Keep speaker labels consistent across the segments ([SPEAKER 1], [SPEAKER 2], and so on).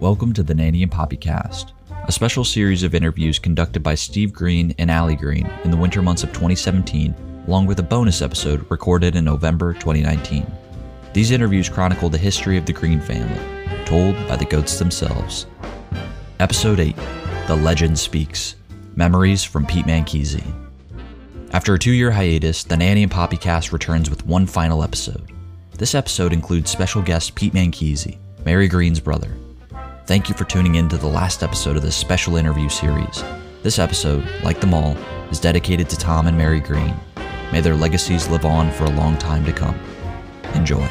[SPEAKER 1] Welcome to the Nanny and Poppy Cast, a special series of interviews conducted by Steve Green and Allie Green in the winter months of 2017, along with a bonus episode recorded in November 2019. These interviews chronicle the history of the Green family, told by the goats themselves. Episode 8 The Legend Speaks Memories from Pete Manchese. After a two year hiatus, the Nanny and Poppy cast returns with one final episode. This episode includes special guest Pete Manchese, Mary Green's brother. Thank you for tuning in to the last episode of this special interview series. This episode, like them all, is dedicated to Tom and Mary Green. May their legacies live on for a long time to come. Enjoy.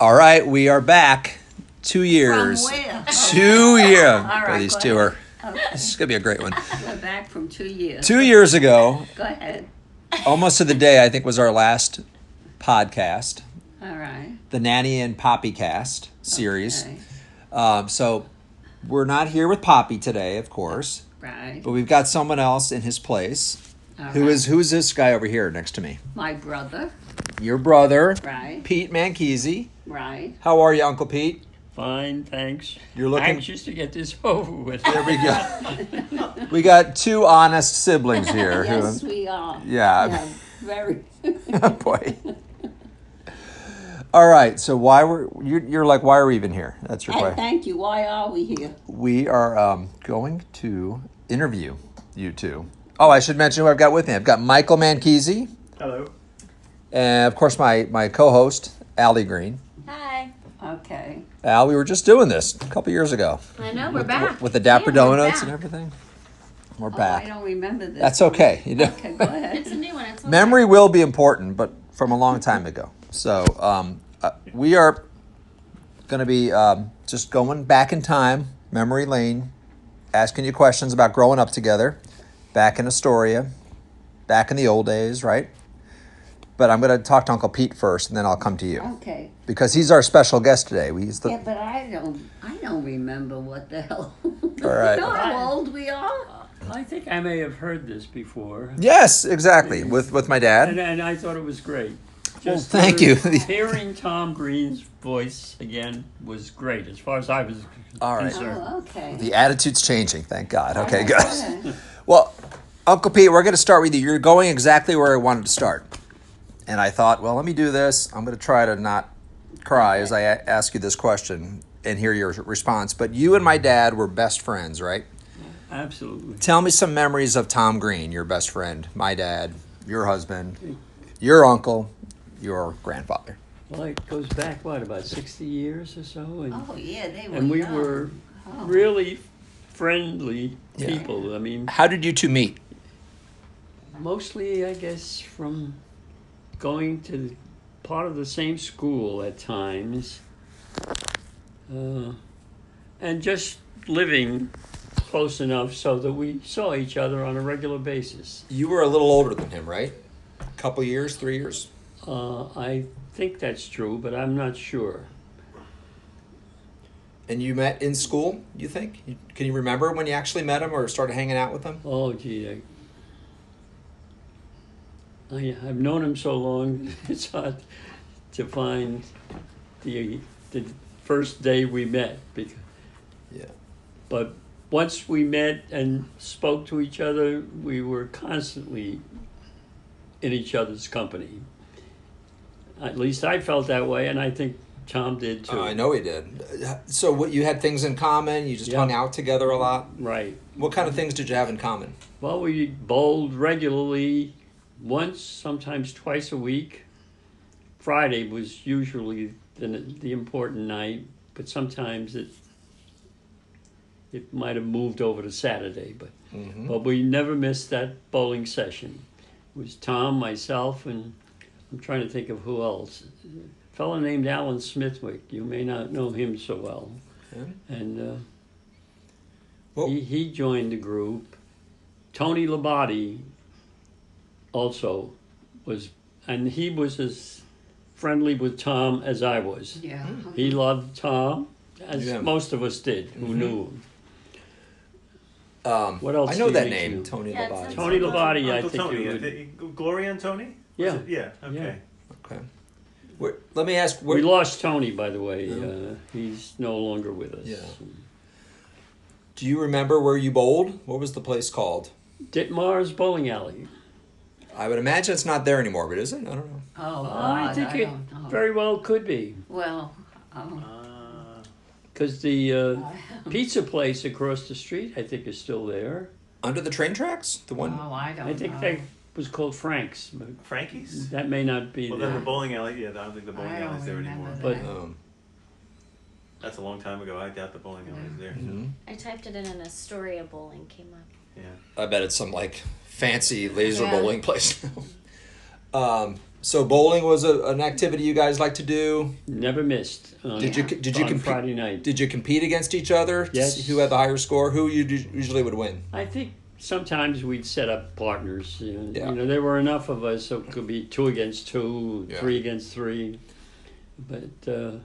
[SPEAKER 2] All right, we are back. Two years.
[SPEAKER 3] From where?
[SPEAKER 2] Two years.
[SPEAKER 3] right,
[SPEAKER 2] these
[SPEAKER 3] go
[SPEAKER 2] two
[SPEAKER 3] ahead.
[SPEAKER 2] are. This is gonna be a great one.
[SPEAKER 3] We're back from two years.
[SPEAKER 2] Two years ago,
[SPEAKER 3] Go ahead.
[SPEAKER 2] almost to the day, I think was our last podcast,
[SPEAKER 3] All right.
[SPEAKER 2] the Nanny and Poppy Cast series.
[SPEAKER 3] Okay.
[SPEAKER 2] Um, so we're not here with Poppy today, of course,
[SPEAKER 3] Right.
[SPEAKER 2] but we've got someone else in his place.
[SPEAKER 3] All
[SPEAKER 2] Oh, Who
[SPEAKER 3] right.
[SPEAKER 2] is who is this guy over here next to me?
[SPEAKER 3] my brother?
[SPEAKER 2] Your brother,
[SPEAKER 3] Right.
[SPEAKER 2] Pete Manchese.
[SPEAKER 3] Right.
[SPEAKER 2] How are you, Uncle Pete?
[SPEAKER 4] Fine, thanks.
[SPEAKER 2] You're looking-
[SPEAKER 4] anxious to get this over with.
[SPEAKER 2] There we go. we got two honest siblings here. who-
[SPEAKER 3] Yes, we are.
[SPEAKER 2] Yeah.
[SPEAKER 3] Yeah, very.
[SPEAKER 2] boy. All right. So why were you, you're like why are we even here? That's your
[SPEAKER 3] and
[SPEAKER 2] question.
[SPEAKER 3] thank you. Why are we here?
[SPEAKER 2] We are um, going to interview you two. Oh, I should mention who I've got with me. I've got Michael Manchese,
[SPEAKER 4] Hello.
[SPEAKER 2] and of course my my co-host Allie Green.
[SPEAKER 5] Hi.
[SPEAKER 3] Okay.
[SPEAKER 2] Al, we were just doing this a couple years ago
[SPEAKER 5] I know we're back.
[SPEAKER 2] with the Dapper
[SPEAKER 5] Yeah, we're
[SPEAKER 2] Donuts
[SPEAKER 5] back.
[SPEAKER 2] and everything. We're
[SPEAKER 3] Oh,
[SPEAKER 2] back.
[SPEAKER 3] I don't remember this.
[SPEAKER 2] That's okay. You know.
[SPEAKER 3] Okay, go ahead.
[SPEAKER 5] It's a new one. It's all
[SPEAKER 2] Memory will be important, but from a long time ago. So um, uh, we are going to be um, just going back in time, memory lane, asking you questions about growing up together, back in Astoria, back in the old days, right? But I'm going to talk to Uncle Pete first, and then I'll come to you
[SPEAKER 3] Okay.
[SPEAKER 2] because he's our special guest today. We he's the
[SPEAKER 3] Yeah, but I don't. I don't remember what the hell.
[SPEAKER 2] all right.
[SPEAKER 3] you know how old we are?
[SPEAKER 4] I think I may have heard this before,
[SPEAKER 2] Yes, exactly. With with my
[SPEAKER 4] and,
[SPEAKER 2] dad.
[SPEAKER 4] and I thought it was great.
[SPEAKER 2] thank
[SPEAKER 4] hearing-
[SPEAKER 2] you.
[SPEAKER 4] hearing Tom Green's voice again was great, as far as I was
[SPEAKER 2] All right.
[SPEAKER 4] concerned.
[SPEAKER 3] Oh, okay.
[SPEAKER 2] The attitude's changing. Thank God. Okay,
[SPEAKER 3] All
[SPEAKER 2] good.
[SPEAKER 3] right, go ahead.
[SPEAKER 2] Well, Uncle Pete, we're going to start with you. You're going exactly where I wanted to start. And I thought, well, let me do this. I'm going to try to not cry as I a- ask you this question and hear your response. But you and my dad were best friends, right?
[SPEAKER 4] Absolutely.
[SPEAKER 2] Tell me some memories of Tom Green, your best friend, my dad, your husband, your uncle, your grandfather.
[SPEAKER 4] Well, it goes back what about sixty years or so, and
[SPEAKER 3] Oh yeah, they were.
[SPEAKER 4] and we
[SPEAKER 3] young.
[SPEAKER 4] were really friendly
[SPEAKER 2] Yeah.
[SPEAKER 4] people. I mean,
[SPEAKER 2] How did you two meet?
[SPEAKER 4] mostly I guess from going to part of the same school at times, uh, and just living close enough so that we saw each other on a regular basis.
[SPEAKER 2] You were a little older than him, right? A couple years, three years.
[SPEAKER 4] Uh, I think that's true, but I'm not sure.
[SPEAKER 2] And you met in school, you think? You- Can you remember when you actually met him or started hanging out with him?
[SPEAKER 4] Oh gee, I, I I've known him so long. It's hard to find the the first day we met because.
[SPEAKER 2] Yeah.
[SPEAKER 4] But once we met and spoke to each other, we were constantly in each other's company. At least I felt that way, and I think Tom did too.
[SPEAKER 2] Uh, I know he did. Uh, So what you had things in common. You just
[SPEAKER 4] Yeah.
[SPEAKER 2] hung out together a lot.
[SPEAKER 4] Right.
[SPEAKER 2] What kind of things did you have in common?
[SPEAKER 4] Well, we bowled regularly, once, sometimes twice a week. Friday was usually the, the important night, but sometimes it it might have moved over to Saturday. But
[SPEAKER 2] Hmm?
[SPEAKER 4] but we never missed that bowling session. It was Tom, myself, and I'm trying to think of who else. A fellow named Alan Smithwick. You may not know him so well,
[SPEAKER 2] Okay.
[SPEAKER 4] and. Uh,
[SPEAKER 2] Well-
[SPEAKER 4] he, he joined the group. Tony Labati also was, and he was as friendly with Tom as I was.
[SPEAKER 3] Yeah.
[SPEAKER 4] He loved Tom, as
[SPEAKER 2] Yeah.
[SPEAKER 4] most of us did who knew him.
[SPEAKER 2] Um,
[SPEAKER 4] What else
[SPEAKER 2] I know
[SPEAKER 4] do you
[SPEAKER 2] that
[SPEAKER 4] think
[SPEAKER 2] name,
[SPEAKER 4] you-
[SPEAKER 2] Tony
[SPEAKER 5] Yeah, it
[SPEAKER 2] Labonte.
[SPEAKER 5] sounds-
[SPEAKER 4] Tony Labati, I
[SPEAKER 6] Uncle
[SPEAKER 4] think
[SPEAKER 6] Tony.
[SPEAKER 4] you
[SPEAKER 6] I
[SPEAKER 4] would.
[SPEAKER 6] think- Gloria and Tony?
[SPEAKER 4] Yeah.
[SPEAKER 5] Yeah. Okay.
[SPEAKER 2] Okay. Where, let me ask.
[SPEAKER 4] We
[SPEAKER 2] Where, Oh.
[SPEAKER 4] lost Tony, by the way. Uh, he's no longer with us.
[SPEAKER 2] Yeah. do you remember where you bowled? What was the place called?
[SPEAKER 4] Ditmar's Bowling Alley.
[SPEAKER 2] I would imagine it's not there anymore, but is it? I don't know.
[SPEAKER 3] Oh,
[SPEAKER 4] I
[SPEAKER 2] Ah,
[SPEAKER 3] God,
[SPEAKER 4] think
[SPEAKER 3] I
[SPEAKER 4] it
[SPEAKER 3] don't know.
[SPEAKER 4] very well could be
[SPEAKER 3] Well, um,
[SPEAKER 2] Ah.
[SPEAKER 5] Uh,
[SPEAKER 4] because the uh, pizza place across the street, I think, is still there.
[SPEAKER 2] Under the train tracks, the one.
[SPEAKER 3] oh, I don't know.
[SPEAKER 4] I think that was called Frank's, but
[SPEAKER 5] Frankie's.
[SPEAKER 4] that may not be
[SPEAKER 5] Well,
[SPEAKER 4] there.
[SPEAKER 5] then the bowling alley. Yeah, I don't think the bowling
[SPEAKER 3] I don't
[SPEAKER 5] alley's there
[SPEAKER 3] remember
[SPEAKER 5] anymore.
[SPEAKER 3] that.
[SPEAKER 4] But-
[SPEAKER 2] Um,
[SPEAKER 5] That's a long time ago. I doubt the bowling alley's there.
[SPEAKER 4] Mm-hmm.
[SPEAKER 6] I typed it in and Astoria Bowling came up.
[SPEAKER 5] Yeah.
[SPEAKER 2] I bet it's some like fancy laser
[SPEAKER 6] Yeah.
[SPEAKER 2] bowling place. um, so bowling was a, an activity you guys like to do.
[SPEAKER 4] Never missed. on-
[SPEAKER 2] Did you did you
[SPEAKER 4] on
[SPEAKER 2] compete?
[SPEAKER 4] Friday night?
[SPEAKER 2] Did you compete against each other? to
[SPEAKER 4] Yes.
[SPEAKER 2] see Who had the higher score? Who you d- usually would win?
[SPEAKER 4] I think sometimes we'd set up partners. You know,
[SPEAKER 2] Yeah.
[SPEAKER 4] you know there were enough of us, so it could be two against two,
[SPEAKER 2] Yeah.
[SPEAKER 4] three against three. But uh, there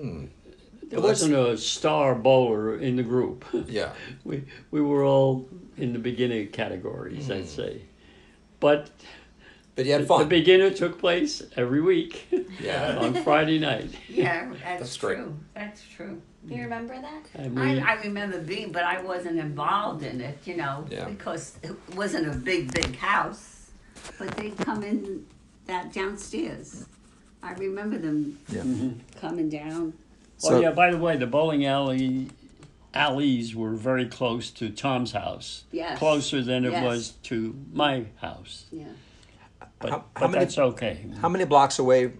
[SPEAKER 2] Hmm. Well, that's-
[SPEAKER 4] wasn't a star bowler in the group.
[SPEAKER 2] Yeah.
[SPEAKER 4] we we were all in the beginner categories, I'd say. But
[SPEAKER 2] But you Hmm. had
[SPEAKER 4] the
[SPEAKER 2] fun.
[SPEAKER 4] beginner took place every week
[SPEAKER 2] yeah.
[SPEAKER 4] on Friday night.
[SPEAKER 3] Yeah, that's,
[SPEAKER 2] That's
[SPEAKER 3] true.
[SPEAKER 2] great.
[SPEAKER 3] That's true.
[SPEAKER 6] You remember that?
[SPEAKER 4] And we-
[SPEAKER 3] I, I remember being, but I wasn't involved in it, you know,
[SPEAKER 2] Yeah.
[SPEAKER 3] because it wasn't a big, big house. But they come in that downstairs. I remember them
[SPEAKER 2] Yeah.
[SPEAKER 5] Mm-hmm.
[SPEAKER 3] coming down.
[SPEAKER 4] Oh yeah. By the way, the bowling alley alleys were very close to Tom's house.
[SPEAKER 3] Yes.
[SPEAKER 4] Closer than it
[SPEAKER 3] Yes.
[SPEAKER 4] was to my house,
[SPEAKER 3] Yeah.
[SPEAKER 4] but,
[SPEAKER 2] How-
[SPEAKER 4] but
[SPEAKER 2] how many-
[SPEAKER 4] that's okay.
[SPEAKER 2] How many blocks away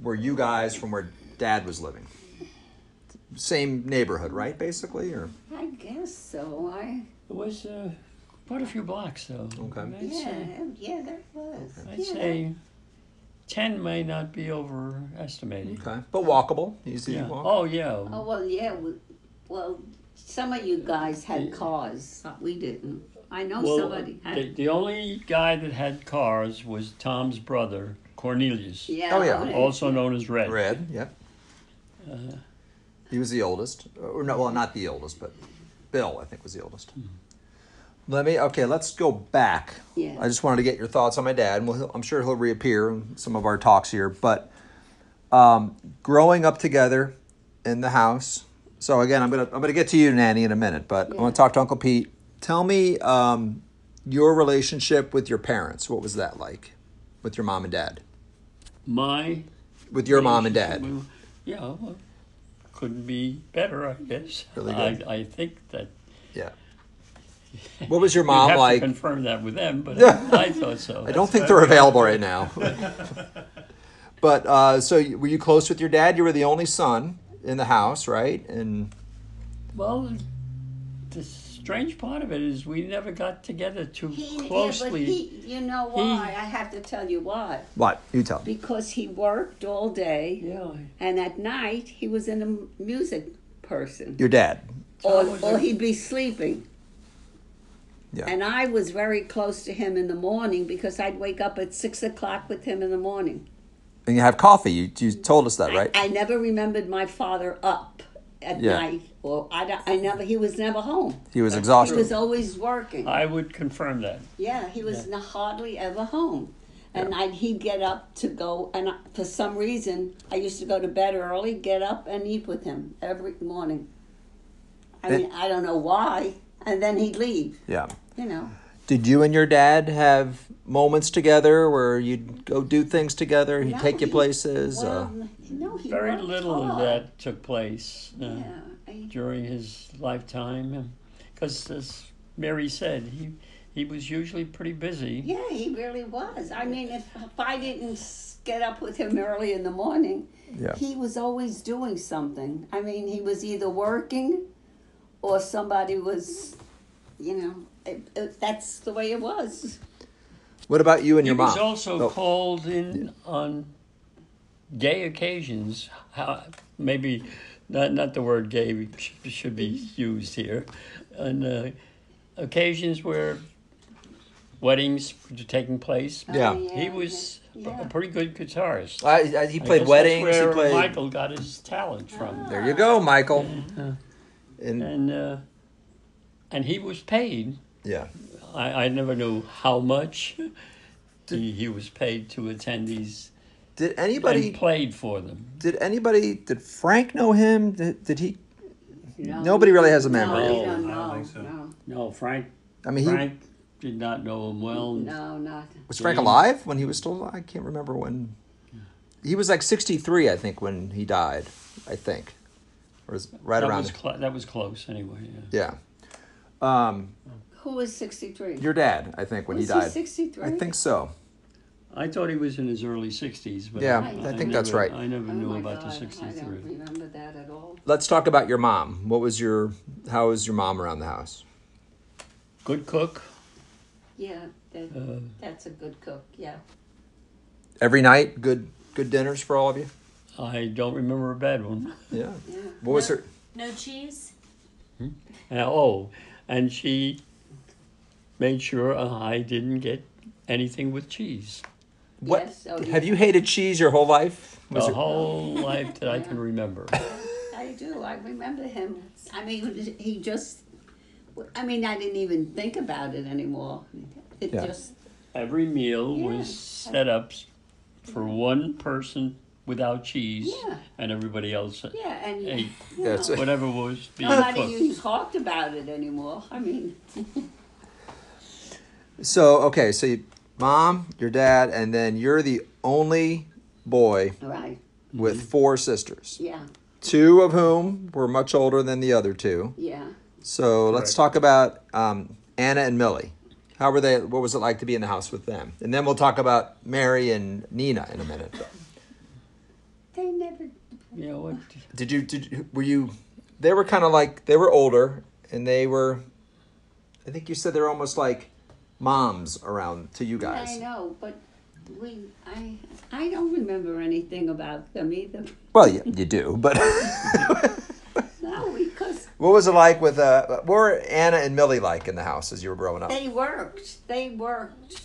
[SPEAKER 2] were you guys from where Dad was living? Same neighborhood, right? Basically, or
[SPEAKER 3] I guess so. I
[SPEAKER 4] It was uh, quite a few blocks though.
[SPEAKER 2] Okay.
[SPEAKER 4] I'd say,
[SPEAKER 3] yeah yeah that was.
[SPEAKER 4] I'd
[SPEAKER 3] yeah.
[SPEAKER 4] say ten may not be overestimated.
[SPEAKER 2] okay, but walkable, easy to
[SPEAKER 4] Yeah.
[SPEAKER 2] walk.
[SPEAKER 4] Oh yeah.
[SPEAKER 3] Oh well, yeah. We, well, some of you guys had cars. We didn't. I know somebody had.
[SPEAKER 4] the, the only guy that had cars was Tom's brother, Cornelius,
[SPEAKER 3] yeah.
[SPEAKER 2] Oh, yeah.
[SPEAKER 3] okay.
[SPEAKER 4] also known as Red.
[SPEAKER 2] Red, yep. he was the oldest, or no, well, not the oldest, but Bill, I think, was the oldest. Let me okay. Let's go back.
[SPEAKER 3] Yeah.
[SPEAKER 2] I just wanted to get your thoughts on my dad, and we'll, I'm sure he'll reappear in some of our talks here. But um, growing up together in the house. So again, I'm gonna I'm gonna get to you, Nanny, in a minute, but I want to talk to Uncle Pete. Tell me um, your relationship with your parents. What was that like with your mom and dad?
[SPEAKER 4] My
[SPEAKER 2] With your mom and dad.
[SPEAKER 4] We- Yeah, well, couldn't be better, I guess.
[SPEAKER 2] Really good.
[SPEAKER 4] I, I think that
[SPEAKER 2] Yeah. What was your
[SPEAKER 4] you
[SPEAKER 2] mom
[SPEAKER 4] have
[SPEAKER 2] like?
[SPEAKER 4] to confirm that with them, but
[SPEAKER 2] Yeah.
[SPEAKER 4] I thought so.
[SPEAKER 2] I don't think they're available right now. but uh, so you- were you close with your dad? You were the only son in the house, right? And
[SPEAKER 4] Well, the strange part of it is we never got together too
[SPEAKER 3] He, yeah, but
[SPEAKER 4] closely.
[SPEAKER 3] he, you know why? I have to tell you why.
[SPEAKER 2] what? You tell me.
[SPEAKER 3] Because he worked all day,
[SPEAKER 4] yeah,
[SPEAKER 3] and at night he was in a m- music person,
[SPEAKER 2] Your dad.
[SPEAKER 3] or,
[SPEAKER 4] was
[SPEAKER 3] or
[SPEAKER 4] a-
[SPEAKER 3] he'd be sleeping.
[SPEAKER 2] Yeah.
[SPEAKER 3] And I was very close to him in the morning because I'd wake up at six o'clock with him in the morning.
[SPEAKER 2] And you have coffee. You, you told us that, right?
[SPEAKER 3] I never remembered my father up at
[SPEAKER 2] Yeah.
[SPEAKER 3] night, or I, don't- I never. He was never home.
[SPEAKER 2] He was
[SPEAKER 3] He
[SPEAKER 2] exhausted.
[SPEAKER 3] was always working.
[SPEAKER 4] I would confirm that.
[SPEAKER 3] Yeah, he was n hardly ever home. And I'd, he'd get up to go, and I, for some reason, I used to go to bed early, get up, and eat with him every morning. I mean, I don't know why. And then he'd leave,
[SPEAKER 2] Yeah.
[SPEAKER 3] you know.
[SPEAKER 2] Did you and your dad have moments together where you'd go do things together? He'd
[SPEAKER 3] No,
[SPEAKER 2] take you
[SPEAKER 3] he-
[SPEAKER 2] places.
[SPEAKER 3] Well,
[SPEAKER 2] uh,
[SPEAKER 3] no, he
[SPEAKER 4] Very
[SPEAKER 3] worked
[SPEAKER 4] little of
[SPEAKER 3] hard.
[SPEAKER 4] that took place uh,
[SPEAKER 3] Yeah, I-
[SPEAKER 4] during his lifetime, because as Mary said, he he was usually pretty busy.
[SPEAKER 3] yeah, he really was. I mean, if, if I didn't s- get up with him early in the morning,
[SPEAKER 2] Yeah.
[SPEAKER 3] he was always doing something. I mean, he was either working or somebody was, you know, it, it, that's the way it was.
[SPEAKER 2] what about you and
[SPEAKER 4] He
[SPEAKER 2] your mom?
[SPEAKER 4] was also
[SPEAKER 2] Oh,
[SPEAKER 4] called in on gay occasions. How, maybe not not the word gay sh- should be used here. On uh, occasions where weddings were taking place,
[SPEAKER 3] Oh,
[SPEAKER 2] Yeah.
[SPEAKER 4] he was a
[SPEAKER 3] Yeah.
[SPEAKER 4] pretty good guitarist.
[SPEAKER 2] I, I, he played
[SPEAKER 4] I guess that's
[SPEAKER 2] weddings. He
[SPEAKER 4] where
[SPEAKER 2] played.
[SPEAKER 4] Michael got his talent from,
[SPEAKER 2] There you go, Michael. And
[SPEAKER 4] and uh, and he was paid
[SPEAKER 2] yeah.
[SPEAKER 4] I, I never knew how much. he, he was paid to attend these
[SPEAKER 2] Did
[SPEAKER 4] and
[SPEAKER 2] anybody?
[SPEAKER 4] played for them.
[SPEAKER 2] Did anybody? Did Frank know him? Did, did he?
[SPEAKER 3] You know?
[SPEAKER 2] Nobody really has a memory.
[SPEAKER 3] No,
[SPEAKER 4] Oh,
[SPEAKER 3] you don't
[SPEAKER 5] I don't
[SPEAKER 3] know.
[SPEAKER 5] think so.
[SPEAKER 3] No,
[SPEAKER 4] No, Frank
[SPEAKER 2] I mean, he
[SPEAKER 4] Frank did not know him well.
[SPEAKER 3] no, not.
[SPEAKER 2] was Frank alive when he was still. alive? I can't remember when. He was like sixty-three, I think, when he died. I think, or was right
[SPEAKER 4] that
[SPEAKER 2] around.
[SPEAKER 4] was cl- that was close anyway. Yeah.
[SPEAKER 2] yeah. Um,
[SPEAKER 3] Who was 63?
[SPEAKER 2] your dad, I think, when
[SPEAKER 3] was
[SPEAKER 2] he died.
[SPEAKER 3] 63?
[SPEAKER 2] I think so.
[SPEAKER 4] I thought he was in his early 60s, but
[SPEAKER 2] Yeah,
[SPEAKER 3] I
[SPEAKER 2] think
[SPEAKER 4] never,
[SPEAKER 2] that's right.
[SPEAKER 4] I never
[SPEAKER 3] Oh
[SPEAKER 4] knew
[SPEAKER 3] my
[SPEAKER 4] about
[SPEAKER 3] God,
[SPEAKER 4] the
[SPEAKER 3] I don't
[SPEAKER 4] 63.
[SPEAKER 3] remember that at all.
[SPEAKER 2] Let's talk about your mom. What was your? How was your mom around the house?
[SPEAKER 4] Good cook.
[SPEAKER 3] Yeah, that,
[SPEAKER 4] Uh,
[SPEAKER 3] that's a good cook. Yeah.
[SPEAKER 2] Every night, good good dinners for all of you.
[SPEAKER 4] I don't remember a bad one.
[SPEAKER 2] Yeah.
[SPEAKER 3] Yeah.
[SPEAKER 2] What was her?
[SPEAKER 6] No cheese?
[SPEAKER 4] Uh, oh, and she made sure I didn't get anything with cheese
[SPEAKER 2] What
[SPEAKER 3] Yes, oh,
[SPEAKER 2] have
[SPEAKER 3] yeah.
[SPEAKER 2] you hated cheese your whole life?
[SPEAKER 4] the
[SPEAKER 2] Was it-
[SPEAKER 4] whole life that I can remember.
[SPEAKER 3] I do. I remember him. I mean, he just. I mean, I didn't even think about it anymore. It
[SPEAKER 2] Yeah.
[SPEAKER 3] just.
[SPEAKER 4] Every meal was
[SPEAKER 3] Yes.
[SPEAKER 4] set up for one person without cheese,
[SPEAKER 3] Yeah.
[SPEAKER 4] and everybody else
[SPEAKER 3] Yeah, and
[SPEAKER 4] ate
[SPEAKER 3] you
[SPEAKER 2] Yeah,
[SPEAKER 3] know,
[SPEAKER 2] it's-
[SPEAKER 4] whatever was being
[SPEAKER 3] nobody
[SPEAKER 4] cooked.
[SPEAKER 3] even talked about it anymore. I mean,
[SPEAKER 2] so okay, so you, mom, your dad, and then you're the only boy
[SPEAKER 3] right?
[SPEAKER 2] with four sisters,
[SPEAKER 3] Yeah,
[SPEAKER 2] two of whom were much older than the other two.
[SPEAKER 3] yeah.
[SPEAKER 2] So let's talk about um, Anna and Millie. How were they? What was it like to be in the house with them? And then we'll talk about Mary and Nina in a minute.
[SPEAKER 3] They never.
[SPEAKER 4] You know what?
[SPEAKER 2] Did you? Did you- were you? They were kind of like they were older, and they were. I think you said they're almost like moms around to you guys.
[SPEAKER 3] I know, but we. I. I don't remember anything about them either.
[SPEAKER 2] Well, you, you do, but
[SPEAKER 3] No, because
[SPEAKER 2] what was it like with uh, what were Anna and Millie like in the house as you were growing up?
[SPEAKER 3] they worked. They worked.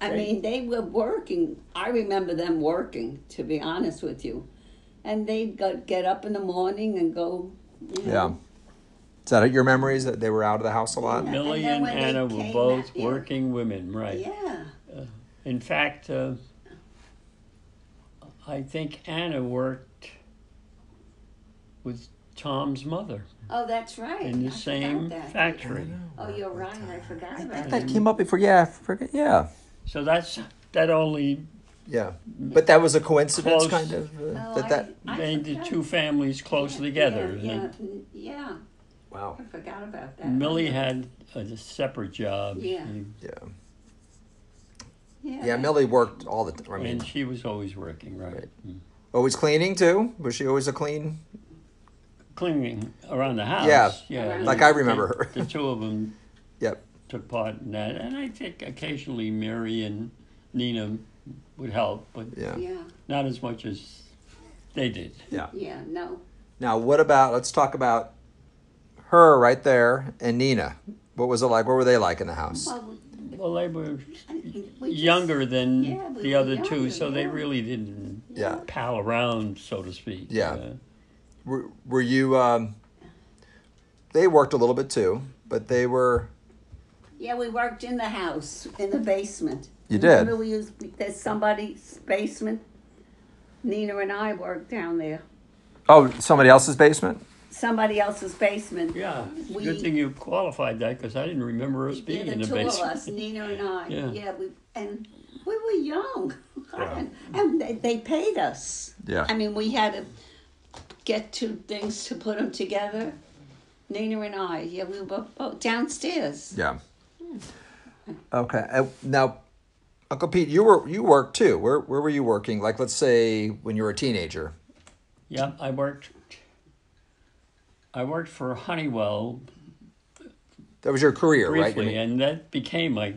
[SPEAKER 3] I mean, they were working. I remember them working. To be honest with you, and they'd go, get up in the morning and go. You know,
[SPEAKER 2] Yeah, is that your memories that they were out of the house a lot?
[SPEAKER 3] Yeah.
[SPEAKER 4] Millie
[SPEAKER 3] then
[SPEAKER 4] and,
[SPEAKER 3] when they
[SPEAKER 4] Anna were
[SPEAKER 3] came
[SPEAKER 4] both
[SPEAKER 3] back, yeah.
[SPEAKER 4] working women, right?
[SPEAKER 3] Yeah.
[SPEAKER 4] In fact, uh, I think Anna worked with Tom's mother
[SPEAKER 3] Oh, that's right.
[SPEAKER 4] in
[SPEAKER 3] I
[SPEAKER 4] the
[SPEAKER 3] forgot
[SPEAKER 4] same
[SPEAKER 3] that.
[SPEAKER 4] factory.
[SPEAKER 3] Oh, you're right. I forgot about
[SPEAKER 2] That
[SPEAKER 3] that.
[SPEAKER 2] came up before. Yeah, I forget. Yeah,
[SPEAKER 4] So that's that only
[SPEAKER 2] yeah, but that was a coincidence,
[SPEAKER 4] Close.
[SPEAKER 2] kind of. Uh,
[SPEAKER 3] Oh,
[SPEAKER 2] that
[SPEAKER 3] I-
[SPEAKER 2] that
[SPEAKER 3] I
[SPEAKER 4] made the
[SPEAKER 3] forgot.
[SPEAKER 4] two families close together.
[SPEAKER 3] Yeah, yeah,
[SPEAKER 4] and
[SPEAKER 3] n- yeah,
[SPEAKER 2] wow.
[SPEAKER 3] I forgot about that.
[SPEAKER 4] Millie had a separate job,
[SPEAKER 3] Yeah.
[SPEAKER 4] and-
[SPEAKER 2] Yeah,
[SPEAKER 3] Yeah.
[SPEAKER 2] yeah. Millie worked all the time. I mean,
[SPEAKER 4] and she was always working, right? Mm.
[SPEAKER 2] always cleaning too. Was she always a clean?
[SPEAKER 4] Cleaning around the house.
[SPEAKER 2] Yeah,
[SPEAKER 4] yeah.
[SPEAKER 3] like
[SPEAKER 2] I remember her.
[SPEAKER 4] The two of them
[SPEAKER 2] Yep.
[SPEAKER 4] took part in that, and I think occasionally Mary and Nina would help, but
[SPEAKER 2] Yeah.
[SPEAKER 3] Yeah,
[SPEAKER 4] not as much as they did.
[SPEAKER 3] yeah, no.
[SPEAKER 2] Now, what about? Let's talk about her right there and Nina. What was it like? What were they like in the house?
[SPEAKER 3] Well,
[SPEAKER 4] Well, they were
[SPEAKER 3] we just-
[SPEAKER 4] younger than
[SPEAKER 3] yeah, we
[SPEAKER 4] the
[SPEAKER 3] were
[SPEAKER 4] other two,
[SPEAKER 3] younger,
[SPEAKER 4] so they
[SPEAKER 3] yeah.
[SPEAKER 4] really didn't
[SPEAKER 2] Yeah.
[SPEAKER 4] pal around, so to speak.
[SPEAKER 2] Yeah.
[SPEAKER 4] Uh,
[SPEAKER 2] Were, were you? Um, they worked a little bit too, but they were.
[SPEAKER 3] Yeah, we worked in the house, in the basement.
[SPEAKER 2] You
[SPEAKER 3] Remember
[SPEAKER 2] did?
[SPEAKER 3] we used, there's somebody's basement? Nina and I worked down there.
[SPEAKER 2] Oh, somebody else's basement.
[SPEAKER 3] Somebody else's basement.
[SPEAKER 4] yeah.
[SPEAKER 3] We-
[SPEAKER 4] Good thing you qualified that because I didn't remember us
[SPEAKER 3] Yeah,
[SPEAKER 4] being
[SPEAKER 3] the
[SPEAKER 4] in the
[SPEAKER 3] two of us,
[SPEAKER 4] basement.
[SPEAKER 3] Nina and I.
[SPEAKER 4] Yeah.
[SPEAKER 3] Yeah, we, and we were young. And they, they paid us.
[SPEAKER 2] Yeah.
[SPEAKER 3] I mean, we had to get two things to put them together. Nina and I, yeah, we were both- both downstairs.
[SPEAKER 2] Yeah. Okay. Uh, Now, Uncle Pete, you were you worked too. Where where were you working? Like, let's say when you were a teenager.
[SPEAKER 4] Yeah, I worked. I worked for Honeywell
[SPEAKER 2] That was your career, right?
[SPEAKER 4] briefly,
[SPEAKER 2] Your-
[SPEAKER 4] and that became my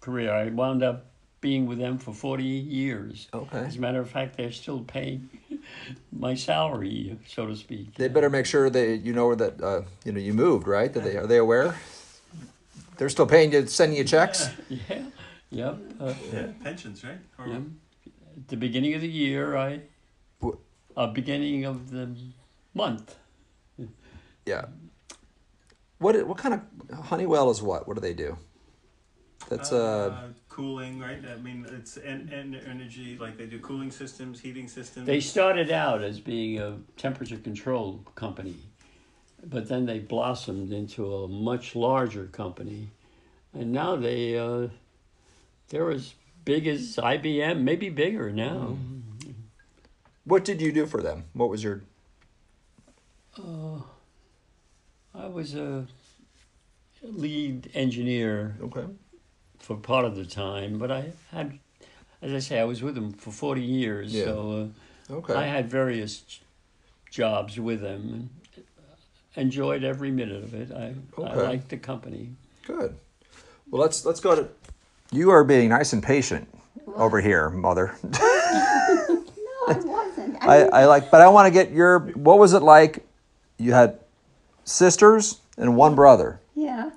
[SPEAKER 4] career. I wound up being with them for 40 years.
[SPEAKER 2] Oh, Okay.
[SPEAKER 4] As a matter of fact, they're still paying my salary, so to speak.
[SPEAKER 2] They better make sure that you know that uh, you know you moved, right? That they are they aware? They're still paying you, sending you checks.
[SPEAKER 4] Yeah, yep. Uh,
[SPEAKER 5] Yeah, pensions, right? Or- uh,
[SPEAKER 4] yeah. At the beginning of the year, I,
[SPEAKER 2] Wh-
[SPEAKER 4] uh, beginning of the month,
[SPEAKER 2] Yeah. What what kind of Honeywell is what? What do they do? That's uh,
[SPEAKER 5] cooling, right? I mean, it's en- en- energy. Like they do cooling systems, heating systems.
[SPEAKER 4] They started out as being a temperature control company, but then they blossomed into a much larger company, and now they uh, they're as big as IBM, maybe bigger now.
[SPEAKER 2] what did you do for them? What was your
[SPEAKER 4] I was a lead engineer
[SPEAKER 2] okay?
[SPEAKER 4] for part of the time, but I had, as I say, I was with them for forty years,
[SPEAKER 2] Yeah.
[SPEAKER 4] so. Uh,
[SPEAKER 2] Okay.
[SPEAKER 4] I had various j- jobs with them. and Enjoyed every minute of it. I, I
[SPEAKER 2] Okay.
[SPEAKER 4] liked the company.
[SPEAKER 2] Good. Well, let's let's go to. You are being nice and patient over here, mother.
[SPEAKER 3] No, I wasn't. I,
[SPEAKER 2] I,
[SPEAKER 3] mean,
[SPEAKER 2] I like, but I want to get your. What was it like? You had sisters and one brother.
[SPEAKER 3] yeah.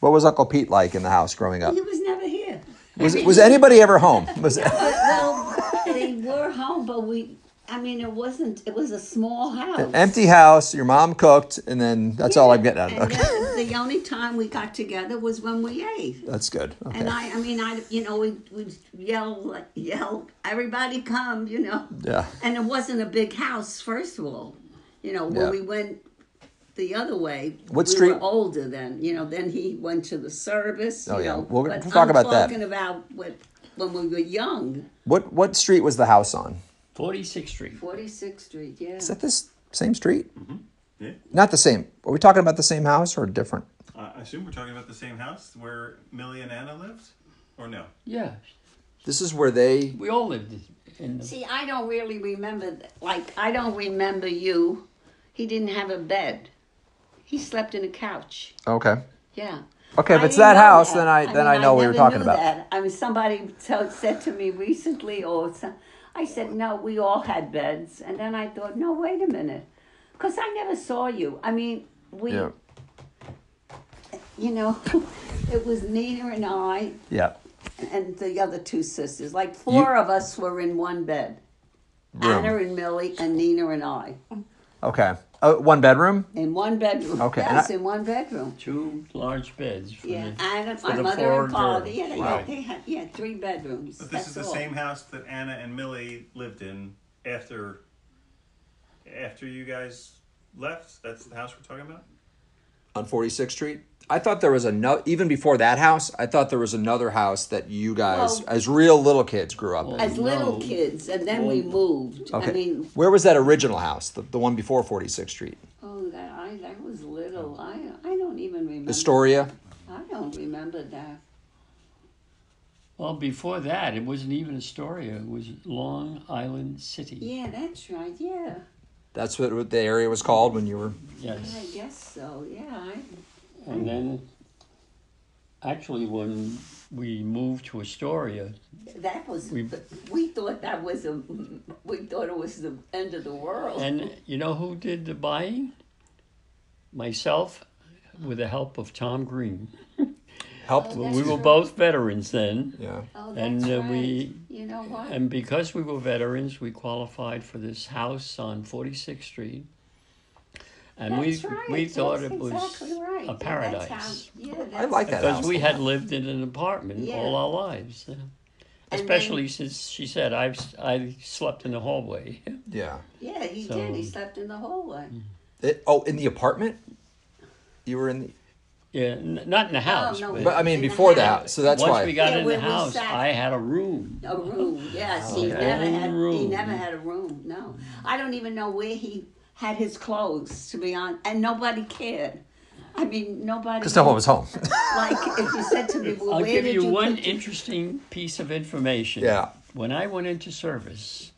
[SPEAKER 2] What was Uncle Pete like in the house growing up?
[SPEAKER 3] He was never here.
[SPEAKER 2] Was was anybody ever home? Was
[SPEAKER 3] Well, they were home, but we, I mean, it wasn't, it was a small house.
[SPEAKER 2] empty house? Your mom cooked, and then that's all I'm getting at.
[SPEAKER 3] And
[SPEAKER 2] Okay,
[SPEAKER 3] then the only time we got together was when we ate.
[SPEAKER 2] that's good. Okay.
[SPEAKER 3] And I, I mean, I, you know, we we yell, like, yell, everybody come, you know.
[SPEAKER 2] Yeah.
[SPEAKER 3] And it wasn't a big house, first of all. You know, when
[SPEAKER 2] Yeah.
[SPEAKER 3] we went the other way,
[SPEAKER 2] What
[SPEAKER 3] we
[SPEAKER 2] street-
[SPEAKER 3] were older then. You know, then he went to the service.
[SPEAKER 2] Oh,
[SPEAKER 3] you
[SPEAKER 2] yeah.
[SPEAKER 3] know,
[SPEAKER 2] We'll-
[SPEAKER 3] but
[SPEAKER 2] we'll talk
[SPEAKER 3] I'm
[SPEAKER 2] about that.
[SPEAKER 3] Talking about what, when we were young,
[SPEAKER 2] What what street was the house on?
[SPEAKER 4] 46th Street.
[SPEAKER 3] 46th Street. Yeah.
[SPEAKER 2] Is that this same street?
[SPEAKER 5] Yeah.
[SPEAKER 2] Not the same. Are we talking about the same house or different?
[SPEAKER 5] I I assume we're talking about the same house where Millie and Anna lived, or no?
[SPEAKER 4] Yeah,
[SPEAKER 2] This is where they
[SPEAKER 4] we all lived in. The,
[SPEAKER 3] See, I don't really remember. th- Like, I don't remember you. He didn't have a bed. He slept in a couch.
[SPEAKER 2] Okay.
[SPEAKER 3] Yeah.
[SPEAKER 2] Okay, if
[SPEAKER 3] I
[SPEAKER 2] it's
[SPEAKER 3] didn't
[SPEAKER 2] that
[SPEAKER 3] know
[SPEAKER 2] house, then I then
[SPEAKER 3] mean,
[SPEAKER 2] I know what you're
[SPEAKER 3] never
[SPEAKER 2] talking
[SPEAKER 3] knew
[SPEAKER 2] about.
[SPEAKER 3] that. I mean, somebody told, said to me recently, or some, I said, no, we all had beds, and then I thought, no, wait a minute, because I never saw you. I mean, we,
[SPEAKER 2] Yeah.
[SPEAKER 3] you know, it was Nina and I
[SPEAKER 2] Yeah.
[SPEAKER 3] and the other two sisters. Like four of us were in one bed.
[SPEAKER 2] Room.
[SPEAKER 3] Anna and Millie and Nina and I
[SPEAKER 2] Okay. Uh, one bedroom.
[SPEAKER 3] in one bedroom.
[SPEAKER 2] Okay, and
[SPEAKER 3] Yes,
[SPEAKER 2] I-
[SPEAKER 3] in one bedroom.
[SPEAKER 4] two large beds.
[SPEAKER 5] Mm-hmm.
[SPEAKER 4] For
[SPEAKER 3] Yeah,
[SPEAKER 4] the,
[SPEAKER 3] Anna,
[SPEAKER 4] for
[SPEAKER 3] my
[SPEAKER 4] the
[SPEAKER 3] mother
[SPEAKER 4] four
[SPEAKER 3] and father.
[SPEAKER 4] girls.
[SPEAKER 3] Yeah, they,
[SPEAKER 5] Wow.
[SPEAKER 3] had, they had yeah three bedrooms.
[SPEAKER 5] But this
[SPEAKER 3] That's
[SPEAKER 5] is the
[SPEAKER 3] all.
[SPEAKER 5] same house that Anna and Millie lived in after after you guys left. That's the house we're talking about.
[SPEAKER 2] On 46th Street. I thought there was another. Even before that house, I thought there was another house that you guys,
[SPEAKER 3] Well-
[SPEAKER 2] as real little kids, grew up in.
[SPEAKER 3] as little
[SPEAKER 4] No.
[SPEAKER 3] kids, and then we moved.
[SPEAKER 2] Okay.
[SPEAKER 3] I mean,
[SPEAKER 2] Where was that original house? The, the one before 46th Street,
[SPEAKER 3] oh, that I that was little. I I don't even remember.
[SPEAKER 2] Astoria.
[SPEAKER 3] I don't remember that.
[SPEAKER 4] Well, before that, it wasn't even Astoria. It was Long Island City.
[SPEAKER 3] Yeah, that's right. Yeah,
[SPEAKER 2] That's what, what the area was called when you were.
[SPEAKER 3] I
[SPEAKER 4] Yes.
[SPEAKER 3] guess so. Yeah, I,
[SPEAKER 4] And then, actually, when we moved to Astoria,
[SPEAKER 3] that was.
[SPEAKER 4] We-
[SPEAKER 3] We, we thought that was a. We thought it was the end of the world.
[SPEAKER 4] And you know who did the buying? Myself, with the help of Tom Green.
[SPEAKER 2] Helped.
[SPEAKER 6] Oh,
[SPEAKER 4] we
[SPEAKER 6] That's
[SPEAKER 4] were
[SPEAKER 6] true.
[SPEAKER 4] both veterans then,
[SPEAKER 2] Yeah.
[SPEAKER 3] oh, that's
[SPEAKER 4] and uh,
[SPEAKER 3] right.
[SPEAKER 4] we
[SPEAKER 3] You know what?
[SPEAKER 4] and because we were veterans, we qualified for this house on 46th Street. And
[SPEAKER 3] that's
[SPEAKER 4] we
[SPEAKER 3] right.
[SPEAKER 4] we thought
[SPEAKER 3] that's
[SPEAKER 4] it was
[SPEAKER 3] exactly right.
[SPEAKER 4] a
[SPEAKER 3] Yeah,
[SPEAKER 4] paradise.
[SPEAKER 3] That's how, yeah,
[SPEAKER 2] I
[SPEAKER 3] that's-
[SPEAKER 2] like that
[SPEAKER 4] because
[SPEAKER 2] house.
[SPEAKER 4] we had lived in an apartment
[SPEAKER 3] Yeah.
[SPEAKER 4] all our lives. uh,
[SPEAKER 3] then-
[SPEAKER 4] Especially since she said I've s- I slept in the hallway.
[SPEAKER 2] Yeah.
[SPEAKER 3] Yeah, he
[SPEAKER 4] So- Mm-hmm.
[SPEAKER 3] did. He slept in the hallway.
[SPEAKER 2] It, oh, in the apartment. You were in. The,
[SPEAKER 4] yeah, n- not in the house,
[SPEAKER 3] Oh, no,
[SPEAKER 2] but I mean,
[SPEAKER 3] In the
[SPEAKER 2] before that,
[SPEAKER 3] house.
[SPEAKER 2] so that's
[SPEAKER 4] Once
[SPEAKER 2] why.
[SPEAKER 4] we got
[SPEAKER 3] Yeah,
[SPEAKER 4] in
[SPEAKER 3] when
[SPEAKER 4] the
[SPEAKER 3] we
[SPEAKER 4] house,
[SPEAKER 3] sat-
[SPEAKER 4] I had a room.
[SPEAKER 3] A room, yes. He
[SPEAKER 4] Okay.
[SPEAKER 3] never had. He
[SPEAKER 4] Oh, Room.
[SPEAKER 3] never had a room. No, I don't even know where he had his clothes. To be honest, and nobody cared. I mean, nobody.
[SPEAKER 2] Because no one was home.
[SPEAKER 3] Like if you said to me, well,
[SPEAKER 4] I'll
[SPEAKER 3] "Where
[SPEAKER 4] give
[SPEAKER 3] did
[SPEAKER 4] you one
[SPEAKER 3] put-
[SPEAKER 4] interesting piece of information.
[SPEAKER 2] Yeah.
[SPEAKER 4] When I went into service,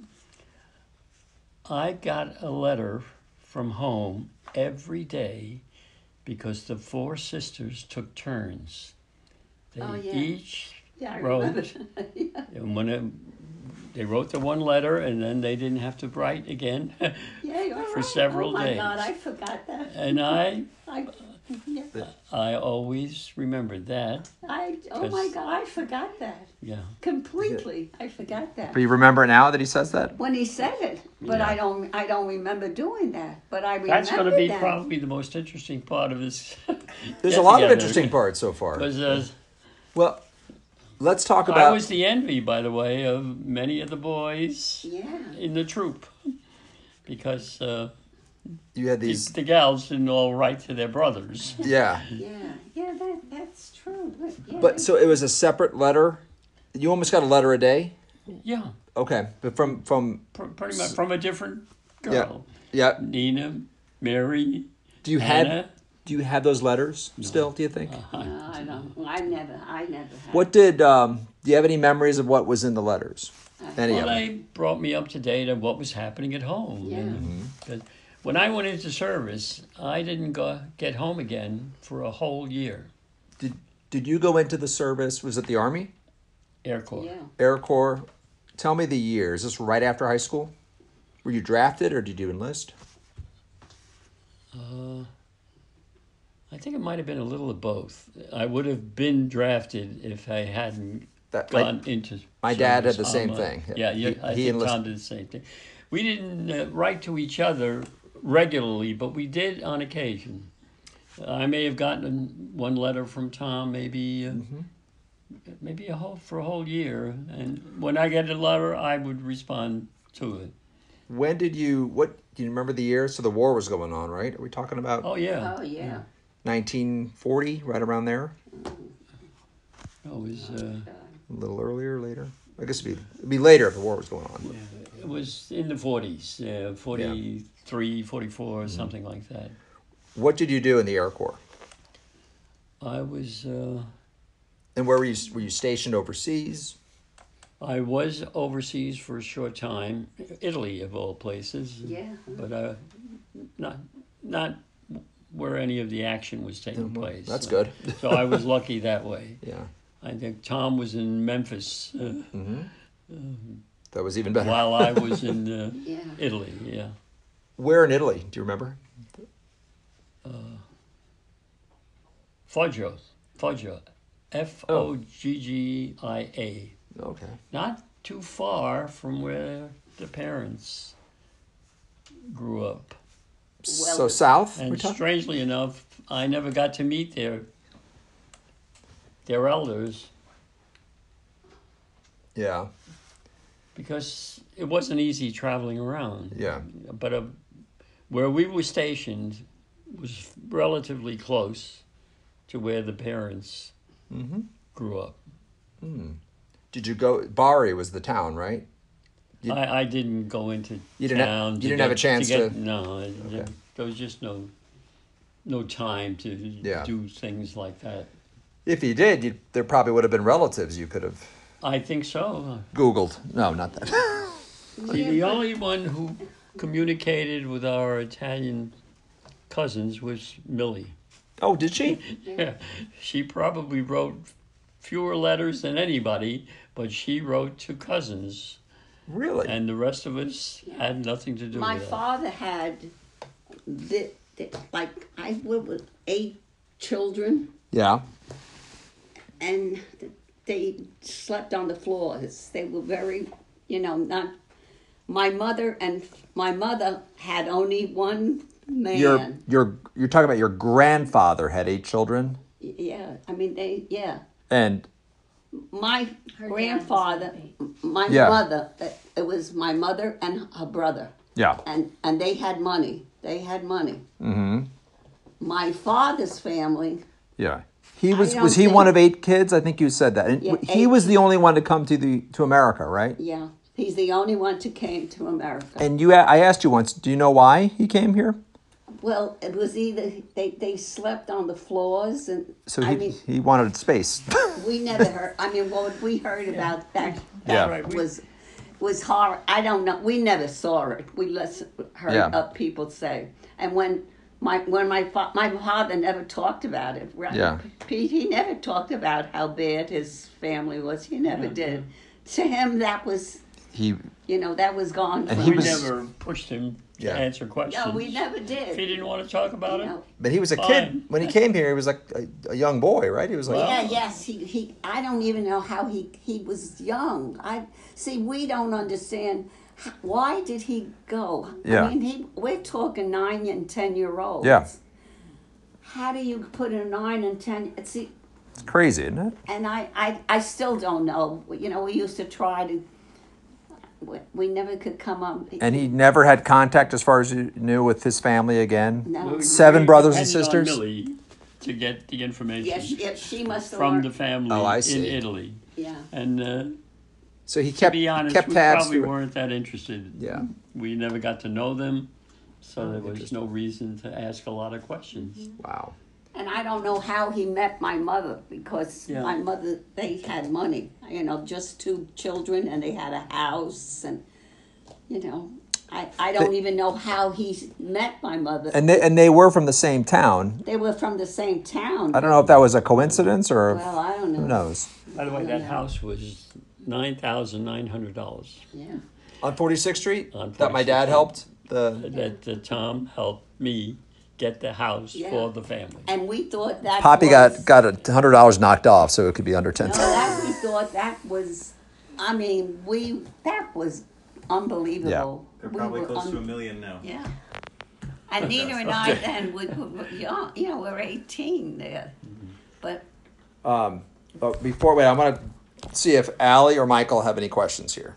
[SPEAKER 4] I got a letter from home every day because the four sisters took turns. They
[SPEAKER 3] Oh, yeah.
[SPEAKER 4] each
[SPEAKER 3] Yeah, I remember.
[SPEAKER 4] wrote, and when it, they wrote the one letter, and then they didn't have to write again.
[SPEAKER 3] Yeah, you're
[SPEAKER 4] for
[SPEAKER 3] right.
[SPEAKER 4] several
[SPEAKER 3] oh,
[SPEAKER 4] days.
[SPEAKER 3] my God, I forgot that.
[SPEAKER 4] and I,
[SPEAKER 3] I, yeah,
[SPEAKER 4] I always remembered that.
[SPEAKER 3] I. Oh my
[SPEAKER 4] Because-
[SPEAKER 3] God, I forgot that
[SPEAKER 4] Yeah.
[SPEAKER 3] completely. I forgot that.
[SPEAKER 2] But you remember now that he says that?
[SPEAKER 3] when he said it, but
[SPEAKER 4] Yeah.
[SPEAKER 3] I don't. I don't remember doing that. But I remember
[SPEAKER 4] That's going to be
[SPEAKER 3] that.
[SPEAKER 4] probably the most interesting part of this.
[SPEAKER 2] There's a lot of interesting parts so far.
[SPEAKER 4] Was uh,
[SPEAKER 2] Well, Let's talk
[SPEAKER 4] I
[SPEAKER 2] about.
[SPEAKER 4] was the envy, by the way, of many of the boys
[SPEAKER 3] Yeah.
[SPEAKER 4] in the troop because uh,
[SPEAKER 2] you had
[SPEAKER 4] the,
[SPEAKER 2] these.
[SPEAKER 4] the gals didn't all write to their brothers.
[SPEAKER 2] Yeah.
[SPEAKER 3] Yeah. Yeah, that, that's true. Look, yeah,
[SPEAKER 2] But so it was a separate letter. You almost got a letter a day.
[SPEAKER 4] Yeah,
[SPEAKER 2] Okay, but from from
[SPEAKER 4] pr- pretty much from a different
[SPEAKER 2] Yeah.
[SPEAKER 4] girl.
[SPEAKER 2] yeah.
[SPEAKER 4] Nina, Mary,
[SPEAKER 2] Do you have
[SPEAKER 4] Anna.
[SPEAKER 2] do you have those letters still? Do you think?
[SPEAKER 4] Uh-huh.
[SPEAKER 3] no, I don't. I never. I never had.
[SPEAKER 2] What did um, do you have any memories of what was in the letters? Any
[SPEAKER 4] Uh, Well,
[SPEAKER 2] of them?
[SPEAKER 4] they brought me up to date on what was happening at home. you
[SPEAKER 3] Yeah.
[SPEAKER 4] know,
[SPEAKER 2] Mm-hmm.
[SPEAKER 4] 'cause When I went into service, I didn't go get home again for a whole year.
[SPEAKER 2] Did did you go into the service? Was it the Army,
[SPEAKER 4] Air Corps.
[SPEAKER 3] Yeah.
[SPEAKER 2] Air Corps? Tell me the year. Is this right after high school? Were you drafted or did you enlist?
[SPEAKER 4] I think it might have been a little of both. I would have been drafted if I hadn't
[SPEAKER 2] That- my-
[SPEAKER 4] gone into.
[SPEAKER 2] my dad had
[SPEAKER 4] service.
[SPEAKER 2] the same
[SPEAKER 4] Um,
[SPEAKER 2] thing.
[SPEAKER 4] Yeah, yeah
[SPEAKER 2] He-
[SPEAKER 4] I
[SPEAKER 2] he
[SPEAKER 4] think Tom
[SPEAKER 2] enlisted-
[SPEAKER 4] did the same thing. We didn't uh, write to each other regularly, but we did on occasion. I may have gotten one letter from Tom, maybe. Uh,
[SPEAKER 2] Mm-hmm.
[SPEAKER 4] Maybe a whole for a whole year, and when I get a letter, I would respond to it.
[SPEAKER 2] When did you? What do you remember the year? So the war was going on, right? Are we talking about
[SPEAKER 4] Oh yeah,
[SPEAKER 3] Oh yeah.
[SPEAKER 2] 1940, right around there?
[SPEAKER 4] it was uh,
[SPEAKER 2] A little earlier, later? I guess it'd be, it'd be later if the war was going on.
[SPEAKER 4] It was in the 40s, uh, 43, 44,
[SPEAKER 2] Mm-hmm.
[SPEAKER 4] something like that.
[SPEAKER 2] What did you do in the Air Corps?
[SPEAKER 4] I was uh,
[SPEAKER 2] And where were you? Were you stationed overseas?
[SPEAKER 4] I was overseas for a short time, Italy of all places.
[SPEAKER 3] Yeah.
[SPEAKER 4] But uh, not not where any of the action was taking place.
[SPEAKER 2] Mm-hmm. That's good.
[SPEAKER 4] so I was lucky that way.
[SPEAKER 2] Yeah,
[SPEAKER 4] I think Tom was in Memphis uh,
[SPEAKER 2] that was even better.
[SPEAKER 4] while I was in uh,
[SPEAKER 3] Yeah.
[SPEAKER 4] Italy. Yeah.
[SPEAKER 2] Where in Italy? Do you remember?
[SPEAKER 4] Foggio. Foggio. F O G G I A.
[SPEAKER 2] Okay.
[SPEAKER 4] not too far from where the parents grew up.
[SPEAKER 2] so south. we're
[SPEAKER 4] And
[SPEAKER 2] talking-
[SPEAKER 4] strangely enough, I never got to meet their their elders
[SPEAKER 2] yeah,
[SPEAKER 4] because it wasn't easy traveling around.
[SPEAKER 2] yeah.
[SPEAKER 4] But uh, where we were stationed was relatively close to where the parents
[SPEAKER 2] Mm-hmm.
[SPEAKER 4] grew up.
[SPEAKER 2] Did you go? Bari was the town, right? You-
[SPEAKER 4] I, I didn't go into
[SPEAKER 2] You didn't have-
[SPEAKER 4] town.
[SPEAKER 2] you
[SPEAKER 4] to
[SPEAKER 2] didn't have
[SPEAKER 4] get-
[SPEAKER 2] a chance
[SPEAKER 4] get-
[SPEAKER 2] to-
[SPEAKER 4] No, I- there was just no no time to
[SPEAKER 2] Yeah.
[SPEAKER 4] do things like that.
[SPEAKER 2] If you did, you, there probably would have been relatives you could have
[SPEAKER 4] I think so.
[SPEAKER 2] Googled. No, not that.
[SPEAKER 4] The, the only one who communicated with our Italian cousins was Millie.
[SPEAKER 2] oh, did she?
[SPEAKER 4] Yeah, she probably wrote fewer letters than anybody, but she wrote to cousins,
[SPEAKER 2] Really?
[SPEAKER 4] and the rest of us had nothing to do
[SPEAKER 3] My
[SPEAKER 4] with it.
[SPEAKER 3] father had, the, the, like, I lived with eight children,
[SPEAKER 2] yeah.
[SPEAKER 3] and they slept on the floors. They were very, you know, not. My mother and my mother had only one man.
[SPEAKER 2] Your your you're talking about your grandfather had eight children,
[SPEAKER 3] Yeah, I mean they. Yeah,
[SPEAKER 2] and
[SPEAKER 3] my
[SPEAKER 6] Her dad was
[SPEAKER 3] grandfather, my
[SPEAKER 2] Yeah.
[SPEAKER 3] mother. uh, It was my mother and her brother.
[SPEAKER 2] yeah,
[SPEAKER 3] and and they had money. They had money. Mm-hmm. My father's family,
[SPEAKER 2] yeah. He was
[SPEAKER 3] I
[SPEAKER 2] was
[SPEAKER 3] don't
[SPEAKER 2] he one
[SPEAKER 3] think-
[SPEAKER 2] of eight kids? I think you said that. And
[SPEAKER 3] Yeah,
[SPEAKER 2] he
[SPEAKER 3] eight.
[SPEAKER 2] was the only one to come to the to America, right?
[SPEAKER 3] yeah, he's the only one who came to America.
[SPEAKER 2] And you, a- I asked you once, do you know why he came here?
[SPEAKER 3] well, it was either they, they slept on the floors, and
[SPEAKER 2] So he,
[SPEAKER 3] I mean,
[SPEAKER 2] he wanted space.
[SPEAKER 3] we never heard. I mean, what we heard about that,
[SPEAKER 2] Yeah.
[SPEAKER 3] that
[SPEAKER 2] Right,
[SPEAKER 4] we-
[SPEAKER 3] was was horror. I don't know. We never saw it. We less heard
[SPEAKER 2] Yeah.
[SPEAKER 3] of people say, and when. My when my fa- my father never talked about it. Right?
[SPEAKER 2] Yeah.
[SPEAKER 3] Pete he never talked about how bad his family was. He never did. To him, that was
[SPEAKER 2] he
[SPEAKER 3] you know that was gone.
[SPEAKER 2] And
[SPEAKER 3] from-
[SPEAKER 2] he
[SPEAKER 4] we
[SPEAKER 2] was-
[SPEAKER 4] never pushed him to
[SPEAKER 2] Yeah.
[SPEAKER 4] answer questions.
[SPEAKER 3] no, we never
[SPEAKER 4] If he
[SPEAKER 3] did.
[SPEAKER 4] didn't want to talk about
[SPEAKER 3] You
[SPEAKER 4] it,
[SPEAKER 3] know.
[SPEAKER 2] but he was a kid
[SPEAKER 4] Fine.
[SPEAKER 2] when he came here. He was like a, a young boy, right? He was like
[SPEAKER 3] Yeah, yes, he, he I don't even know how he he was young. I see we don't understand h- why did he go?
[SPEAKER 2] Yeah.
[SPEAKER 3] I mean, he we're talking 9 and 10 year olds.
[SPEAKER 2] Yeah.
[SPEAKER 3] How do you put a 9 and 10 see
[SPEAKER 2] It's crazy, isn't it?
[SPEAKER 3] And I, I, I still don't know. You know, we used to try to, we, we never could come up.
[SPEAKER 2] And he never had contact, as far as you knew, with his family again.
[SPEAKER 3] no.
[SPEAKER 2] Seven brothers and
[SPEAKER 4] depended on
[SPEAKER 2] sisters?
[SPEAKER 4] Millie to get the information
[SPEAKER 3] Yes, yes, she must have.
[SPEAKER 4] from the
[SPEAKER 3] learned-
[SPEAKER 4] family
[SPEAKER 2] Oh, I
[SPEAKER 4] in
[SPEAKER 2] see.
[SPEAKER 4] Italy.
[SPEAKER 3] yeah.
[SPEAKER 4] And uh,
[SPEAKER 2] So he
[SPEAKER 4] to
[SPEAKER 2] kept
[SPEAKER 4] be honest,
[SPEAKER 2] kept
[SPEAKER 4] we
[SPEAKER 2] tabs.
[SPEAKER 4] probably
[SPEAKER 2] through-
[SPEAKER 4] weren't that interested.
[SPEAKER 2] Yeah. Oh,
[SPEAKER 4] We never got to know them, so there was no reason to ask a lot of questions.
[SPEAKER 3] Mm-hmm.
[SPEAKER 2] Wow.
[SPEAKER 3] And I don't know how he met my mother because
[SPEAKER 4] Yeah.
[SPEAKER 3] my mother, they had money, you know, just two children and they had a house and, you know, I, I don't even know how he met my mother.
[SPEAKER 2] And they and they were from the same town.
[SPEAKER 3] they were from the same town.
[SPEAKER 2] I don't know if that was a coincidence or if-
[SPEAKER 3] Well, I don't know.
[SPEAKER 2] who knows.
[SPEAKER 4] By the way, that house was nine thousand nine hundred dollars
[SPEAKER 3] Yeah.
[SPEAKER 2] On Forty Sixth Street,
[SPEAKER 4] On
[SPEAKER 2] that my dad
[SPEAKER 4] 46th
[SPEAKER 2] helped. The
[SPEAKER 4] that uh, Tom helped me get the house
[SPEAKER 3] Yeah.
[SPEAKER 4] for the family.
[SPEAKER 3] And we thought that.
[SPEAKER 2] Poppy
[SPEAKER 3] was-
[SPEAKER 2] got got a hundred dollars knocked off, so it could be under ten.
[SPEAKER 3] No, that we thought that was, I mean, we, that was unbelievable.
[SPEAKER 5] They're
[SPEAKER 3] We
[SPEAKER 5] probably
[SPEAKER 3] were
[SPEAKER 5] close
[SPEAKER 3] un-
[SPEAKER 5] to a million now.
[SPEAKER 3] Yeah. And Nina and I then, we were were young, you know, we were 18 there.
[SPEAKER 2] Mm-hmm.
[SPEAKER 3] But
[SPEAKER 2] But before wait, I want to see if Allie or Michael have any questions here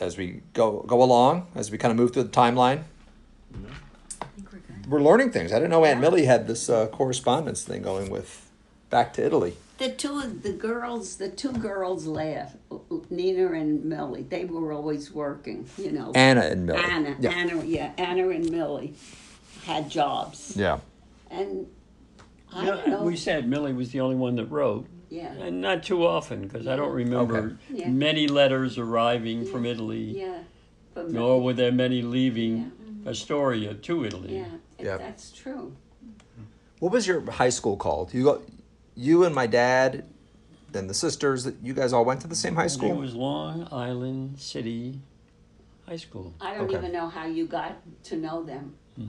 [SPEAKER 2] as we go go along as we kind of move through the timeline.
[SPEAKER 6] I think we're
[SPEAKER 3] Mm-hmm.
[SPEAKER 6] good.
[SPEAKER 2] We're learning things. I didn't know Aunt Millie had this uh, correspondence thing going with back to Italy.
[SPEAKER 3] the two of the girls, the two girls left, uh, Nina and Millie, they were always working, you know.
[SPEAKER 2] Anna and Millie.
[SPEAKER 3] Anna,
[SPEAKER 2] Yeah.
[SPEAKER 3] Anna, yeah, Anna and Millie had jobs.
[SPEAKER 2] Yeah.
[SPEAKER 3] And I
[SPEAKER 4] No,
[SPEAKER 3] don't know.
[SPEAKER 4] We said Millie was the only one that wrote.
[SPEAKER 3] Yeah.
[SPEAKER 4] And Uh, not too often, because I don't remember
[SPEAKER 3] Okay. Yeah.
[SPEAKER 4] many letters arriving from Italy,
[SPEAKER 3] yeah. But
[SPEAKER 4] nor were there many leaving Mm-hmm. Astoria to Italy.
[SPEAKER 3] yeah,
[SPEAKER 2] Yeah.
[SPEAKER 3] that's true.
[SPEAKER 2] What was your high school called? You got you and my dad and the sisters that you guys all went to the same high
[SPEAKER 4] It
[SPEAKER 2] school.
[SPEAKER 4] was Long Island City High School.
[SPEAKER 3] I don't
[SPEAKER 2] Okay. Hmm.
[SPEAKER 3] even know how you got to know them.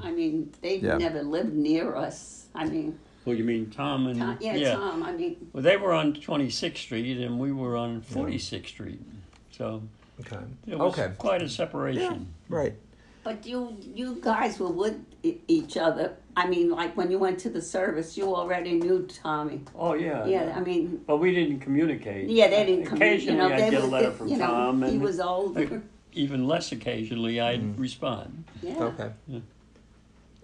[SPEAKER 3] I mean, they
[SPEAKER 2] Yeah.
[SPEAKER 3] never lived near us. I mean,
[SPEAKER 4] Well, you mean Tom and
[SPEAKER 3] Tom, yeah, Tom, I mean,
[SPEAKER 4] Well, they were on 26th Street, and we were on 46th Street, so
[SPEAKER 2] Okay.
[SPEAKER 4] it was
[SPEAKER 2] Okay.
[SPEAKER 4] quite a separation.
[SPEAKER 2] Right.
[SPEAKER 3] But you you guys were with e- each other. I mean, like when you went to the service, you already knew Tommy.
[SPEAKER 4] Oh yeah.
[SPEAKER 3] Yeah, I mean,
[SPEAKER 4] But we didn't communicate.
[SPEAKER 3] yeah, they didn't come. You
[SPEAKER 4] Occasionally,
[SPEAKER 3] know,
[SPEAKER 4] I'd
[SPEAKER 3] they
[SPEAKER 4] get a
[SPEAKER 3] would-
[SPEAKER 4] letter
[SPEAKER 3] they-
[SPEAKER 4] from
[SPEAKER 3] you know,
[SPEAKER 4] Tom,
[SPEAKER 3] He
[SPEAKER 4] and Mm-hmm.
[SPEAKER 3] was older.
[SPEAKER 4] even less occasionally, I'd respond.
[SPEAKER 3] Yeah.
[SPEAKER 2] Okay.
[SPEAKER 4] Yeah.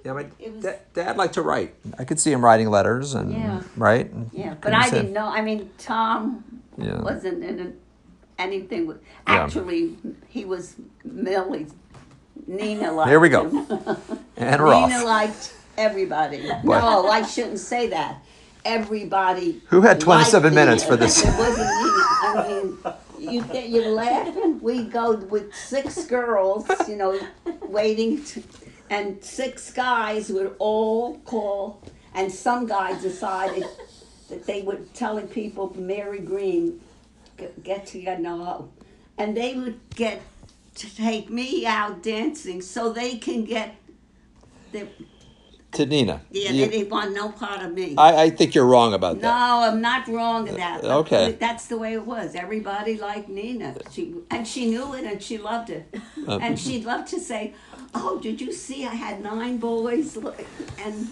[SPEAKER 2] Yeah, my
[SPEAKER 3] It was-
[SPEAKER 2] dad, dad liked to write. I could see him writing letters and
[SPEAKER 3] Yeah.
[SPEAKER 2] right. And
[SPEAKER 3] Yeah, but
[SPEAKER 2] couldn't
[SPEAKER 3] I
[SPEAKER 2] say-
[SPEAKER 3] didn't know. I mean, Tom
[SPEAKER 2] Yeah.
[SPEAKER 3] wasn't in a, anything. With, actually, he was Millie's. Nina liked.
[SPEAKER 2] There we go.
[SPEAKER 3] him.
[SPEAKER 2] And we're
[SPEAKER 3] Nina
[SPEAKER 2] off.
[SPEAKER 3] liked everybody.
[SPEAKER 2] What?
[SPEAKER 3] No, I shouldn't say that. Everybody.
[SPEAKER 2] Who had 27
[SPEAKER 3] liked
[SPEAKER 2] minutes
[SPEAKER 3] Nina.
[SPEAKER 2] for this?
[SPEAKER 3] It wasn't Nina. I mean, you th- you're laughing. We go with six girls, you know, waiting, to, and six guys would all call, and some guy decided that they were telling people Mary Green "G- get to your know, and they would get to take me out dancing so they can get. The,
[SPEAKER 2] to Nina.
[SPEAKER 3] yeah,
[SPEAKER 2] You-
[SPEAKER 3] they didn't want no part of me.
[SPEAKER 2] I, I think you're wrong about
[SPEAKER 3] No,
[SPEAKER 2] that.
[SPEAKER 3] I'm not wrong in that.
[SPEAKER 2] Uh, okay.
[SPEAKER 3] That's the way it was. Everybody liked Nina. She and she knew it and she loved it.
[SPEAKER 2] Uh,
[SPEAKER 3] and she loved to say, "Oh, did you see? I had nine boys." Look," And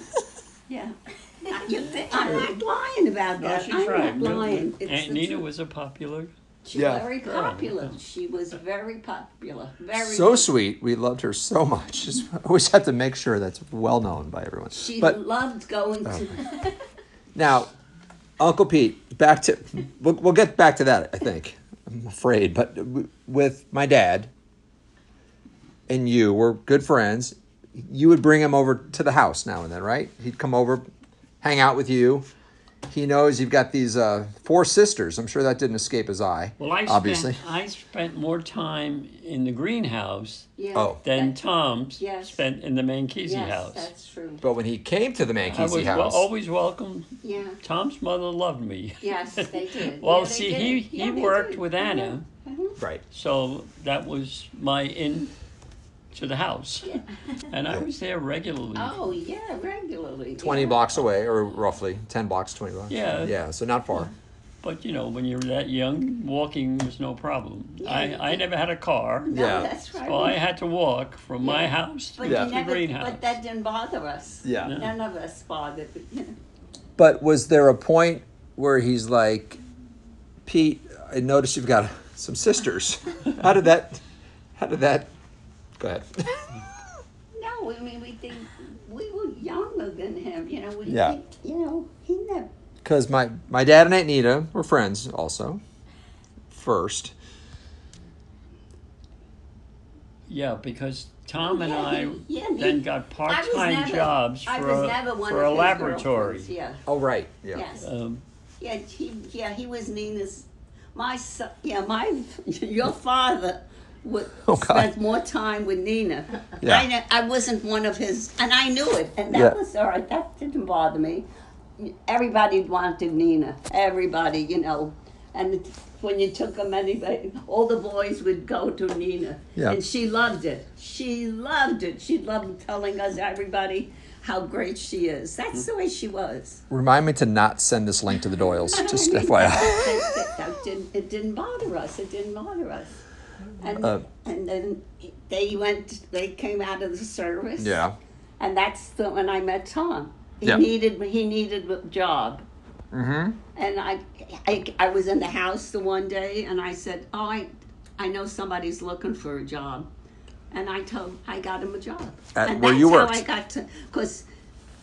[SPEAKER 3] yeah, I- you think- I'm not lying about
[SPEAKER 4] No,
[SPEAKER 3] that.
[SPEAKER 4] she's
[SPEAKER 3] I'm
[SPEAKER 4] right.
[SPEAKER 3] not lying. It's
[SPEAKER 4] Aunt
[SPEAKER 3] the
[SPEAKER 4] Nina
[SPEAKER 3] truth.
[SPEAKER 4] was a popular.
[SPEAKER 3] She
[SPEAKER 2] Yeah.
[SPEAKER 3] was very popular. She was very popular. Very
[SPEAKER 2] So sweet. We loved her so much. Just, I always have to make sure that's well known by everyone.
[SPEAKER 3] She
[SPEAKER 2] but Oh.
[SPEAKER 3] loved going to.
[SPEAKER 2] Now, Uncle Pete, back to we'll, we'll get back to that. I think I'm afraid, but w- with my dad and you, we're good friends. You would bring him over to the house now and then, right? He'd come over, hang out with you. He knows you've got these uh, four sisters. I'm sure that didn't escape his eye.
[SPEAKER 4] Well, I
[SPEAKER 2] obviously.
[SPEAKER 4] spent I spent more time in the greenhouse
[SPEAKER 3] Yeah.
[SPEAKER 2] Oh.
[SPEAKER 4] than
[SPEAKER 3] that-
[SPEAKER 4] Tom's
[SPEAKER 3] Yes.
[SPEAKER 4] spent in the Mancusi
[SPEAKER 3] yes,
[SPEAKER 4] house.
[SPEAKER 3] that's true.
[SPEAKER 2] But when he came to the
[SPEAKER 4] I was
[SPEAKER 2] Mancusi
[SPEAKER 4] wel-
[SPEAKER 2] house,
[SPEAKER 4] always welcome.
[SPEAKER 3] Yeah.
[SPEAKER 4] Tom's mother loved me.
[SPEAKER 3] Yes, they did.
[SPEAKER 4] Well,
[SPEAKER 6] Yeah, they
[SPEAKER 4] see,
[SPEAKER 6] did.
[SPEAKER 4] he, he
[SPEAKER 3] Yeah, they
[SPEAKER 4] worked
[SPEAKER 3] did.
[SPEAKER 4] with Anna,
[SPEAKER 2] right?
[SPEAKER 4] so that was my in to the house. And I was there regularly.
[SPEAKER 3] Oh yeah, regularly.
[SPEAKER 2] Twenty
[SPEAKER 3] yeah.
[SPEAKER 2] blocks away, or roughly ten blocks, twenty blocks.
[SPEAKER 4] Yeah.
[SPEAKER 2] yeah. So not far.
[SPEAKER 4] But, you know, when you're that young, walking was no problem. I, I never had a car,
[SPEAKER 3] No,
[SPEAKER 2] Yeah.
[SPEAKER 3] that's right.
[SPEAKER 4] so Oh, I had to walk from my
[SPEAKER 3] Yeah.
[SPEAKER 4] house to
[SPEAKER 3] but
[SPEAKER 2] Yeah.
[SPEAKER 3] you
[SPEAKER 4] the
[SPEAKER 3] never,
[SPEAKER 4] greenhouse.
[SPEAKER 3] but that didn't bother us.
[SPEAKER 2] Yeah.
[SPEAKER 4] No.
[SPEAKER 3] None of us bothered.
[SPEAKER 2] But was there a point where he's like, Pete, I noticed you've got some sisters. How did that? How did that? Go ahead.
[SPEAKER 3] No, I mean, we think we were younger than him, you know. We
[SPEAKER 2] Yeah.
[SPEAKER 3] think, you know, he never.
[SPEAKER 2] Because my my dad and Aunt Nita were friends also. First,
[SPEAKER 4] Yeah, because Tom and
[SPEAKER 3] Oh, Yeah,
[SPEAKER 4] I
[SPEAKER 3] he- yeah,
[SPEAKER 4] then
[SPEAKER 3] he-
[SPEAKER 4] got
[SPEAKER 3] I was
[SPEAKER 4] part-time
[SPEAKER 3] never-
[SPEAKER 4] jobs
[SPEAKER 3] I
[SPEAKER 4] for
[SPEAKER 3] was
[SPEAKER 4] a,
[SPEAKER 3] never one
[SPEAKER 4] for
[SPEAKER 3] of
[SPEAKER 4] a
[SPEAKER 3] his
[SPEAKER 4] laboratory.
[SPEAKER 3] girlfriends, Yeah.
[SPEAKER 2] oh right, yeah,
[SPEAKER 3] Yes.
[SPEAKER 4] Um,
[SPEAKER 3] Yeah. He. Yeah. He was Nina's. My. So, yeah. My. Your father would
[SPEAKER 2] Oh, God.
[SPEAKER 3] spent more time with Nina.
[SPEAKER 2] Yeah.
[SPEAKER 3] I, ne- I wasn't one of his, and I knew it, and that
[SPEAKER 2] Yeah.
[SPEAKER 3] was all right. That didn't bother me. Everybody wanted Nina. Everybody, you know, and it- when you took them, anybody, all the boys would go to Nina,
[SPEAKER 2] Yeah.
[SPEAKER 3] and she loved it. She loved it. She loved telling us everybody how great she is.
[SPEAKER 2] Mm.
[SPEAKER 3] That's the way she was.
[SPEAKER 2] Remind me to not send this link to the Doyles. Just FYI.
[SPEAKER 3] That- that didn't- it didn't bother us. It didn't bother us. And,
[SPEAKER 2] Uh,
[SPEAKER 3] and then they went. They came out of the service.
[SPEAKER 2] Yeah.
[SPEAKER 3] and that's the, when I met Tom. He
[SPEAKER 2] Yeah. Mm-hmm.
[SPEAKER 3] needed he needed a job, and I, I I was in the house the one day, and I said, "Oh, I I know somebody's looking for a job," and I told I got him a job,
[SPEAKER 2] At
[SPEAKER 3] and
[SPEAKER 2] where
[SPEAKER 3] that's
[SPEAKER 2] you
[SPEAKER 3] how
[SPEAKER 2] worked.
[SPEAKER 3] I got to because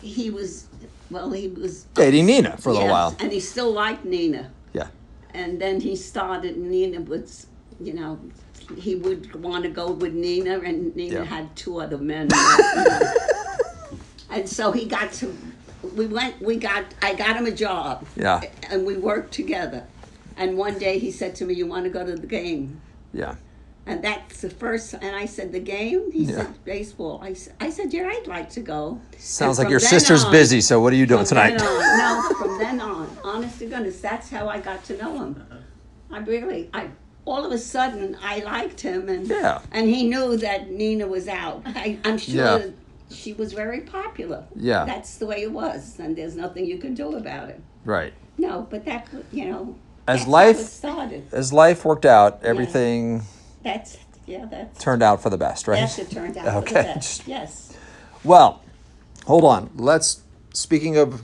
[SPEAKER 3] he was well he was
[SPEAKER 2] Dating Nina for a little
[SPEAKER 3] yeah,
[SPEAKER 2] while.
[SPEAKER 3] and he still liked Nina,
[SPEAKER 2] Yeah.
[SPEAKER 3] and then he started Nina was you know. He would want to go with Nina, and Nina
[SPEAKER 2] Yeah.
[SPEAKER 3] had two other men. And so he got to, we went, we got, I got him a job.
[SPEAKER 2] Yeah.
[SPEAKER 3] And we worked together. And one day he said to me, You want to go to the game?
[SPEAKER 2] Yeah.
[SPEAKER 3] And that's the first, and I said, The game? He
[SPEAKER 2] Yeah.
[SPEAKER 3] said, Baseball. I, s- I said, Yeah, I'd like to go.
[SPEAKER 2] Sounds
[SPEAKER 3] And
[SPEAKER 2] like
[SPEAKER 3] from
[SPEAKER 2] your
[SPEAKER 3] then
[SPEAKER 2] sister's
[SPEAKER 3] on-
[SPEAKER 2] busy. So what are you doing
[SPEAKER 3] from then
[SPEAKER 2] tonight?
[SPEAKER 3] on- no, from then on, honest to goodness, that's how I got to know him. I really, I all of a sudden I liked him, and
[SPEAKER 2] Yeah.
[SPEAKER 3] and he knew that Nina was out. I, I'm sure
[SPEAKER 2] Yeah.
[SPEAKER 3] she was very popular.
[SPEAKER 2] Yeah.
[SPEAKER 3] that's the way it was, and there's nothing you can do about it.
[SPEAKER 2] right.
[SPEAKER 3] No, but that you know,
[SPEAKER 2] As
[SPEAKER 3] that's how
[SPEAKER 2] life-
[SPEAKER 3] it started.
[SPEAKER 2] As life worked out, everything
[SPEAKER 3] That's yeah, that's
[SPEAKER 2] turned out for the best, right?
[SPEAKER 3] yes, it turned out. for the
[SPEAKER 2] Okay.
[SPEAKER 3] best. yes,
[SPEAKER 2] Well, hold on. Let's. Speaking of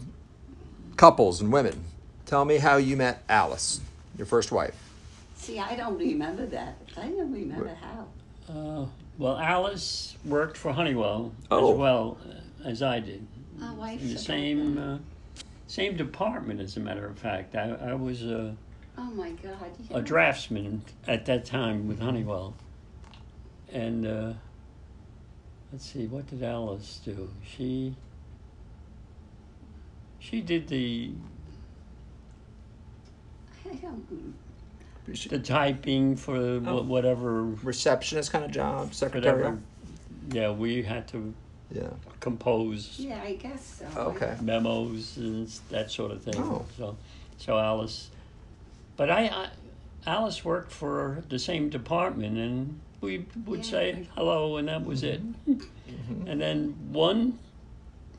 [SPEAKER 2] couples and women, tell me how you met Alice, your first wife.
[SPEAKER 3] see, I don't remember that. I don't remember how.
[SPEAKER 4] uh, well, Alice worked for Honeywell
[SPEAKER 2] Oh.
[SPEAKER 4] as well uh, as I did.
[SPEAKER 6] My wife.
[SPEAKER 4] in the
[SPEAKER 6] should-
[SPEAKER 4] same uh, same department, as a matter of fact. I, I was a,
[SPEAKER 6] Oh my God. yeah.
[SPEAKER 4] a draftsman at that time with Honeywell, and uh, let's see, what did Alice do? She she did the
[SPEAKER 3] I don't.
[SPEAKER 4] the typing for wh-
[SPEAKER 2] Oh.
[SPEAKER 4] whatever
[SPEAKER 2] Receptionist kind of job,
[SPEAKER 4] whatever. Yeah, we had to
[SPEAKER 2] Yeah.
[SPEAKER 4] compose
[SPEAKER 3] Yeah, I guess so.
[SPEAKER 2] Okay.
[SPEAKER 4] memos and s- that sort of thing.
[SPEAKER 2] Oh.
[SPEAKER 4] So, so Alice, but I, I, Alice worked for the same department, and we would
[SPEAKER 6] Yeah.
[SPEAKER 4] say hello, and that was it.
[SPEAKER 2] Mm-hmm.
[SPEAKER 4] And then one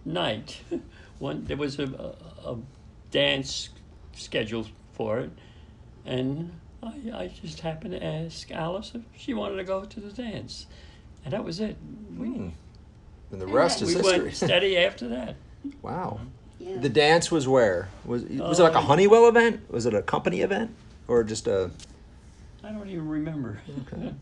[SPEAKER 4] night, one there was a, a, a dance scheduled for it, and I, I just happened to ask Alice if she wanted to go to the dance, and that was it.
[SPEAKER 2] Hmm. And the rest
[SPEAKER 4] We
[SPEAKER 2] is
[SPEAKER 4] went
[SPEAKER 2] history.
[SPEAKER 4] steady after that.
[SPEAKER 2] wow.
[SPEAKER 3] Yeah.
[SPEAKER 2] The dance was where? Was was it like a
[SPEAKER 4] Uh,
[SPEAKER 2] Honeywell event? Was it a company event, or just a?
[SPEAKER 4] I don't even remember.
[SPEAKER 2] Okay.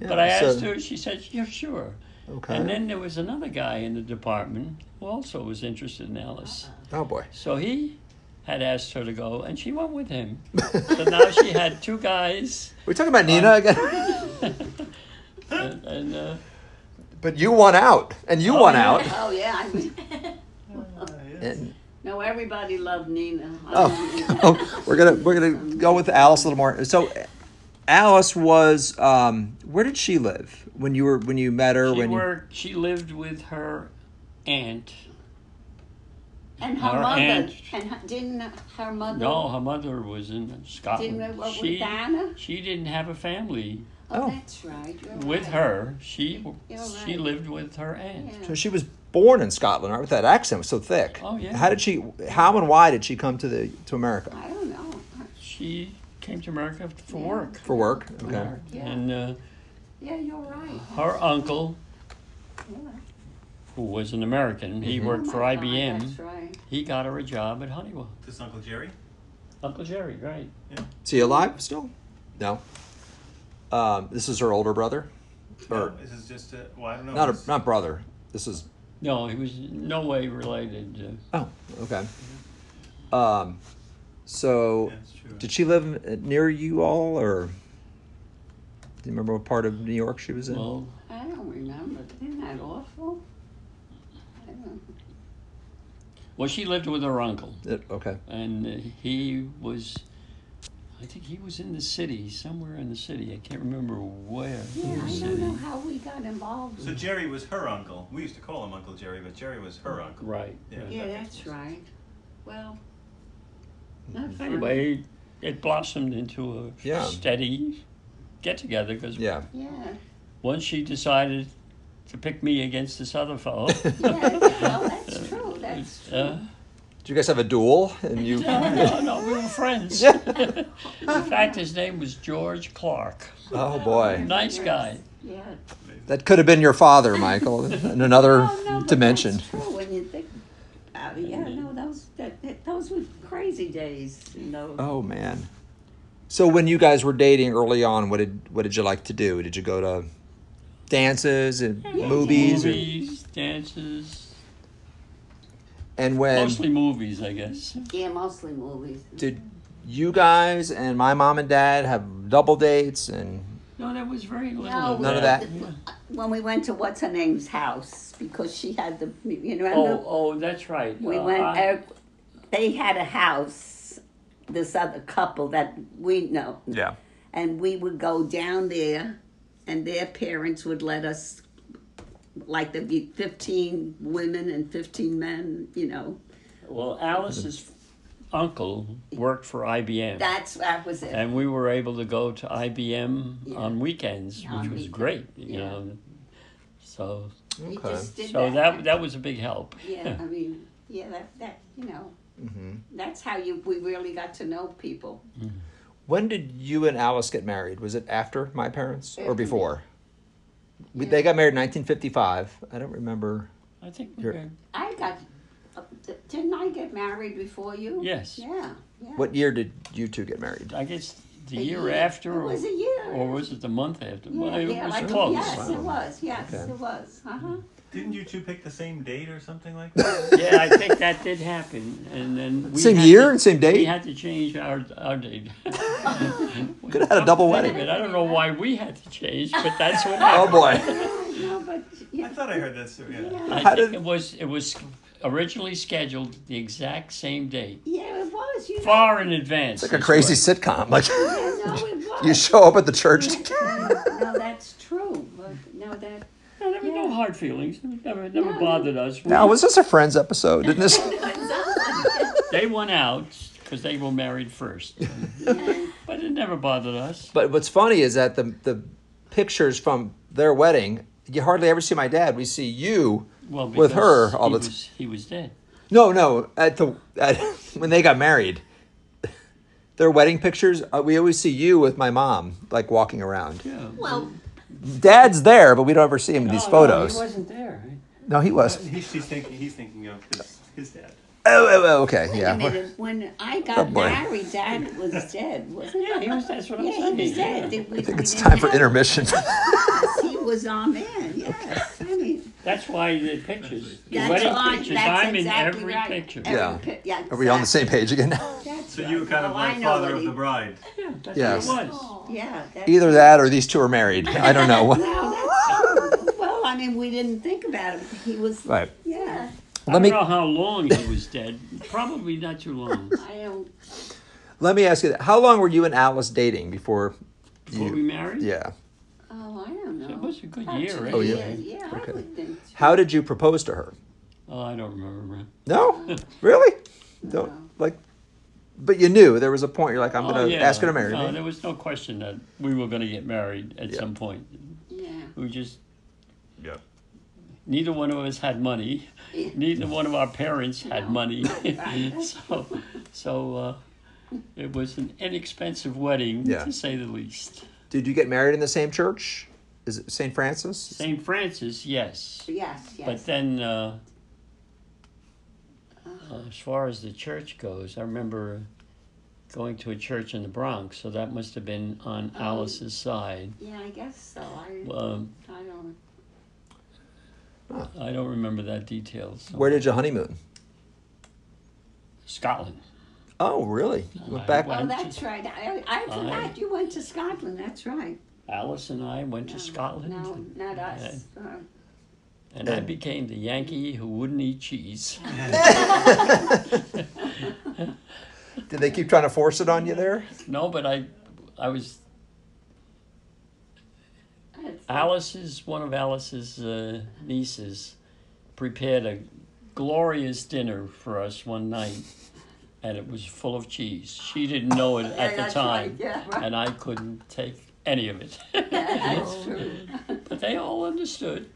[SPEAKER 2] Yeah,
[SPEAKER 4] But I
[SPEAKER 2] so-
[SPEAKER 4] asked her, she said, yeah, sure.
[SPEAKER 2] Okay.
[SPEAKER 4] And then there was another guy in the department who also was interested in Alice.
[SPEAKER 3] Uh-uh.
[SPEAKER 2] oh boy.
[SPEAKER 4] So he had asked her to go, and she went with him. so now she had two guys,
[SPEAKER 2] We talking about
[SPEAKER 4] Um,
[SPEAKER 2] Nina again?
[SPEAKER 4] and, and uh,
[SPEAKER 2] but you won out, and you
[SPEAKER 4] Oh,
[SPEAKER 2] won
[SPEAKER 4] yeah.
[SPEAKER 2] out.
[SPEAKER 3] Oh yeah, I mean,
[SPEAKER 2] And,
[SPEAKER 3] no, everybody loved Nina. I
[SPEAKER 2] oh,
[SPEAKER 3] mean,
[SPEAKER 2] oh, we're gonna we're gonna go with Alice a little more. So, Alice was um, where did she live when you were when you met her?
[SPEAKER 4] she
[SPEAKER 2] when
[SPEAKER 4] worked. She lived with her aunt.
[SPEAKER 3] Uh-huh. and her
[SPEAKER 4] Our
[SPEAKER 3] mother,
[SPEAKER 4] aunt-
[SPEAKER 3] and her, didn't her mother?
[SPEAKER 4] No, her mother was in Scotland.
[SPEAKER 3] Didn't work with
[SPEAKER 4] she,
[SPEAKER 3] Diana?
[SPEAKER 4] she didn't have a family
[SPEAKER 3] Oh,
[SPEAKER 2] Oh.
[SPEAKER 3] that's right. you're
[SPEAKER 4] with
[SPEAKER 3] right.
[SPEAKER 4] her. She
[SPEAKER 3] You're
[SPEAKER 4] she
[SPEAKER 3] right.
[SPEAKER 4] lived with her aunt.
[SPEAKER 2] you, so she was born in Scotland, right? With that accent was so thick.
[SPEAKER 4] Oh, yeah.
[SPEAKER 2] How did she? How and why did she come to the to America
[SPEAKER 3] I don't know.
[SPEAKER 4] She came to America for work.
[SPEAKER 2] for work? Okay.
[SPEAKER 3] Yeah,
[SPEAKER 4] And uh,
[SPEAKER 3] yeah, you're right.
[SPEAKER 4] her uncle
[SPEAKER 3] you're right.
[SPEAKER 4] who was an American. He worked
[SPEAKER 3] Oh
[SPEAKER 4] for
[SPEAKER 3] my God,
[SPEAKER 4] IBM.
[SPEAKER 3] That's right.
[SPEAKER 4] He got her a job at Honeywell.
[SPEAKER 5] This Uncle Jerry.
[SPEAKER 4] Uncle Jerry, right?
[SPEAKER 2] Is he alive still? No. Um, this is her older brother, or
[SPEAKER 5] This is just a. Well, I don't know.
[SPEAKER 2] not
[SPEAKER 5] This-
[SPEAKER 2] a, not brother. This is
[SPEAKER 4] No, he was no way related. uh,
[SPEAKER 2] oh okay. Um, so
[SPEAKER 5] Yeah, it's true.
[SPEAKER 2] did she live n- near you all, or do you remember what part of New York she was
[SPEAKER 4] To,
[SPEAKER 2] in?
[SPEAKER 4] well,
[SPEAKER 3] I don't remember. Isn't that awful? I don't.
[SPEAKER 4] well, she lived with her uncle,
[SPEAKER 2] It- okay.
[SPEAKER 4] and uh, he was. I think he was in the city, somewhere in the city. I can't remember where.
[SPEAKER 3] Yeah,
[SPEAKER 4] in the
[SPEAKER 3] I don't
[SPEAKER 4] city.
[SPEAKER 3] know how we got involved.
[SPEAKER 5] So Jerry was her uncle. We used to call him Uncle Jerry, but Jerry was her uncle.
[SPEAKER 4] Right.
[SPEAKER 5] Yeah.
[SPEAKER 3] Yeah,
[SPEAKER 5] that makes
[SPEAKER 3] that's
[SPEAKER 5] more sense.
[SPEAKER 3] right. Well, not fun.
[SPEAKER 4] Anyway, it blossomed into a
[SPEAKER 2] Yeah.
[SPEAKER 4] steady get together because
[SPEAKER 2] Yeah.
[SPEAKER 3] Yeah.
[SPEAKER 4] once she decided to pick me against this other fellow,
[SPEAKER 3] Yeah, well, that's true. That's true.
[SPEAKER 4] uh,
[SPEAKER 2] Do you guys have a duel? And you
[SPEAKER 4] no, no, no, we were friends.
[SPEAKER 2] Yeah.
[SPEAKER 4] In fact, his name was George Clark.
[SPEAKER 2] oh boy,
[SPEAKER 4] Nice guy.
[SPEAKER 3] Yeah.
[SPEAKER 2] that could have been your father, Michael, in another
[SPEAKER 3] Oh, no, but
[SPEAKER 2] dimension.
[SPEAKER 3] That's true when you think about it. Yeah, no, those that, that- those were crazy days. You know.
[SPEAKER 2] Oh man. So when you guys were dating early on, what did what did you like to do? Did you go to dances and movies? Or,
[SPEAKER 4] Movies, dances,
[SPEAKER 2] and when
[SPEAKER 4] mostly movies, I guess.
[SPEAKER 3] Yeah, mostly movies.
[SPEAKER 2] did you guys and my mom and dad have double dates and
[SPEAKER 4] No, there was very little.
[SPEAKER 3] No,
[SPEAKER 4] of
[SPEAKER 2] None of
[SPEAKER 4] that.
[SPEAKER 2] that?
[SPEAKER 4] Yeah.
[SPEAKER 3] When we went to what's her name's house because she had the you know
[SPEAKER 4] Oh, oh, that's right.
[SPEAKER 3] we
[SPEAKER 4] Uh,
[SPEAKER 3] went.
[SPEAKER 4] I-
[SPEAKER 3] er, they had a house. This other couple that we know.
[SPEAKER 2] yeah?
[SPEAKER 3] and we would go down there and their parents would let us like there'd be 15 women and 15 men you know
[SPEAKER 4] well, Alice's uncle worked for IBM.
[SPEAKER 3] that's that was it
[SPEAKER 4] and we were able to go to IBM
[SPEAKER 3] Yeah.
[SPEAKER 4] on weekends,
[SPEAKER 3] On
[SPEAKER 4] which was
[SPEAKER 3] weekend-
[SPEAKER 4] great. You
[SPEAKER 3] yeah.
[SPEAKER 4] know, so
[SPEAKER 3] We
[SPEAKER 2] Okay.
[SPEAKER 3] just did
[SPEAKER 4] so that that was a big help.
[SPEAKER 3] yeah i mean yeah that that you know
[SPEAKER 4] Mm-hmm.
[SPEAKER 3] that's how you we really got to know people
[SPEAKER 2] When did you and Alice get married? Was it after my parents or
[SPEAKER 3] After
[SPEAKER 2] before? We, they got married in 1955. I don't remember.
[SPEAKER 4] I think we
[SPEAKER 2] You're-
[SPEAKER 4] were-
[SPEAKER 3] i got uh, th- didn't i get married before you
[SPEAKER 4] Yes.
[SPEAKER 3] yeah, yeah.
[SPEAKER 2] What year did you two get married?
[SPEAKER 4] I guess the
[SPEAKER 3] A
[SPEAKER 4] year
[SPEAKER 3] year.
[SPEAKER 4] after,
[SPEAKER 3] It was a year.
[SPEAKER 4] or was it the month after?
[SPEAKER 3] yeah,
[SPEAKER 4] Well, it
[SPEAKER 3] yeah,
[SPEAKER 4] was
[SPEAKER 3] like-
[SPEAKER 4] close. Mm-hmm.
[SPEAKER 3] yes it was yes
[SPEAKER 2] Okay.
[SPEAKER 3] it was uh-huh
[SPEAKER 5] Didn't you two pick the same date or something like that?
[SPEAKER 4] yeah, I think that did happen, and then we
[SPEAKER 2] Same
[SPEAKER 4] had
[SPEAKER 2] year
[SPEAKER 4] to-
[SPEAKER 2] and same
[SPEAKER 4] We
[SPEAKER 2] date?
[SPEAKER 4] had to change our our date.
[SPEAKER 2] Could have had a double
[SPEAKER 4] Wait a
[SPEAKER 2] wedding.
[SPEAKER 4] minute, I don't know why we had to change, but that's what
[SPEAKER 2] Oh
[SPEAKER 4] happened.
[SPEAKER 2] boy.
[SPEAKER 3] no but
[SPEAKER 5] I
[SPEAKER 3] yeah,
[SPEAKER 5] thought I heard that. so- Yeah.
[SPEAKER 3] yeah.
[SPEAKER 4] I
[SPEAKER 2] How
[SPEAKER 4] think
[SPEAKER 2] did-
[SPEAKER 4] it was it was originally scheduled the exact same date,
[SPEAKER 3] yeah it was you know.
[SPEAKER 4] far in advance.
[SPEAKER 2] Like a
[SPEAKER 4] this
[SPEAKER 2] crazy
[SPEAKER 4] was.
[SPEAKER 2] sitcom. Like
[SPEAKER 3] Yeah, no, it was.
[SPEAKER 2] you show up at the church.
[SPEAKER 3] no, that's true. But no, that
[SPEAKER 4] No, there were no hard feelings. It never, it never
[SPEAKER 3] No.
[SPEAKER 4] bothered us. We-
[SPEAKER 2] Now, was this a Friends episode? Didn't this?
[SPEAKER 4] they went out because they were married first, but it never bothered us.
[SPEAKER 2] But what's funny is that the the pictures from their wedding, you hardly ever see my dad. We see you.
[SPEAKER 4] Well,
[SPEAKER 2] With her
[SPEAKER 4] because
[SPEAKER 2] all
[SPEAKER 4] he
[SPEAKER 2] the t-
[SPEAKER 4] was, he was dead.
[SPEAKER 2] No, no. At the at, when they got married, their wedding pictures, uh, we always see you with my mom, like walking around.
[SPEAKER 4] Yeah.
[SPEAKER 3] well,
[SPEAKER 2] Dad's there, but we don't ever see him in these
[SPEAKER 4] Oh, No,
[SPEAKER 2] photos.
[SPEAKER 3] Oh,
[SPEAKER 4] No, he wasn't there.
[SPEAKER 2] No, he was.
[SPEAKER 5] He, she's thinking. He's thinking of his, his dad.
[SPEAKER 2] Oh, oh, oh, okay,
[SPEAKER 3] wait
[SPEAKER 2] yeah.
[SPEAKER 3] a minute. When I
[SPEAKER 2] Oh,
[SPEAKER 3] got
[SPEAKER 2] boy.
[SPEAKER 3] married, Dad was dead, wasn't he?
[SPEAKER 4] Yeah, he was. That's what I'm
[SPEAKER 3] Yeah,
[SPEAKER 4] saying.
[SPEAKER 3] he was dead.
[SPEAKER 4] yeah.
[SPEAKER 3] Did we-
[SPEAKER 2] I think
[SPEAKER 3] we
[SPEAKER 2] it's
[SPEAKER 3] didn't
[SPEAKER 2] time for
[SPEAKER 3] have-
[SPEAKER 2] intermission.
[SPEAKER 3] yes, He was our man. Yes, I mean
[SPEAKER 4] That's why the pictures, the
[SPEAKER 3] that's
[SPEAKER 4] wedding
[SPEAKER 3] why-
[SPEAKER 4] pictures.
[SPEAKER 3] that's
[SPEAKER 4] I'm
[SPEAKER 3] exactly
[SPEAKER 4] in every
[SPEAKER 3] right.
[SPEAKER 4] picture.
[SPEAKER 3] Every
[SPEAKER 2] Yeah.
[SPEAKER 3] pi- yeah.
[SPEAKER 2] Are we on the same page again now?
[SPEAKER 3] That's
[SPEAKER 5] So
[SPEAKER 3] right.
[SPEAKER 5] you were kind of
[SPEAKER 3] Oh, I
[SPEAKER 5] like
[SPEAKER 3] know
[SPEAKER 5] father
[SPEAKER 3] what
[SPEAKER 5] of
[SPEAKER 3] he-
[SPEAKER 5] the bride.
[SPEAKER 4] Yeah, that's
[SPEAKER 2] Yes.
[SPEAKER 4] what it was.
[SPEAKER 3] Yeah. That's,
[SPEAKER 2] Either that or these two are married. I don't know.
[SPEAKER 3] No, that's true. well, I mean, we didn't think about him. He was.
[SPEAKER 2] Right.
[SPEAKER 3] Yeah.
[SPEAKER 4] I
[SPEAKER 2] Let
[SPEAKER 4] don't
[SPEAKER 2] me
[SPEAKER 4] know how long he was dead. Probably not too long.
[SPEAKER 3] I don't.
[SPEAKER 2] let me ask you that. How long were you and Alice dating before?
[SPEAKER 4] Before
[SPEAKER 2] You-
[SPEAKER 4] we married.
[SPEAKER 2] Yeah.
[SPEAKER 3] Oh, I don't know.
[SPEAKER 4] It was a good
[SPEAKER 3] About
[SPEAKER 4] year,
[SPEAKER 3] two
[SPEAKER 4] right?
[SPEAKER 2] Oh, yeah.
[SPEAKER 3] years. Yeah, I would think. so.
[SPEAKER 2] How did you propose to her?
[SPEAKER 4] Oh, I don't remember.
[SPEAKER 2] No, really? Don't like. But you knew there was a point. You're like, I'm
[SPEAKER 4] Oh,
[SPEAKER 2] gonna
[SPEAKER 4] yeah.
[SPEAKER 2] ask her to marry
[SPEAKER 4] no,
[SPEAKER 2] me.
[SPEAKER 4] There was no question that we were going to get married at
[SPEAKER 2] Yeah.
[SPEAKER 4] some point.
[SPEAKER 3] Yeah.
[SPEAKER 4] We just.
[SPEAKER 5] Yeah.
[SPEAKER 4] Neither one of us had money.
[SPEAKER 3] Yeah.
[SPEAKER 4] Neither one of our parents had money.
[SPEAKER 3] Right.
[SPEAKER 4] so, so uh, it was an inexpensive wedding,
[SPEAKER 2] Yeah.
[SPEAKER 4] to say the least.
[SPEAKER 2] Did you get married in the same church? is it St. Francis?
[SPEAKER 4] St. Francis, yes.
[SPEAKER 3] Yes, yes.
[SPEAKER 4] But then, uh, uh, as far as the church goes, I remember going to a church in the Bronx, so that must have been on
[SPEAKER 3] Oh.
[SPEAKER 4] Alice's side.
[SPEAKER 3] yeah, I guess so. I,
[SPEAKER 4] Um,
[SPEAKER 3] I don't.
[SPEAKER 4] I don't remember that detail. so-
[SPEAKER 2] Where did you honeymoon?
[SPEAKER 4] Scotland.
[SPEAKER 2] Oh, really? You
[SPEAKER 4] I
[SPEAKER 2] went back.
[SPEAKER 4] went-
[SPEAKER 3] Oh, that's right. I, I forgot you went to Scotland. That's right. Oh,
[SPEAKER 4] Alice and I went to Scotland.
[SPEAKER 3] No, not us. Uh,
[SPEAKER 4] And I became the Yankee who wouldn't eat cheese.
[SPEAKER 2] Did they keep trying to force it on you there?
[SPEAKER 4] No, but I, I was
[SPEAKER 3] that's-
[SPEAKER 4] Alice's one of Alice's uh, nieces prepared a glorious dinner for us one night, and it was full of cheese. She didn't know it
[SPEAKER 3] Yeah,
[SPEAKER 4] at the
[SPEAKER 3] that's right.
[SPEAKER 4] time,
[SPEAKER 3] Yeah, right.
[SPEAKER 4] and I couldn't take any of it.
[SPEAKER 3] Yeah,
[SPEAKER 4] Oh,
[SPEAKER 3] that's true.
[SPEAKER 4] but they all understood.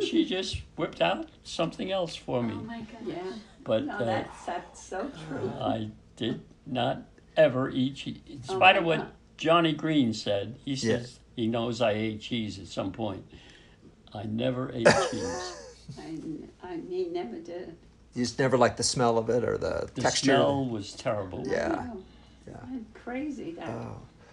[SPEAKER 4] She just whipped out something else for
[SPEAKER 3] Oh
[SPEAKER 4] me,
[SPEAKER 3] Yeah.
[SPEAKER 4] but
[SPEAKER 3] No,
[SPEAKER 4] uh,
[SPEAKER 3] that's, that's so true.
[SPEAKER 4] I did not ever eat cheese. In spite of
[SPEAKER 3] Oh my
[SPEAKER 4] what Johnny Green said, he
[SPEAKER 2] Yeah.
[SPEAKER 4] says he knows I ate cheese at some point. I never ate cheese.
[SPEAKER 3] I, I he never did.
[SPEAKER 2] You just never liked the smell of it or the,
[SPEAKER 4] The
[SPEAKER 2] texture.
[SPEAKER 4] smell was terrible.
[SPEAKER 2] Yeah.
[SPEAKER 3] Yeah. Crazy that.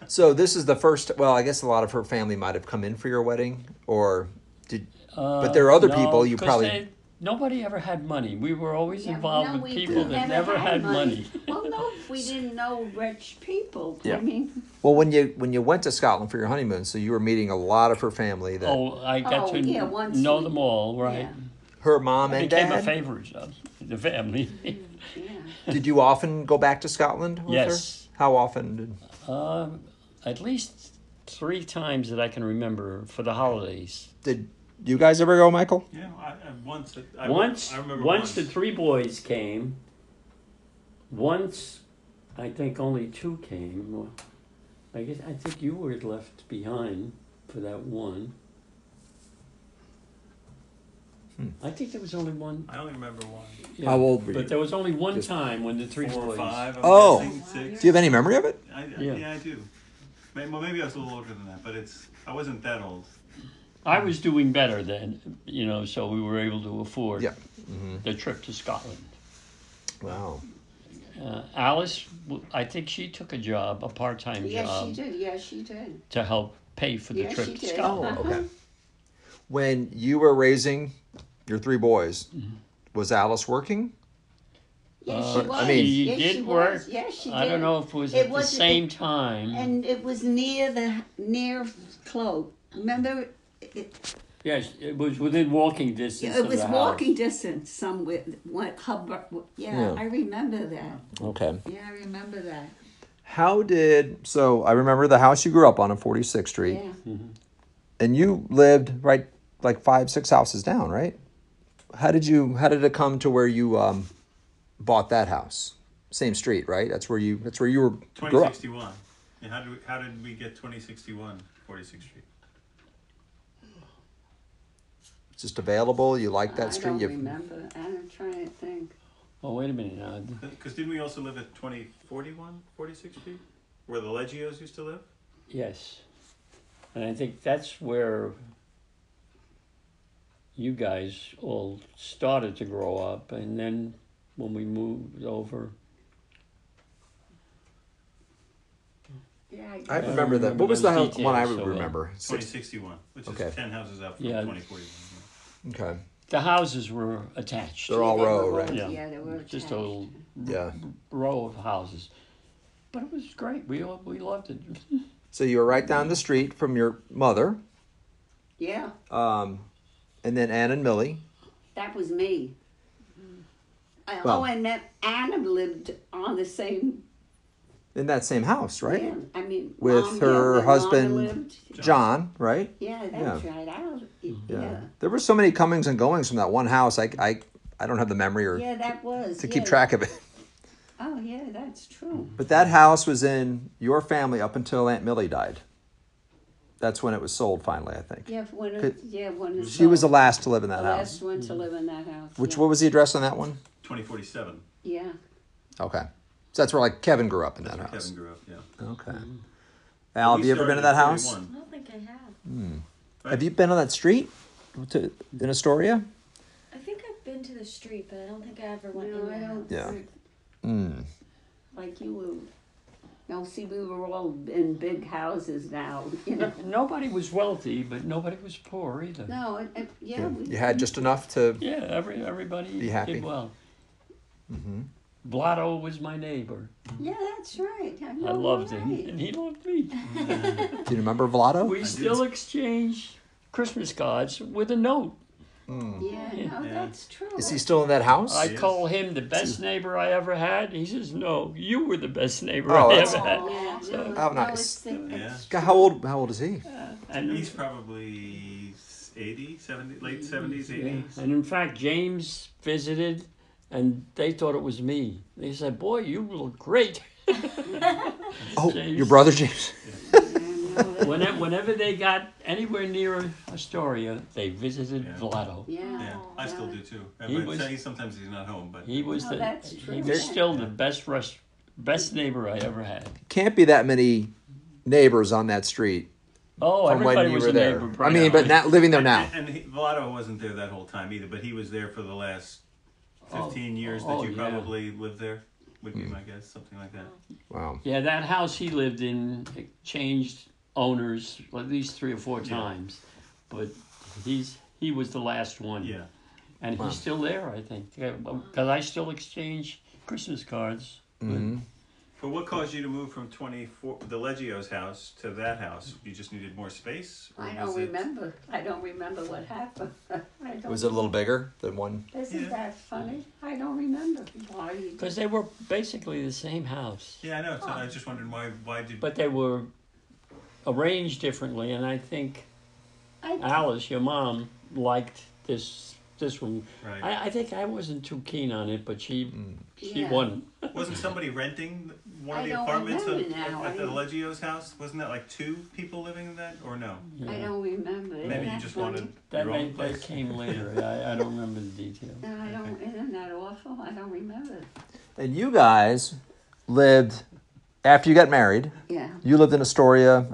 [SPEAKER 2] So this is the first. Well, I guess a lot of her family might have come in for your wedding, or did.
[SPEAKER 4] Uh,
[SPEAKER 2] but there are other
[SPEAKER 4] no,
[SPEAKER 2] people you
[SPEAKER 4] 'cause
[SPEAKER 2] probably.
[SPEAKER 4] they- nobody ever had money. We were always
[SPEAKER 3] Yeah,
[SPEAKER 4] involved
[SPEAKER 3] no,
[SPEAKER 4] with
[SPEAKER 3] we
[SPEAKER 4] people that never had money.
[SPEAKER 3] well, no, we didn't know rich people.
[SPEAKER 2] Yeah.
[SPEAKER 3] I mean,
[SPEAKER 2] Well, when you when you went to Scotland for your honeymoon, so you were meeting a lot of her family. That
[SPEAKER 4] Oh, I got
[SPEAKER 3] Oh,
[SPEAKER 4] to
[SPEAKER 3] yeah, once
[SPEAKER 4] know
[SPEAKER 3] we-
[SPEAKER 4] them all, right?
[SPEAKER 3] yeah.
[SPEAKER 2] her mom
[SPEAKER 4] I
[SPEAKER 2] and
[SPEAKER 4] became a
[SPEAKER 2] dad.
[SPEAKER 4] favorite of the family.
[SPEAKER 3] yeah.
[SPEAKER 2] Did you often go back to Scotland? With
[SPEAKER 4] Yes.
[SPEAKER 2] Her? How often? Did,
[SPEAKER 4] Uh, at least three times that I can remember for the holidays.
[SPEAKER 2] did you guys ever go, Michael?
[SPEAKER 5] Yeah, I, I once. it- I,
[SPEAKER 4] once,
[SPEAKER 5] I remember
[SPEAKER 4] once,
[SPEAKER 5] once.
[SPEAKER 4] the three boys came. Once, I think only two came. Well, I guess I think you were left behind for that one. I think there was only one.
[SPEAKER 5] I only remember one.
[SPEAKER 2] Hmm.
[SPEAKER 4] yeah,
[SPEAKER 2] How old were you?
[SPEAKER 4] But there was only one
[SPEAKER 2] Just
[SPEAKER 4] time when the three
[SPEAKER 5] Four or
[SPEAKER 4] boys.
[SPEAKER 5] five. I'm
[SPEAKER 2] Oh.
[SPEAKER 5] guessing, six.
[SPEAKER 2] Do you have any memory of it?
[SPEAKER 5] I,
[SPEAKER 4] Yeah.
[SPEAKER 5] yeah. I do. May- Well, maybe I was a little older than that, but it's I wasn't that old.
[SPEAKER 4] I was doing better then, you know, so we were able to afford
[SPEAKER 2] Yeah.
[SPEAKER 4] the trip to Scotland.
[SPEAKER 2] Wow.
[SPEAKER 4] Uh, Alice, w- I think she took a job, a part-time
[SPEAKER 3] Yes,
[SPEAKER 4] job,
[SPEAKER 3] she did. Yes, she did.
[SPEAKER 4] to help pay for the
[SPEAKER 3] Yes,
[SPEAKER 4] trip
[SPEAKER 3] she
[SPEAKER 4] to
[SPEAKER 3] did.
[SPEAKER 4] Scotland.
[SPEAKER 2] Oh, Okay. When you were raising your three boys, was Alice working?
[SPEAKER 3] Yes, she was.
[SPEAKER 2] I mean-
[SPEAKER 4] she
[SPEAKER 3] yes,
[SPEAKER 4] did
[SPEAKER 3] she
[SPEAKER 4] work.
[SPEAKER 3] Was. Yes, she did.
[SPEAKER 4] I don't know if it was
[SPEAKER 3] It
[SPEAKER 4] at the
[SPEAKER 3] wasn't-
[SPEAKER 4] same
[SPEAKER 3] it-
[SPEAKER 4] time.
[SPEAKER 3] And it was near the near Clo. Remember, it,
[SPEAKER 4] yes, it was within walking distance.
[SPEAKER 3] it
[SPEAKER 4] of
[SPEAKER 3] was
[SPEAKER 4] the
[SPEAKER 3] walking
[SPEAKER 4] House.
[SPEAKER 3] distance somewhere. What Hubbard?
[SPEAKER 2] Yeah.
[SPEAKER 3] Yeah, I remember that.
[SPEAKER 2] Okay.
[SPEAKER 3] Yeah, I remember that.
[SPEAKER 2] How did so? I remember the house you grew up on on Forty Sixth Street,
[SPEAKER 3] Yeah.
[SPEAKER 2] and you lived right like five, six houses down, right? How did you? How did it come to where you um, bought that house? Same street, right? That's where you. That's where you were. Grew up.
[SPEAKER 5] 2061. And how did we, how did we get 2061 46th Street?
[SPEAKER 2] It's just available. You like that
[SPEAKER 3] I
[SPEAKER 2] street.
[SPEAKER 3] don't
[SPEAKER 2] you-
[SPEAKER 3] remember. I'm trying to think.
[SPEAKER 4] Oh, wait a minute now.
[SPEAKER 5] Because didn't we also live at 2041 46th Street, where the Legios used to live?
[SPEAKER 4] Yes, and I think that's where you guys all started to grow up, and then when we moved over,
[SPEAKER 3] Yeah,
[SPEAKER 2] I
[SPEAKER 3] I,
[SPEAKER 2] remember,
[SPEAKER 4] remember
[SPEAKER 2] that. What was the
[SPEAKER 4] those
[SPEAKER 2] house, one I
[SPEAKER 4] details
[SPEAKER 2] would
[SPEAKER 4] so well.
[SPEAKER 2] remember? Six-
[SPEAKER 5] 2061, which
[SPEAKER 2] Okay.
[SPEAKER 5] is 10 houses up from
[SPEAKER 4] Yeah.
[SPEAKER 5] 2041.
[SPEAKER 2] Okay.
[SPEAKER 4] the houses were attached.
[SPEAKER 2] They're all
[SPEAKER 3] They were
[SPEAKER 2] row,
[SPEAKER 3] row.
[SPEAKER 2] right?
[SPEAKER 4] yeah,
[SPEAKER 3] Yeah, they were
[SPEAKER 4] just a
[SPEAKER 3] attached.
[SPEAKER 4] little
[SPEAKER 2] Yeah.
[SPEAKER 4] row of houses, but it was great. We all, we loved it.
[SPEAKER 2] So you were right down the street from your mother,
[SPEAKER 3] yeah,
[SPEAKER 2] um, and then Ann and Millie.
[SPEAKER 3] that was me. I,
[SPEAKER 2] Well-
[SPEAKER 3] oh, and that Anna lived on the same.
[SPEAKER 2] in that same house, right?
[SPEAKER 3] Yeah, I mean,
[SPEAKER 2] With
[SPEAKER 3] Mom- yeah,
[SPEAKER 2] her
[SPEAKER 3] where Mama
[SPEAKER 2] husband-
[SPEAKER 3] lived.
[SPEAKER 2] John, right?
[SPEAKER 3] Yeah, that's right. I don't, yeah.
[SPEAKER 2] Mm-hmm.
[SPEAKER 3] yeah,
[SPEAKER 2] There were so many comings and goings from that one house. I, I, I don't have the memory or
[SPEAKER 3] that was
[SPEAKER 2] to
[SPEAKER 3] yeah.
[SPEAKER 2] keep track of it.
[SPEAKER 3] Oh, yeah, that's true.
[SPEAKER 4] Mm-hmm.
[SPEAKER 2] But that house was in your family up until Aunt Millie died. That's when it was sold finally, I think.
[SPEAKER 3] Yeah, when it,
[SPEAKER 2] Could-
[SPEAKER 3] yeah, when it
[SPEAKER 2] She was the
[SPEAKER 3] sold.
[SPEAKER 2] last to live in
[SPEAKER 3] The
[SPEAKER 2] that
[SPEAKER 3] last
[SPEAKER 2] house.
[SPEAKER 3] one to
[SPEAKER 4] Mm-hmm.
[SPEAKER 3] live in that house.
[SPEAKER 2] Which
[SPEAKER 3] yeah.
[SPEAKER 2] what was the address on that one?
[SPEAKER 5] 2047.
[SPEAKER 3] Yeah,
[SPEAKER 2] Okay, so that's where like Kevin grew up in that house.
[SPEAKER 5] Kevin grew up, yeah.
[SPEAKER 4] Mm-hmm.
[SPEAKER 2] Okay. Al, have
[SPEAKER 5] We
[SPEAKER 2] you ever been
[SPEAKER 5] started
[SPEAKER 2] to
[SPEAKER 5] at
[SPEAKER 2] that house?
[SPEAKER 5] 41.
[SPEAKER 6] I don't think I have.
[SPEAKER 5] Right
[SPEAKER 2] Have you been on that street to, in Astoria?
[SPEAKER 6] I think I've been to the street, but I don't think I ever went
[SPEAKER 3] No,
[SPEAKER 6] in
[SPEAKER 3] I
[SPEAKER 6] there.
[SPEAKER 3] don't
[SPEAKER 2] Yeah.
[SPEAKER 3] think-
[SPEAKER 2] Mm.
[SPEAKER 3] like you would. No, see, we were all in big houses now, you know.
[SPEAKER 4] Nobody was wealthy, but nobody was poor either.
[SPEAKER 3] No, it, it, yeah, we,
[SPEAKER 2] You had just enough to.
[SPEAKER 4] Yeah, every everybody
[SPEAKER 2] Be happy.
[SPEAKER 4] did well. Mm-hmm. Blotto was my neighbor.
[SPEAKER 3] yeah, that's right. I,
[SPEAKER 4] I
[SPEAKER 3] know,
[SPEAKER 4] loved
[SPEAKER 3] you're
[SPEAKER 4] him,
[SPEAKER 3] right.
[SPEAKER 4] and he loved me.
[SPEAKER 2] Do you remember Vlado?
[SPEAKER 4] We still exchange Christmas cards with a note.
[SPEAKER 3] Yeah, no,
[SPEAKER 5] Mm. Yeah.
[SPEAKER 3] that's true.
[SPEAKER 2] Is he still in that house?
[SPEAKER 4] I
[SPEAKER 5] Yes.
[SPEAKER 4] call him the best neighbor I ever had. He says, "No, you were the best neighbor
[SPEAKER 2] Oh,
[SPEAKER 4] I
[SPEAKER 2] that's-
[SPEAKER 4] ever had."
[SPEAKER 3] yeah, no,
[SPEAKER 2] How
[SPEAKER 3] no,
[SPEAKER 2] Oh, nice.
[SPEAKER 3] it's the-
[SPEAKER 5] Yeah.
[SPEAKER 2] God, how old? How old is he?
[SPEAKER 4] And
[SPEAKER 5] He's probably 80, 70, late 70s, 80s.
[SPEAKER 4] Yeah. And in fact, James visited, and they thought it was me. They said, "Boy, you look great."
[SPEAKER 2] Oh,
[SPEAKER 4] James.
[SPEAKER 2] your brother James.
[SPEAKER 4] whenever, whenever they got anywhere near Astoria, they visited
[SPEAKER 5] Yeah.
[SPEAKER 4] Vlado.
[SPEAKER 3] Yeah.
[SPEAKER 5] Yeah, I still do too.
[SPEAKER 4] He
[SPEAKER 5] But
[SPEAKER 4] was-
[SPEAKER 5] he- sometimes he's not home, but
[SPEAKER 4] He was
[SPEAKER 3] Oh,
[SPEAKER 4] the
[SPEAKER 3] that's
[SPEAKER 4] he
[SPEAKER 3] true.
[SPEAKER 4] was still the best rest, best neighbor I ever had.
[SPEAKER 2] Can't be that many neighbors on that street
[SPEAKER 4] Oh,
[SPEAKER 2] from
[SPEAKER 4] everybody
[SPEAKER 2] when you
[SPEAKER 4] was
[SPEAKER 2] were
[SPEAKER 4] a
[SPEAKER 2] there.
[SPEAKER 4] neighbor.
[SPEAKER 2] I mean, but not living there now.
[SPEAKER 5] And, and he, Votto wasn't there that whole time either, but he was there for the last 15 years
[SPEAKER 4] oh,
[SPEAKER 5] that you
[SPEAKER 4] yeah.
[SPEAKER 5] probably lived there, would
[SPEAKER 4] Hmm.
[SPEAKER 5] be my guess, something like that.
[SPEAKER 2] Wow.
[SPEAKER 4] yeah, that house he lived in it changed owners at least three or four times, but he's he was the last one.
[SPEAKER 5] Yeah.
[SPEAKER 4] and he's still there, I think, because I still exchange Christmas cards. with-
[SPEAKER 2] Mm-hmm.
[SPEAKER 5] But what caused you to move from 24, the Leggio's house to that house? You just needed more space? or
[SPEAKER 3] I don't
[SPEAKER 5] was it-
[SPEAKER 3] remember. I don't remember what happened. I don't,
[SPEAKER 2] Was it a little bigger than one?
[SPEAKER 3] Isn't
[SPEAKER 5] Yeah.
[SPEAKER 3] that funny? I don't remember why he
[SPEAKER 4] Because they were basically the same house,
[SPEAKER 5] Yeah, I know. So I was just wondering why, why did.
[SPEAKER 4] but they were arranged differently, and I think
[SPEAKER 3] I,
[SPEAKER 4] Alice, your mom, liked this this one.
[SPEAKER 5] Right. Mm.
[SPEAKER 4] I, I think I wasn't too keen on it, but she she
[SPEAKER 3] Yeah.
[SPEAKER 4] won.
[SPEAKER 5] Wasn't somebody renting one of
[SPEAKER 3] I
[SPEAKER 5] the
[SPEAKER 3] don't
[SPEAKER 5] apartments of,
[SPEAKER 3] remember now.
[SPEAKER 5] at
[SPEAKER 3] I
[SPEAKER 5] the
[SPEAKER 3] don't-
[SPEAKER 5] Leggio's house? Wasn't that like two people living in that, or no?
[SPEAKER 3] I don't remember. Isn't
[SPEAKER 5] Maybe you
[SPEAKER 3] that
[SPEAKER 5] just
[SPEAKER 3] funny?
[SPEAKER 5] wanted
[SPEAKER 4] That,
[SPEAKER 5] your own
[SPEAKER 4] made, that
[SPEAKER 5] place.
[SPEAKER 4] came later. I, I don't remember the detail.
[SPEAKER 3] No, I don't. Isn't that awful? I don't remember.
[SPEAKER 2] And you guys lived after you got married.
[SPEAKER 3] Yeah.
[SPEAKER 2] You lived in Astoria.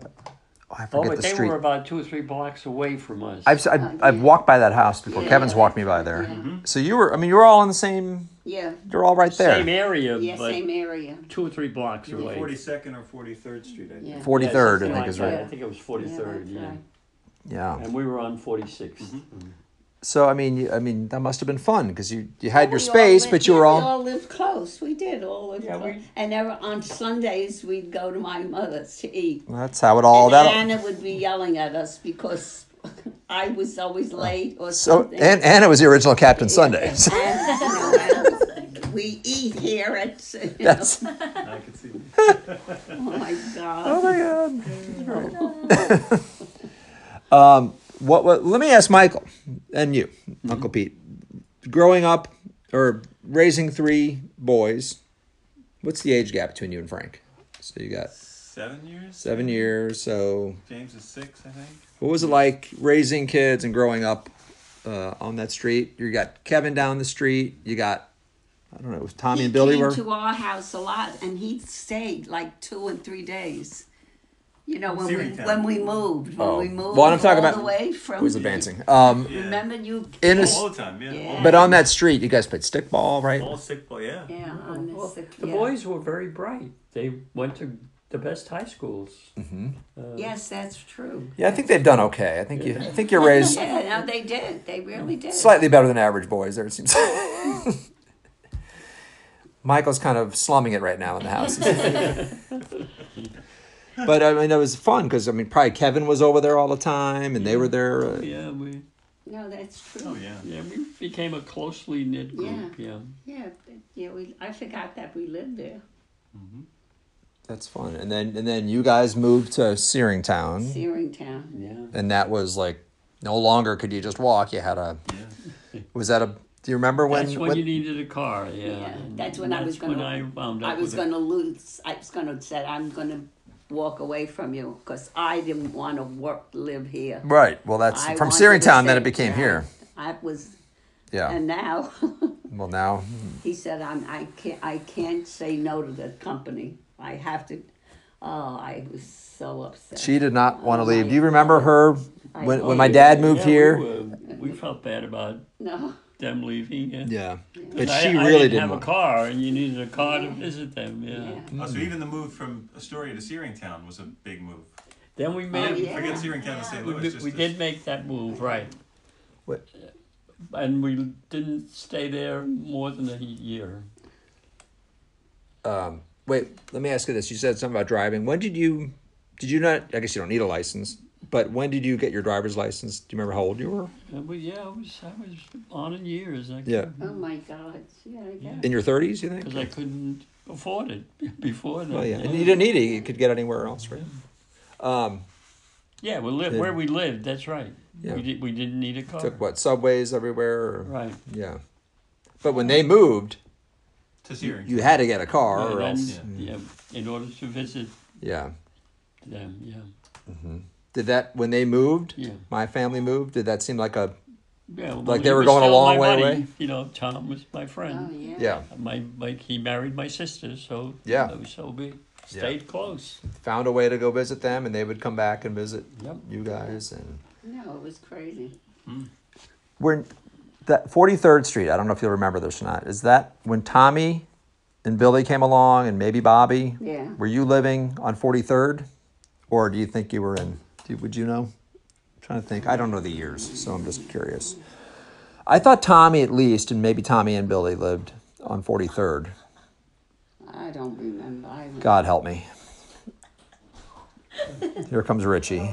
[SPEAKER 2] Oh, I
[SPEAKER 4] Oh,
[SPEAKER 2] forget
[SPEAKER 4] but
[SPEAKER 2] the
[SPEAKER 4] they
[SPEAKER 2] street.
[SPEAKER 4] were about two or three blocks away from us.
[SPEAKER 2] I've, I've, I've walked by that house before.
[SPEAKER 3] Yeah.
[SPEAKER 2] Kevin's walked me by there.
[SPEAKER 3] Yeah.
[SPEAKER 2] So you were, I mean, you were all in the same.
[SPEAKER 3] Yeah.
[SPEAKER 2] You're all right there.
[SPEAKER 4] Same area,
[SPEAKER 3] Yeah.
[SPEAKER 4] but
[SPEAKER 3] Same area.
[SPEAKER 4] two or three blocks away.
[SPEAKER 5] 42nd or 43rd Street, I think.
[SPEAKER 3] Yeah.
[SPEAKER 2] Forty
[SPEAKER 4] Yeah,
[SPEAKER 2] third, I
[SPEAKER 4] something
[SPEAKER 2] think,
[SPEAKER 4] like
[SPEAKER 2] is
[SPEAKER 4] that.
[SPEAKER 2] right.
[SPEAKER 4] I think it was
[SPEAKER 3] Yeah,
[SPEAKER 4] 43rd,
[SPEAKER 3] that's
[SPEAKER 4] yeah.
[SPEAKER 3] right.
[SPEAKER 2] Yeah.
[SPEAKER 4] And we were on 46th.
[SPEAKER 5] Mm-hmm.
[SPEAKER 2] So I mean, you, I mean, that must have been fun because you you had your
[SPEAKER 3] Oh, We all
[SPEAKER 2] space,
[SPEAKER 3] lived-
[SPEAKER 2] but you
[SPEAKER 3] yeah,
[SPEAKER 2] were
[SPEAKER 3] We
[SPEAKER 2] all.
[SPEAKER 3] all lived close. We did all live
[SPEAKER 4] Yeah,
[SPEAKER 3] close.
[SPEAKER 4] we-
[SPEAKER 3] And there were- on Sundays, we'd go to my mother's to eat.
[SPEAKER 2] That's how it all.
[SPEAKER 3] and
[SPEAKER 2] That
[SPEAKER 3] Anna would be yelling at us because I was always late or
[SPEAKER 2] Uh, so
[SPEAKER 3] something.
[SPEAKER 2] and Anna was the original Captain Sundays.
[SPEAKER 3] And, you know, and we eat here at. you know,
[SPEAKER 2] That's
[SPEAKER 5] I could see.
[SPEAKER 3] oh my God.
[SPEAKER 2] oh my god. um, what, what? Let me ask Michael and you, Uncle Pete. Growing up or raising three boys, what's the age gap between you and Frank? So you got
[SPEAKER 5] Seven years?
[SPEAKER 2] seven years. So
[SPEAKER 5] James is six, I think.
[SPEAKER 2] What was it like raising kids and growing up uh, on that street? You got Kevin down the street. You got I don't know. It was Tommy and Billy
[SPEAKER 3] came
[SPEAKER 2] were.
[SPEAKER 3] to our house a lot, and he stayed like two and three days. You know when
[SPEAKER 5] Searing
[SPEAKER 3] we
[SPEAKER 5] town.
[SPEAKER 3] when we moved when
[SPEAKER 2] Oh.
[SPEAKER 3] we moved
[SPEAKER 2] Well, I'm talking
[SPEAKER 3] all
[SPEAKER 2] about-
[SPEAKER 3] the way from
[SPEAKER 2] was advancing. Um,
[SPEAKER 5] Yeah.
[SPEAKER 3] Remember you
[SPEAKER 2] In a
[SPEAKER 3] came-
[SPEAKER 2] s-
[SPEAKER 5] All the time, yeah.
[SPEAKER 3] Yeah.
[SPEAKER 5] All-
[SPEAKER 2] but on that street, you guys played stickball, right?
[SPEAKER 5] All sick boy, yeah.
[SPEAKER 3] yeah on this
[SPEAKER 4] The
[SPEAKER 3] yeah.
[SPEAKER 4] boys were very bright. They went to the best high schools.
[SPEAKER 5] Mm-hmm.
[SPEAKER 3] yes that's true
[SPEAKER 2] Yeah, I think they've done okay. I think you. I think you're raised
[SPEAKER 3] yeah no, they did they really did
[SPEAKER 2] slightly better than average boys. There it seems. Michael's kind of slumming it right now in the house. but I mean, it was fun because I mean, probably Kevin was over there all the time, and they were there. Uh,
[SPEAKER 4] Yeah, we
[SPEAKER 3] no that's true
[SPEAKER 5] Oh, yeah.
[SPEAKER 4] yeah we became a closely knit group. Yeah.
[SPEAKER 3] yeah but- yeah we I forgot that we lived there
[SPEAKER 2] That's fun. And then and then you guys moved to Searingtown,
[SPEAKER 3] Searingtown
[SPEAKER 4] Yeah.
[SPEAKER 2] and that was like no longer could you just walk. You had a
[SPEAKER 5] Yeah.
[SPEAKER 2] was that a do you remember when?
[SPEAKER 4] That's when
[SPEAKER 2] when-
[SPEAKER 4] you needed a car. Yeah.
[SPEAKER 3] yeah
[SPEAKER 4] And
[SPEAKER 3] that's when I was
[SPEAKER 4] that's
[SPEAKER 3] gonna
[SPEAKER 4] when I wound up
[SPEAKER 3] I was
[SPEAKER 4] with a-
[SPEAKER 3] gonna lose I was gonna say I'm gonna walk away from you because I didn't want to work live here.
[SPEAKER 2] right. Well, that's
[SPEAKER 3] I
[SPEAKER 2] from
[SPEAKER 3] wanted to
[SPEAKER 2] Searingtown. Then
[SPEAKER 3] stay-
[SPEAKER 2] it became
[SPEAKER 3] yeah,
[SPEAKER 2] here.
[SPEAKER 3] I was,
[SPEAKER 2] Yeah.
[SPEAKER 3] and now
[SPEAKER 2] well, now
[SPEAKER 3] he said, "I'm. I can't. I can't say no to the company. I have to." Oh, I was so upset.
[SPEAKER 2] she did not want to
[SPEAKER 3] Oh,
[SPEAKER 2] leave.
[SPEAKER 3] my
[SPEAKER 2] Do you remember
[SPEAKER 3] God.
[SPEAKER 2] her
[SPEAKER 3] I-
[SPEAKER 2] when,
[SPEAKER 4] Oh,
[SPEAKER 2] when my
[SPEAKER 4] yeah.
[SPEAKER 2] dad moved
[SPEAKER 4] Yeah,
[SPEAKER 2] here.
[SPEAKER 4] we, were- we felt bad about
[SPEAKER 3] No.
[SPEAKER 4] them leaving. Yeah,
[SPEAKER 2] yeah, but
[SPEAKER 4] 'Cause I-
[SPEAKER 2] she
[SPEAKER 4] I
[SPEAKER 2] really
[SPEAKER 4] didn't
[SPEAKER 2] didn't.
[SPEAKER 4] have
[SPEAKER 2] want-
[SPEAKER 4] a car, and you needed a car to visit them. Yeah.
[SPEAKER 3] Yeah.
[SPEAKER 5] Oh, so even the move from Astoria to Searingtown was a big move.
[SPEAKER 4] Then we made.
[SPEAKER 3] Oh, yeah.
[SPEAKER 5] Forget Searingtown to St.
[SPEAKER 4] We,
[SPEAKER 5] Louis.
[SPEAKER 4] did-
[SPEAKER 5] just
[SPEAKER 4] we
[SPEAKER 5] to-
[SPEAKER 4] did make that move, right? Uh,
[SPEAKER 2] What-
[SPEAKER 4] And we didn't stay there more than a year.
[SPEAKER 2] Um, wait, let me ask you this. You said something about driving. When did you? Did you not? I guess you don't need a license. But when did you get your driver's license? Do you remember how old you were?
[SPEAKER 4] And we, yeah, I was I was on in years. I
[SPEAKER 2] Yeah.
[SPEAKER 3] Oh my God. Yeah, I guess.
[SPEAKER 2] In your thirties, you think?
[SPEAKER 4] because I couldn't afford it before that.
[SPEAKER 2] Oh yeah, and you didn't need it. You could get anywhere else, right? Um,
[SPEAKER 4] Yeah, we lived
[SPEAKER 2] Yeah.
[SPEAKER 4] where we lived. That's right.
[SPEAKER 2] Yeah.
[SPEAKER 4] We, did, we didn't need a car.
[SPEAKER 2] took what subways everywhere. Or,
[SPEAKER 4] Right.
[SPEAKER 2] Yeah, but when they moved,
[SPEAKER 5] to Searingtown.
[SPEAKER 2] you had to get a car,
[SPEAKER 4] Yeah,
[SPEAKER 2] or
[SPEAKER 4] then-
[SPEAKER 2] else.
[SPEAKER 4] yeah, in order to visit
[SPEAKER 2] Yeah.
[SPEAKER 4] them. Yeah,
[SPEAKER 2] Did that when they moved?
[SPEAKER 4] Yeah.
[SPEAKER 2] My family moved. Did that seem like a?
[SPEAKER 4] yeah. well,
[SPEAKER 2] Like
[SPEAKER 4] he
[SPEAKER 2] they were
[SPEAKER 4] was
[SPEAKER 2] going a
[SPEAKER 4] still
[SPEAKER 2] long
[SPEAKER 4] my
[SPEAKER 2] way
[SPEAKER 4] buddy.
[SPEAKER 2] away?
[SPEAKER 4] You know, Tom was my
[SPEAKER 3] Oh,
[SPEAKER 4] friend.
[SPEAKER 3] yeah.
[SPEAKER 2] Yeah.
[SPEAKER 4] My like he married my sister, so
[SPEAKER 2] Yeah.
[SPEAKER 4] so we stayed close.
[SPEAKER 2] Found a way to go visit them, and they would come back and visit
[SPEAKER 4] Yep.
[SPEAKER 2] you guys. And
[SPEAKER 3] No, it was crazy.
[SPEAKER 2] we're that Forty Third Street. I don't know if you'll remember this or not. Is that when Tommy and Billy came along, and maybe Bobby?
[SPEAKER 3] Yeah.
[SPEAKER 2] Were you living on Forty Third, or do you think you were in? Do, would you know? I'm trying to think. I don't know the years, so I'm just curious. I thought Tommy at least, and maybe Tommy and Billy lived on Forty Third.
[SPEAKER 3] I don't remember. I went-
[SPEAKER 2] God help me. Here comes Richie.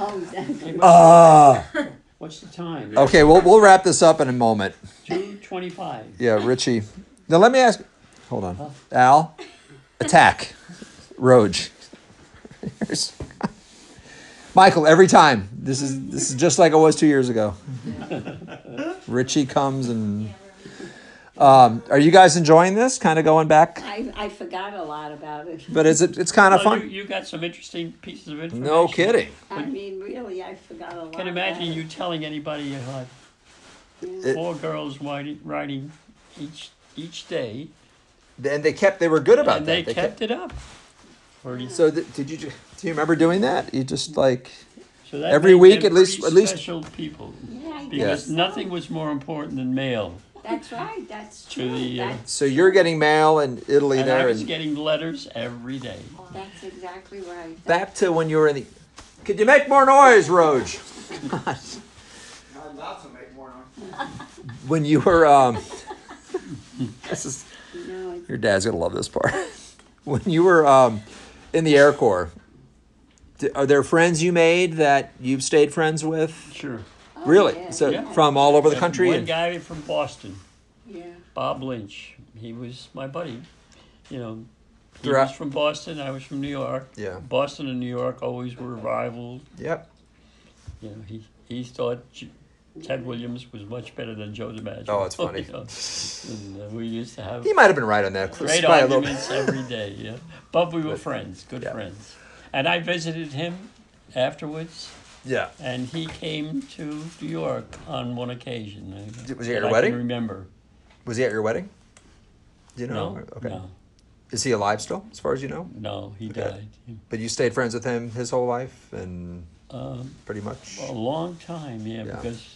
[SPEAKER 3] Oh, that-
[SPEAKER 4] What's the time?
[SPEAKER 2] Okay, we'll, we'll wrap this up in a moment.
[SPEAKER 4] Two twenty-five.
[SPEAKER 2] Yeah, Richie. Now let me ask. Hold on, Al. Attack, Roge. Here's- Michael. Every time. This is this is just like it was two years ago. Richie comes and. Um, are you guys enjoying this? Kind of going back,
[SPEAKER 3] I, I forgot a lot about it.
[SPEAKER 2] but is it? It's kind of
[SPEAKER 4] Well, you,
[SPEAKER 2] fun.
[SPEAKER 4] you got some interesting pieces of information.
[SPEAKER 2] No kidding.
[SPEAKER 3] I mean, really, I forgot a lot.
[SPEAKER 4] Can imagine
[SPEAKER 3] about
[SPEAKER 4] you
[SPEAKER 3] it.
[SPEAKER 4] telling anybody you had four girls riding, riding each each day,
[SPEAKER 2] And they kept. They were good about
[SPEAKER 4] and
[SPEAKER 2] that.
[SPEAKER 4] they, kept it up. For,
[SPEAKER 2] So th- did you? ju- Do you remember doing that? You just like
[SPEAKER 4] so that
[SPEAKER 2] every
[SPEAKER 4] made
[SPEAKER 2] week,
[SPEAKER 4] them
[SPEAKER 2] at least-
[SPEAKER 4] pretty
[SPEAKER 2] at least-
[SPEAKER 4] special people,
[SPEAKER 3] Yeah, I guess
[SPEAKER 4] because
[SPEAKER 3] so.
[SPEAKER 4] nothing was more important than mail.
[SPEAKER 3] That's right. That's
[SPEAKER 4] To
[SPEAKER 3] true.
[SPEAKER 4] the, uh,
[SPEAKER 3] that's,
[SPEAKER 2] so you're getting mail in Italy
[SPEAKER 4] And I
[SPEAKER 2] there
[SPEAKER 4] was
[SPEAKER 2] and
[SPEAKER 4] getting letters every day.
[SPEAKER 3] that's exactly right.
[SPEAKER 2] back to when you were in the. Could you make more noise, Roge?
[SPEAKER 7] Not allowed to make more noise.
[SPEAKER 2] When you were um. this is
[SPEAKER 3] no, it's,
[SPEAKER 2] your dad's gonna love this part. when you were um, in the Air Corps, d- are there friends you made that you've stayed friends with?
[SPEAKER 4] Sure.
[SPEAKER 3] oh,
[SPEAKER 2] really?
[SPEAKER 3] Yeah.
[SPEAKER 2] So
[SPEAKER 4] Yeah.
[SPEAKER 2] from all over the country.
[SPEAKER 4] One
[SPEAKER 2] and-
[SPEAKER 4] guy from Boston,
[SPEAKER 3] yeah.
[SPEAKER 4] Bob Lynch. He was my buddy. You know, he
[SPEAKER 2] Throughout-
[SPEAKER 4] was from Boston. I was from New York.
[SPEAKER 2] Yeah.
[SPEAKER 4] Boston and New York always were rivals.
[SPEAKER 2] Yep.
[SPEAKER 4] You know, he, he thought J- Ted Williams was much better than Joe DiMaggio.
[SPEAKER 2] Oh, that's funny.
[SPEAKER 4] You know, and, uh, we used to have
[SPEAKER 2] He might have been right on that.
[SPEAKER 4] great
[SPEAKER 2] by a little-
[SPEAKER 4] arguments every day, yeah. But we were friends, good
[SPEAKER 2] yeah.
[SPEAKER 4] friends. And I visited him afterwards,
[SPEAKER 2] Yeah.
[SPEAKER 4] and he came to New York on one occasion. I-
[SPEAKER 2] D- was he at
[SPEAKER 4] that
[SPEAKER 2] your
[SPEAKER 4] I
[SPEAKER 2] wedding?
[SPEAKER 4] Can remember?
[SPEAKER 2] Was he at your wedding? Do you know?
[SPEAKER 4] No,
[SPEAKER 2] Okay.
[SPEAKER 4] no,
[SPEAKER 2] Is he alive still, as far as you know?
[SPEAKER 4] no, he
[SPEAKER 2] Okay.
[SPEAKER 4] died yeah.
[SPEAKER 2] But you stayed friends with him his whole life, and
[SPEAKER 4] Um,
[SPEAKER 2] pretty much.
[SPEAKER 4] a long time, yeah,
[SPEAKER 2] Yeah.
[SPEAKER 4] because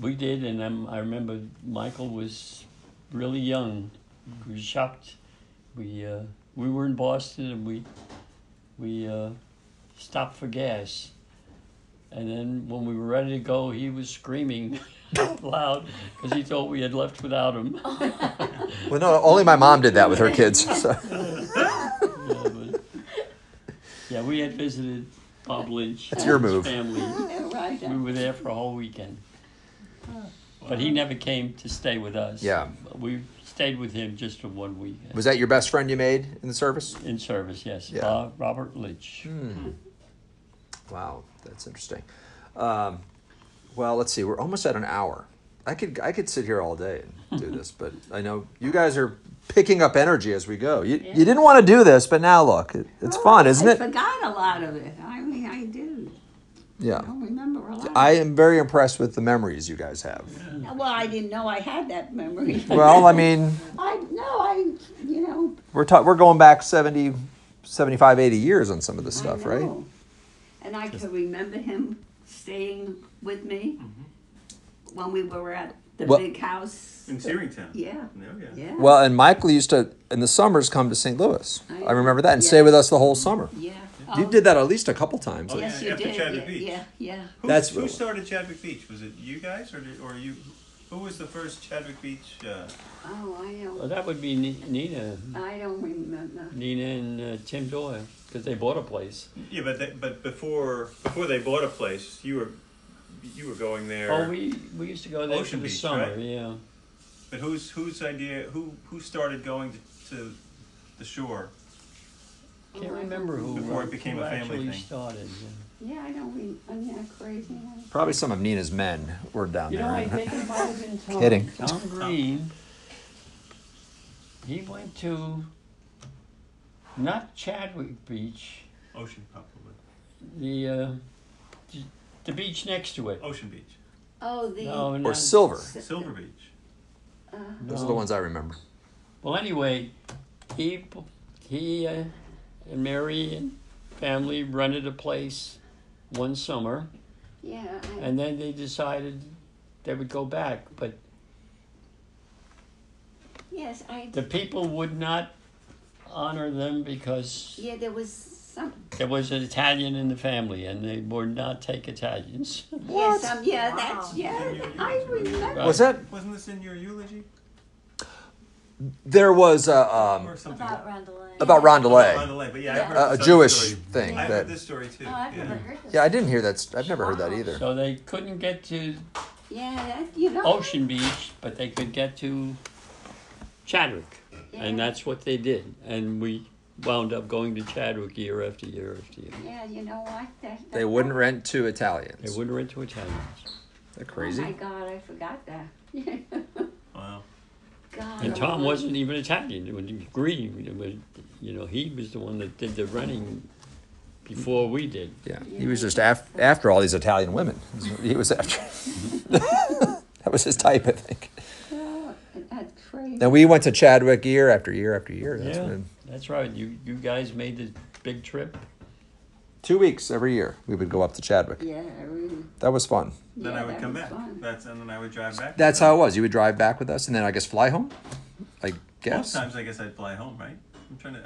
[SPEAKER 4] we did, and I'm, I remember Michael was really young. We shopped. We uh, we were in Boston, and we we uh, stopped for gas. And then when we were ready to go, he was screaming out loud because he thought we had left without him.
[SPEAKER 2] Well, no, only my mom did that with her kids. So.
[SPEAKER 4] Yeah, but- yeah, we had visited Bob Lynch. That's
[SPEAKER 2] your move.
[SPEAKER 4] Family.
[SPEAKER 3] Yeah, right.
[SPEAKER 2] Mm.
[SPEAKER 4] We were there for a whole weekend. But he never came to stay with us.
[SPEAKER 2] Yeah.
[SPEAKER 4] We stayed with him just for one weekend.
[SPEAKER 2] Was that your best friend you made in the service?
[SPEAKER 4] In service, yes.
[SPEAKER 2] Yeah. Hmm.
[SPEAKER 4] Bob- Robert Lynch.
[SPEAKER 2] Wow, that's interesting. Um, well, let's see. We're almost at an hour. I could I could sit here all day and do this, but I know you guys are picking up energy as we go. You, you didn't want to do this, but now look, it, it's fun, isn't
[SPEAKER 3] Oh, I
[SPEAKER 2] it?
[SPEAKER 3] forgot a lot of it. I mean, I do. I
[SPEAKER 2] Yeah.
[SPEAKER 3] don't remember a lot.
[SPEAKER 2] I am very impressed with the memories you guys have.
[SPEAKER 3] well, I didn't know I had that memory.
[SPEAKER 2] Well, I mean,
[SPEAKER 3] I no, I you know
[SPEAKER 2] we're ta- we're going back 70 75, 80 years on some of this stuff,
[SPEAKER 3] I
[SPEAKER 2] right?
[SPEAKER 3] know. And I can remember him staying with me when we were at the
[SPEAKER 2] Well-
[SPEAKER 3] big house.
[SPEAKER 5] Mm-hmm. in Searingtown.
[SPEAKER 3] Yeah.
[SPEAKER 5] No, yeah.
[SPEAKER 3] Yeah.
[SPEAKER 2] Well, and Michael used to, in the summers, come to St. Louis.
[SPEAKER 3] I
[SPEAKER 2] I,
[SPEAKER 3] know.
[SPEAKER 2] remember that and
[SPEAKER 3] Yeah.
[SPEAKER 2] stay with us the whole summer.
[SPEAKER 3] yeah.
[SPEAKER 2] You
[SPEAKER 3] Oh,
[SPEAKER 2] did that at least a couple times.
[SPEAKER 5] Oh, yeah.
[SPEAKER 3] Yes, you
[SPEAKER 5] after
[SPEAKER 3] did.
[SPEAKER 5] Chadwick
[SPEAKER 3] yeah,
[SPEAKER 5] Beach.
[SPEAKER 3] yeah, yeah.
[SPEAKER 5] Who,
[SPEAKER 2] That's
[SPEAKER 5] who
[SPEAKER 2] what it was.
[SPEAKER 5] started Chadwick Beach? Was it you guys or did, or you? Who was the first Chadwick Beach? Uh,
[SPEAKER 3] Oh, I
[SPEAKER 4] Well,
[SPEAKER 3] don't,
[SPEAKER 4] that would be Ni- Nina,
[SPEAKER 2] Uh,
[SPEAKER 3] I don't remember.
[SPEAKER 4] Nina and uh, Tim Doyle, because they bought a place.
[SPEAKER 5] yeah, but they, but before before they bought a place, you were you were going there.
[SPEAKER 4] Oh, we we used to go there
[SPEAKER 5] Ocean
[SPEAKER 4] for the
[SPEAKER 5] Beach,
[SPEAKER 4] summer.
[SPEAKER 5] right?
[SPEAKER 4] Yeah.
[SPEAKER 5] But whose whose idea? Who who started going to, to the shore?
[SPEAKER 4] Can't
[SPEAKER 3] Oh, I
[SPEAKER 4] remember
[SPEAKER 3] don't-
[SPEAKER 4] who
[SPEAKER 5] Before it
[SPEAKER 4] uh,
[SPEAKER 5] became
[SPEAKER 4] who
[SPEAKER 5] a family
[SPEAKER 4] actually
[SPEAKER 5] thing.
[SPEAKER 4] started. yeah.
[SPEAKER 3] Yeah, I don't re I'm not crazy. now.
[SPEAKER 2] Probably some of Nina's men were down
[SPEAKER 4] You know,
[SPEAKER 2] there.
[SPEAKER 4] I think it might have been Tom.
[SPEAKER 2] Kidding.
[SPEAKER 4] Tom Green. He went to not Chadwick Beach,
[SPEAKER 5] Ocean probably.
[SPEAKER 4] the uh, the- the beach next to it.
[SPEAKER 5] Ocean Beach.
[SPEAKER 3] Oh, the.
[SPEAKER 4] No,
[SPEAKER 2] or
[SPEAKER 4] not-
[SPEAKER 2] Silver.
[SPEAKER 5] Silver Beach.
[SPEAKER 2] Those are the
[SPEAKER 4] no.
[SPEAKER 2] ones I remember.
[SPEAKER 4] Well, anyway, he he uh, and Mary and family rented a place one summer,
[SPEAKER 3] Yeah. I-
[SPEAKER 4] and then they decided they would go back, but
[SPEAKER 3] Yes, I.
[SPEAKER 4] the people would not honor them because
[SPEAKER 3] Yeah, there was some.
[SPEAKER 4] there was an Italian in the family, and they would not take Italians.
[SPEAKER 3] Yes, um, yeah, that's yeah. I remember.
[SPEAKER 2] Was that?
[SPEAKER 5] Wasn't this in your eulogy
[SPEAKER 2] There was a, um,
[SPEAKER 5] or something?
[SPEAKER 6] About Rondelay.
[SPEAKER 2] about
[SPEAKER 5] On
[SPEAKER 2] Rondelet,
[SPEAKER 5] the lake, but yeah, I
[SPEAKER 6] Yeah.
[SPEAKER 5] heard
[SPEAKER 2] a, a
[SPEAKER 5] this other
[SPEAKER 2] Jewish
[SPEAKER 5] story.
[SPEAKER 2] thing.
[SPEAKER 5] I
[SPEAKER 2] That
[SPEAKER 5] heard this story too.
[SPEAKER 6] Oh, I've
[SPEAKER 5] yeah.
[SPEAKER 6] never heard this.
[SPEAKER 2] yeah, I didn't hear that. I've never heard that either.
[SPEAKER 4] So they couldn't get to
[SPEAKER 3] Yeah, that, you
[SPEAKER 2] Oh,
[SPEAKER 3] know.
[SPEAKER 4] Ocean Beach, but they could get to Chadwick. And
[SPEAKER 3] Yeah.
[SPEAKER 4] that's what they did. And we wound up going to Chadwick year after year after year.
[SPEAKER 3] Yeah, you know what? That, that,
[SPEAKER 2] They wouldn't
[SPEAKER 3] Oh
[SPEAKER 2] rent to Italians.
[SPEAKER 4] They Oh wouldn't rent to Italians.
[SPEAKER 2] They're
[SPEAKER 3] oh my
[SPEAKER 2] crazy.
[SPEAKER 3] God, I forgot that.
[SPEAKER 5] Wow.
[SPEAKER 3] God.
[SPEAKER 4] And Tom
[SPEAKER 3] oh,
[SPEAKER 4] wasn't even Italian. It was Green, it was, you know, he was the one that did the renting before we did.
[SPEAKER 2] Yeah, he was just af- after all these Italian women. He was after. that was his type, I think.
[SPEAKER 4] Oh,
[SPEAKER 3] God, That's crazy.
[SPEAKER 2] And we went to Chadwick year after year after year. That's
[SPEAKER 4] yeah,
[SPEAKER 2] when-
[SPEAKER 4] that's right. You you guys made the big trip.
[SPEAKER 2] two weeks every year we would go up to Chadwick.
[SPEAKER 3] Yeah, I really.
[SPEAKER 2] That was fun.
[SPEAKER 5] Then
[SPEAKER 3] yeah,
[SPEAKER 5] I would
[SPEAKER 3] that
[SPEAKER 5] come
[SPEAKER 3] was
[SPEAKER 5] back.
[SPEAKER 3] fun.
[SPEAKER 5] That's and then I would drive back.
[SPEAKER 2] That's how it was. You would drive back with us, and then I guess fly home. I
[SPEAKER 5] Most
[SPEAKER 2] guess
[SPEAKER 5] times, I guess I'd fly home, right? I'm trying to,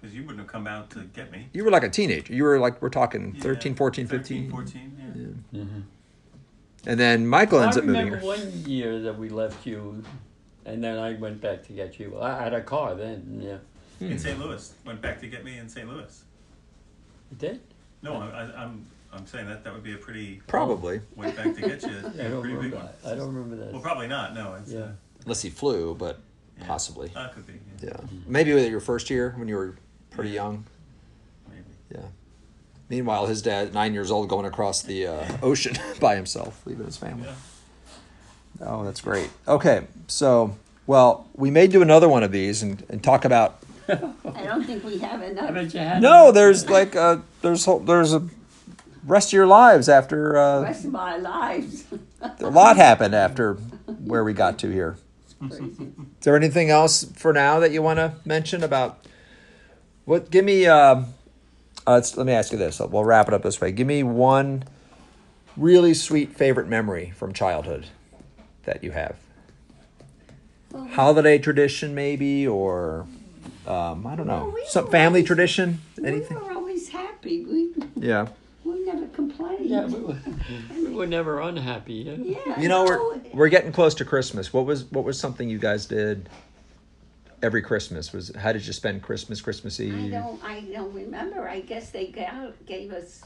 [SPEAKER 5] because you wouldn't have come out to get me.
[SPEAKER 2] you were like a teenager. You were like we're talking
[SPEAKER 5] Yeah.
[SPEAKER 2] 13, 14,
[SPEAKER 5] 13,
[SPEAKER 2] 15.
[SPEAKER 5] 14, yeah.
[SPEAKER 2] and then Michael ends
[SPEAKER 4] I
[SPEAKER 2] up moving.
[SPEAKER 4] remember
[SPEAKER 2] here.
[SPEAKER 4] one year that we left you, and then I went back to get you. I had a car then. Yeah, Hmm.
[SPEAKER 5] In St. Louis, went back to get me in St. Louis.
[SPEAKER 4] you did.
[SPEAKER 5] No, I, I, I'm I'm saying that that would be a pretty
[SPEAKER 2] Probably
[SPEAKER 5] went back to get you. a
[SPEAKER 4] I don't
[SPEAKER 5] pretty big
[SPEAKER 4] remember.
[SPEAKER 5] one.
[SPEAKER 4] I don't remember that.
[SPEAKER 5] Well, probably not. No, it's, uh,
[SPEAKER 4] yeah,
[SPEAKER 2] unless he flew, but
[SPEAKER 5] Yeah.
[SPEAKER 2] possibly.
[SPEAKER 5] uh, could be. Yeah,
[SPEAKER 2] Yeah, maybe with your first year when you were pretty
[SPEAKER 5] Yeah.
[SPEAKER 2] young.
[SPEAKER 5] maybe.
[SPEAKER 2] Yeah. Meanwhile, his dad, nine years old, going across the uh, ocean by himself, leaving his family.
[SPEAKER 5] Yeah.
[SPEAKER 2] Oh, that's great. Okay, so well, we may do another one of these and, and talk about.
[SPEAKER 3] I don't think we have
[SPEAKER 4] I
[SPEAKER 3] enough.
[SPEAKER 4] bet you had.
[SPEAKER 2] No, there's like uh, there's whole- there's a rest of your lives after uh,
[SPEAKER 3] Rest of my lives.
[SPEAKER 2] a lot happened after where we got to here.
[SPEAKER 3] Crazy.
[SPEAKER 2] Is there anything else for now that you want to mention about what? Give me. Uh, uh, let's, let me ask you this. We'll wrap it up this way. Give me one really sweet favorite memory from childhood that you have.
[SPEAKER 3] Well,
[SPEAKER 2] Holiday tradition, maybe, or um, I don't know,
[SPEAKER 3] Well, we
[SPEAKER 2] some
[SPEAKER 3] were
[SPEAKER 2] family
[SPEAKER 3] raised-
[SPEAKER 2] tradition,
[SPEAKER 3] we
[SPEAKER 2] anything.
[SPEAKER 3] were always happy. We
[SPEAKER 2] Yeah.
[SPEAKER 3] we never complained.
[SPEAKER 4] Yeah, we were, we were never unhappy. Yeah.
[SPEAKER 3] Yeah,
[SPEAKER 2] You know,
[SPEAKER 3] no,
[SPEAKER 2] we're we're getting close to Christmas. What was what was something you guys did every Christmas? Was how did you spend Christmas, Christmas
[SPEAKER 3] I
[SPEAKER 2] Eve?
[SPEAKER 3] don't, I don't remember. I guess they got, gave us,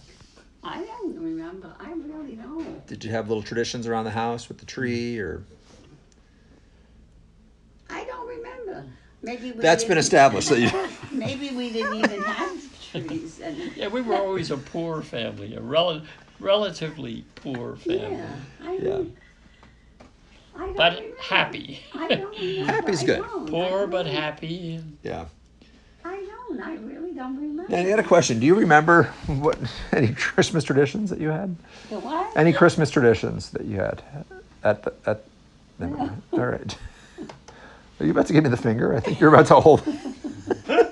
[SPEAKER 3] I don't remember. I really don't.
[SPEAKER 2] Did you have little traditions around the house with the tree or?
[SPEAKER 3] I don't remember. Maybe we
[SPEAKER 2] That's been
[SPEAKER 3] didn't-
[SPEAKER 2] established that you-
[SPEAKER 3] Maybe we didn't even have trees. And,
[SPEAKER 4] Yeah, we were always a poor family, a rel- relatively poor family,
[SPEAKER 3] yeah, I,
[SPEAKER 2] Yeah.
[SPEAKER 3] I don't
[SPEAKER 4] but
[SPEAKER 3] remember.
[SPEAKER 4] happy.
[SPEAKER 3] I don't remember.
[SPEAKER 2] Happy's
[SPEAKER 3] I
[SPEAKER 2] good.
[SPEAKER 3] don't. I
[SPEAKER 4] poor but
[SPEAKER 3] don't.
[SPEAKER 4] happy.
[SPEAKER 2] Yeah.
[SPEAKER 3] I don't. I really don't remember.
[SPEAKER 2] Now, you had a question. Do you remember what any Christmas traditions that you had?
[SPEAKER 3] The what?
[SPEAKER 2] Any Christmas traditions that you had at the at? Never mind. All right. Are you about to give me the finger? I think you're about to hold.
[SPEAKER 3] I-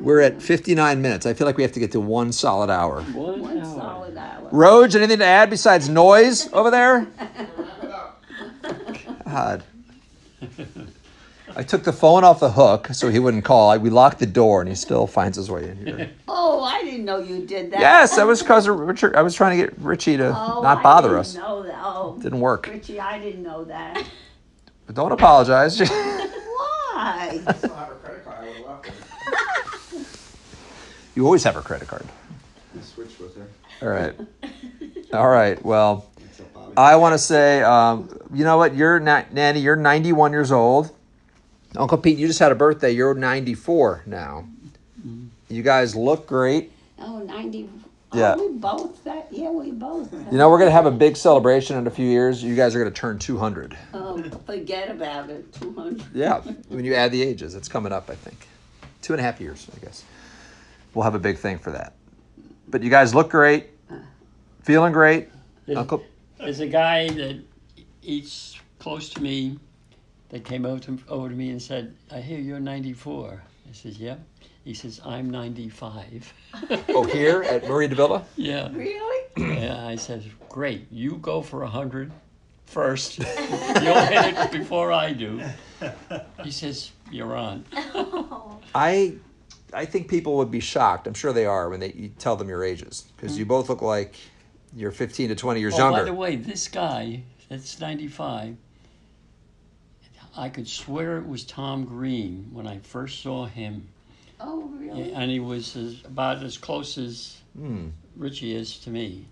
[SPEAKER 2] We're at 59 minutes. I feel like we have to get to one solid hour.
[SPEAKER 4] One,
[SPEAKER 3] One
[SPEAKER 4] hour.
[SPEAKER 3] solid hour.
[SPEAKER 2] Roge, anything to add besides noise over there? God. I took the phone off the hook so he wouldn't call. I- We locked the door and he still finds his way in here.
[SPEAKER 3] Oh, I didn't know you did that.
[SPEAKER 2] Yes, that was because Richard. I was trying to get Richie to
[SPEAKER 3] Oh,
[SPEAKER 2] not
[SPEAKER 3] I
[SPEAKER 2] bother
[SPEAKER 3] didn't
[SPEAKER 2] us.
[SPEAKER 3] Know that. Oh,
[SPEAKER 2] Didn't work.
[SPEAKER 3] Richie, I didn't know that.
[SPEAKER 2] But don't apologize.
[SPEAKER 3] Why?
[SPEAKER 7] still have her credit card. I would have left her.
[SPEAKER 2] you always have her credit card.
[SPEAKER 7] I switched with her.
[SPEAKER 2] All right. All right. Well,
[SPEAKER 7] What's up, Bobby?
[SPEAKER 2] I want to say, um, you know what? You're not, Nanny, you're 91 years old. Uncle Pete, you just had a birthday. You're 94 now. You guys look great.
[SPEAKER 3] Oh, 90.
[SPEAKER 2] Yeah.
[SPEAKER 3] Oh, we both that. Yeah, we both.
[SPEAKER 2] You know, we're going to have a big celebration in a few years. You guys are going to turn 200.
[SPEAKER 3] Oh, forget about it. 200.
[SPEAKER 2] Yeah. When you add the ages, it's coming up, I think. Two and a half years, I guess. We'll have a big thing for that. But you guys look great, feeling great.
[SPEAKER 4] There's,
[SPEAKER 2] Uncle,
[SPEAKER 4] there's a guy that eats close to me that came over to, over to me and said, I hear you're 94. I says, Yeah. He says, I'm 95.
[SPEAKER 2] oh, here at Maria de Villa?
[SPEAKER 4] Yeah.
[SPEAKER 3] Really?
[SPEAKER 4] Yeah, I says, great, you go for a hundred first. You'll hit it before I do. He says, you're on.
[SPEAKER 2] I I think people would be shocked. I'm sure they are when they you tell them your ages because you both look like you're 15 to 20 years
[SPEAKER 4] Oh,
[SPEAKER 2] younger.
[SPEAKER 4] by the way, this guy that's 95, I could swear it was Tom Green when I first saw him.
[SPEAKER 3] Oh, really?
[SPEAKER 4] And he was as, about as close as
[SPEAKER 2] Hmm.
[SPEAKER 4] Richie is to me.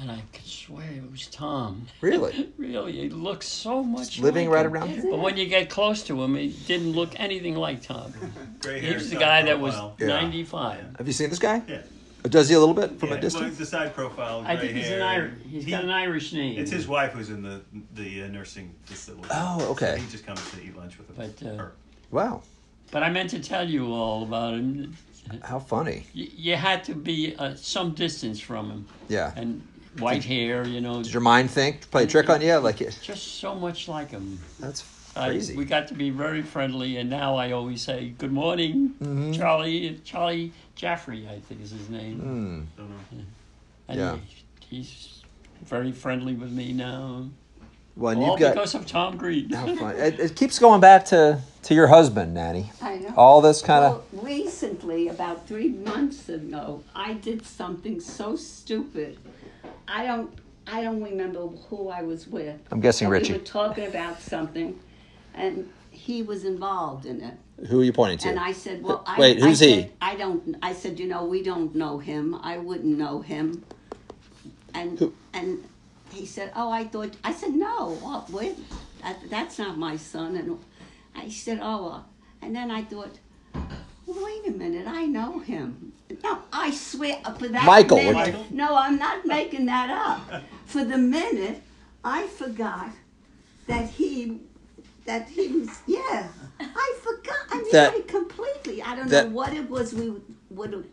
[SPEAKER 4] And I could swear it was Tom.
[SPEAKER 2] Really?
[SPEAKER 4] Really, he looks so much
[SPEAKER 2] Living
[SPEAKER 4] like
[SPEAKER 2] right
[SPEAKER 4] him.
[SPEAKER 2] around here.
[SPEAKER 4] But when you get close to him, he didn't look anything like Tom.
[SPEAKER 5] Gray
[SPEAKER 4] He was the
[SPEAKER 5] haircut
[SPEAKER 4] guy that was
[SPEAKER 5] profile.
[SPEAKER 2] Yeah.
[SPEAKER 4] 95.
[SPEAKER 2] Have you seen this guy? Oh,
[SPEAKER 5] Yeah.
[SPEAKER 2] Does he a little bit from
[SPEAKER 5] yeah,
[SPEAKER 2] a
[SPEAKER 5] well,
[SPEAKER 2] distance?
[SPEAKER 5] it's the side profile.
[SPEAKER 4] I
[SPEAKER 5] gray
[SPEAKER 4] think he's an
[SPEAKER 5] hair.
[SPEAKER 4] Irish. He's
[SPEAKER 5] He-
[SPEAKER 4] got an Irish name.
[SPEAKER 5] It's his wife who's in the the uh, nursing facility.
[SPEAKER 2] Oh, okay.
[SPEAKER 5] So he just comes to eat lunch with him.
[SPEAKER 4] But, uh,
[SPEAKER 5] Her.
[SPEAKER 2] Wow,
[SPEAKER 4] But I meant to tell you all about him.
[SPEAKER 2] how funny!
[SPEAKER 4] You, you had to be uh, some distance from him,
[SPEAKER 2] Yeah.
[SPEAKER 4] and white hair. You know,
[SPEAKER 2] Did your mind think play a trick on you? Like it?
[SPEAKER 4] just so much like him.
[SPEAKER 2] That's
[SPEAKER 4] I-
[SPEAKER 2] crazy.
[SPEAKER 4] we got to be very friendly, and now I always say good morning,
[SPEAKER 2] Mm-hmm.
[SPEAKER 4] Charlie. Charlie Jaffrey, I think is his name.
[SPEAKER 5] Don't know.
[SPEAKER 4] And
[SPEAKER 2] Hmm. Yeah.
[SPEAKER 4] he- he's very friendly with me now.
[SPEAKER 2] well, and
[SPEAKER 4] All
[SPEAKER 2] you've got
[SPEAKER 4] because of Tom Green.
[SPEAKER 2] how fun. It, it keeps going back to to your husband, Nanny.
[SPEAKER 3] I know.
[SPEAKER 2] All this kind of.
[SPEAKER 3] Well, recently, about three months ago, I did something so stupid. I don't, I don't remember who I was with.
[SPEAKER 2] I'm guessing
[SPEAKER 3] And
[SPEAKER 2] Richie.
[SPEAKER 3] We were talking about something, and he was involved in it.
[SPEAKER 2] Who are you pointing to?
[SPEAKER 3] And I said, "Well, I,
[SPEAKER 2] Wait, who's
[SPEAKER 3] I
[SPEAKER 2] he?
[SPEAKER 3] said, I don't. I said, you know, we don't know him. I wouldn't know him." And
[SPEAKER 2] Who?
[SPEAKER 3] and he said, "Oh, I thought." I said, "No, oh, wait, that, that's not my son." And I said, "Oh," uh," and then I thought, well, "Wait a minute, I know him." No, I swear uh, for that
[SPEAKER 2] Michael,
[SPEAKER 3] minute-
[SPEAKER 2] what the-
[SPEAKER 3] No, I'm not making that up. For the minute, I forgot that he that he was yeah i forgot i mean
[SPEAKER 2] That-
[SPEAKER 3] i completely i don't
[SPEAKER 2] that-
[SPEAKER 3] know what it was we would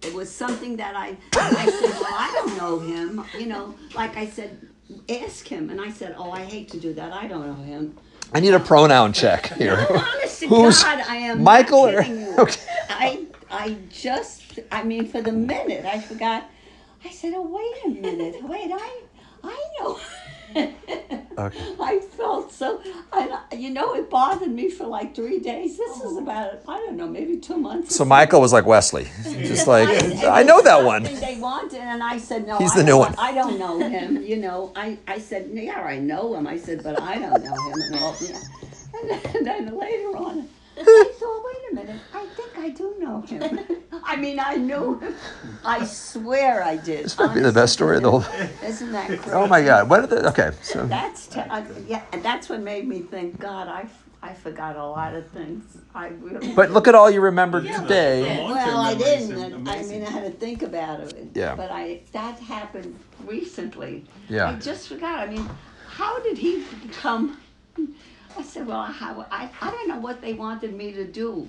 [SPEAKER 3] it was something that i i said well i don't know him you know like i said ask him and i said oh i hate to do that i don't know him
[SPEAKER 2] I need a pronoun check here.
[SPEAKER 3] honest to
[SPEAKER 2] Who's-
[SPEAKER 3] god i am
[SPEAKER 2] Michael
[SPEAKER 3] michael
[SPEAKER 2] or- okay.
[SPEAKER 3] i i just i mean for the minute i forgot i said oh wait a minute wait i i know
[SPEAKER 2] Okay.
[SPEAKER 3] I felt so, I, you know, it bothered me for like three days. This is about, I don't know, maybe two months.
[SPEAKER 2] Oh. So Michael was like Wesley, just like I know that one.
[SPEAKER 3] They wanted, and I said, no.
[SPEAKER 2] He's
[SPEAKER 3] I
[SPEAKER 2] the new
[SPEAKER 3] don't-
[SPEAKER 2] one.
[SPEAKER 3] I don't know him, you know. I, I said, yeah, I know him. I said, but I don't know him. And, all, yeah. and then, then later on, I thought, wait a minute, I think I do know him. I mean, I knew him. I swear I did.
[SPEAKER 2] This might be the best story of the whole.
[SPEAKER 3] Isn't that crazy?
[SPEAKER 2] Oh my God! What are the? Okay, so
[SPEAKER 3] That's te- I, yeah, and that's what made me think. God, I, f- I forgot a lot of things. I really.
[SPEAKER 2] but look at all you remembered
[SPEAKER 5] Yeah, but-
[SPEAKER 2] today.
[SPEAKER 5] Long-term
[SPEAKER 3] uh, well, I
[SPEAKER 5] memories
[SPEAKER 3] didn't.
[SPEAKER 5] are
[SPEAKER 3] and I mean, uh,
[SPEAKER 5] amazing.
[SPEAKER 3] I had to think about it.
[SPEAKER 2] Yeah.
[SPEAKER 3] But I that happened recently.
[SPEAKER 2] Yeah.
[SPEAKER 3] I just forgot. I mean, how did he become? I said, well, how I I don't know what they wanted me to do,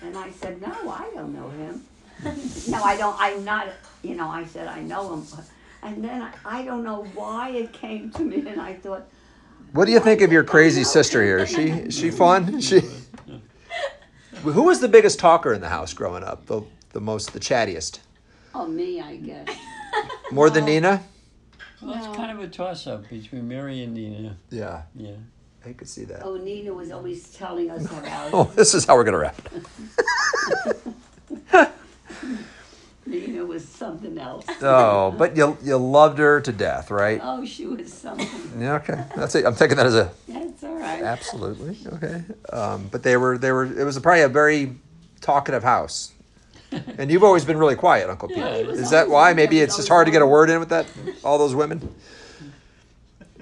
[SPEAKER 3] and I said, no, I don't know him. no, I don't. I'm not. You know, I said I know him, and then I, I don't know why it came to me, and I thought.
[SPEAKER 2] What do you think of your crazy sister here? Is she is she fun? Is she Who was the biggest talker in the house growing up? The, the most, the chattiest?
[SPEAKER 3] Oh, me, I guess.
[SPEAKER 2] More than Nina?
[SPEAKER 4] Well, it's kind of a toss up between Mary and Nina.
[SPEAKER 2] Yeah,
[SPEAKER 4] Yeah.
[SPEAKER 2] I could see that.
[SPEAKER 3] Oh, Nina was always telling us
[SPEAKER 2] Oh,
[SPEAKER 3] about it.
[SPEAKER 2] this is how we're going to wrap it up.
[SPEAKER 3] Nina was something else.
[SPEAKER 2] Oh, but you, you loved her to death, right?
[SPEAKER 3] Oh, she was something.
[SPEAKER 2] Yeah, okay. That's it. I'm taking that as a
[SPEAKER 3] That's all right.
[SPEAKER 2] absolutely okay. Um, but they were they were it was probably a very talkative house. And you've always been really quiet, Uncle Pete.
[SPEAKER 4] Yeah, he was
[SPEAKER 2] Is that
[SPEAKER 3] always-
[SPEAKER 2] why?
[SPEAKER 3] he
[SPEAKER 2] Maybe
[SPEAKER 3] was
[SPEAKER 2] it's just
[SPEAKER 3] always
[SPEAKER 2] hard to get a
[SPEAKER 3] quiet.
[SPEAKER 2] word in with that all those women.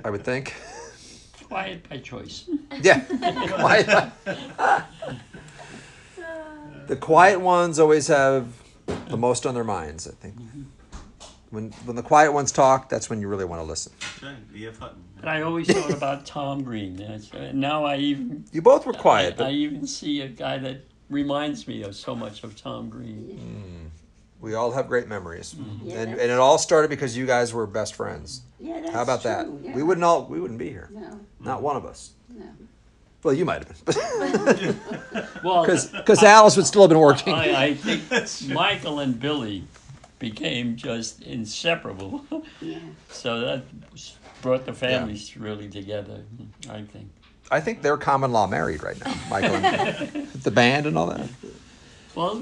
[SPEAKER 2] I would think.
[SPEAKER 4] Quiet by choice.
[SPEAKER 2] Yeah. Quiet. the quiet ones always have the most on their minds, I think. When when the quiet ones talk, that's when you really want to listen.
[SPEAKER 5] E.F. Hutton.
[SPEAKER 4] But I always thought about Tom Green. That's- uh, Now I even
[SPEAKER 2] You both were quiet,
[SPEAKER 4] I
[SPEAKER 2] but
[SPEAKER 4] even see a guy that reminds me of so much of Tom Green.
[SPEAKER 2] we all have great memories.
[SPEAKER 3] Yeah,
[SPEAKER 2] and,
[SPEAKER 3] that's-
[SPEAKER 2] and it all started because you guys were best friends.
[SPEAKER 3] Yeah, that's
[SPEAKER 2] How about that?
[SPEAKER 3] true,
[SPEAKER 2] We
[SPEAKER 3] yeah.
[SPEAKER 2] wouldn't all we wouldn't be here.
[SPEAKER 3] No,
[SPEAKER 2] Not one of us.
[SPEAKER 3] no.
[SPEAKER 2] Well, you might have been,
[SPEAKER 4] Well,
[SPEAKER 2] because Alice would still have been working.
[SPEAKER 4] I, I think Michael and Billy became just inseparable.
[SPEAKER 3] Yeah.
[SPEAKER 4] so that s- brought the families really together, I think.
[SPEAKER 2] I think they're common law married right now, Michael, and the band and all that.
[SPEAKER 4] Well,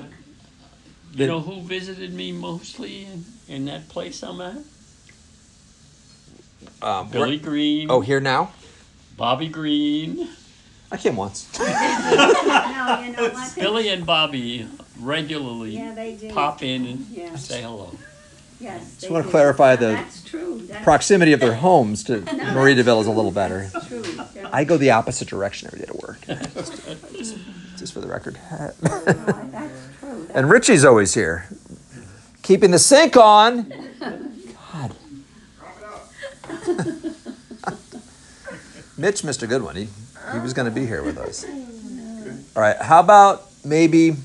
[SPEAKER 2] They-
[SPEAKER 4] you know who visited me mostly in, in that place I'm at?
[SPEAKER 2] Um,
[SPEAKER 4] Billy Green,
[SPEAKER 2] Oh, here now.
[SPEAKER 4] Bobby Green.
[SPEAKER 2] I came once.
[SPEAKER 3] No, you know what? They-
[SPEAKER 4] Billy and Bobby regularly
[SPEAKER 3] Yeah, they did.
[SPEAKER 4] pop in and
[SPEAKER 3] Yeah.
[SPEAKER 4] say hello.
[SPEAKER 3] Yes. Just
[SPEAKER 2] wanna clarify the
[SPEAKER 3] That's true. That's
[SPEAKER 2] Proximity of their homes to Margaritaville is a little better.
[SPEAKER 3] true. That's
[SPEAKER 2] I go the opposite direction every day to work. Just, just for the record.
[SPEAKER 3] right. That's true. That's
[SPEAKER 2] And Richie's always here, keeping the sink on. God.
[SPEAKER 7] Wrap it up.
[SPEAKER 2] Mitch missed a good one. He, he was going to be here with us. All right. How about maybe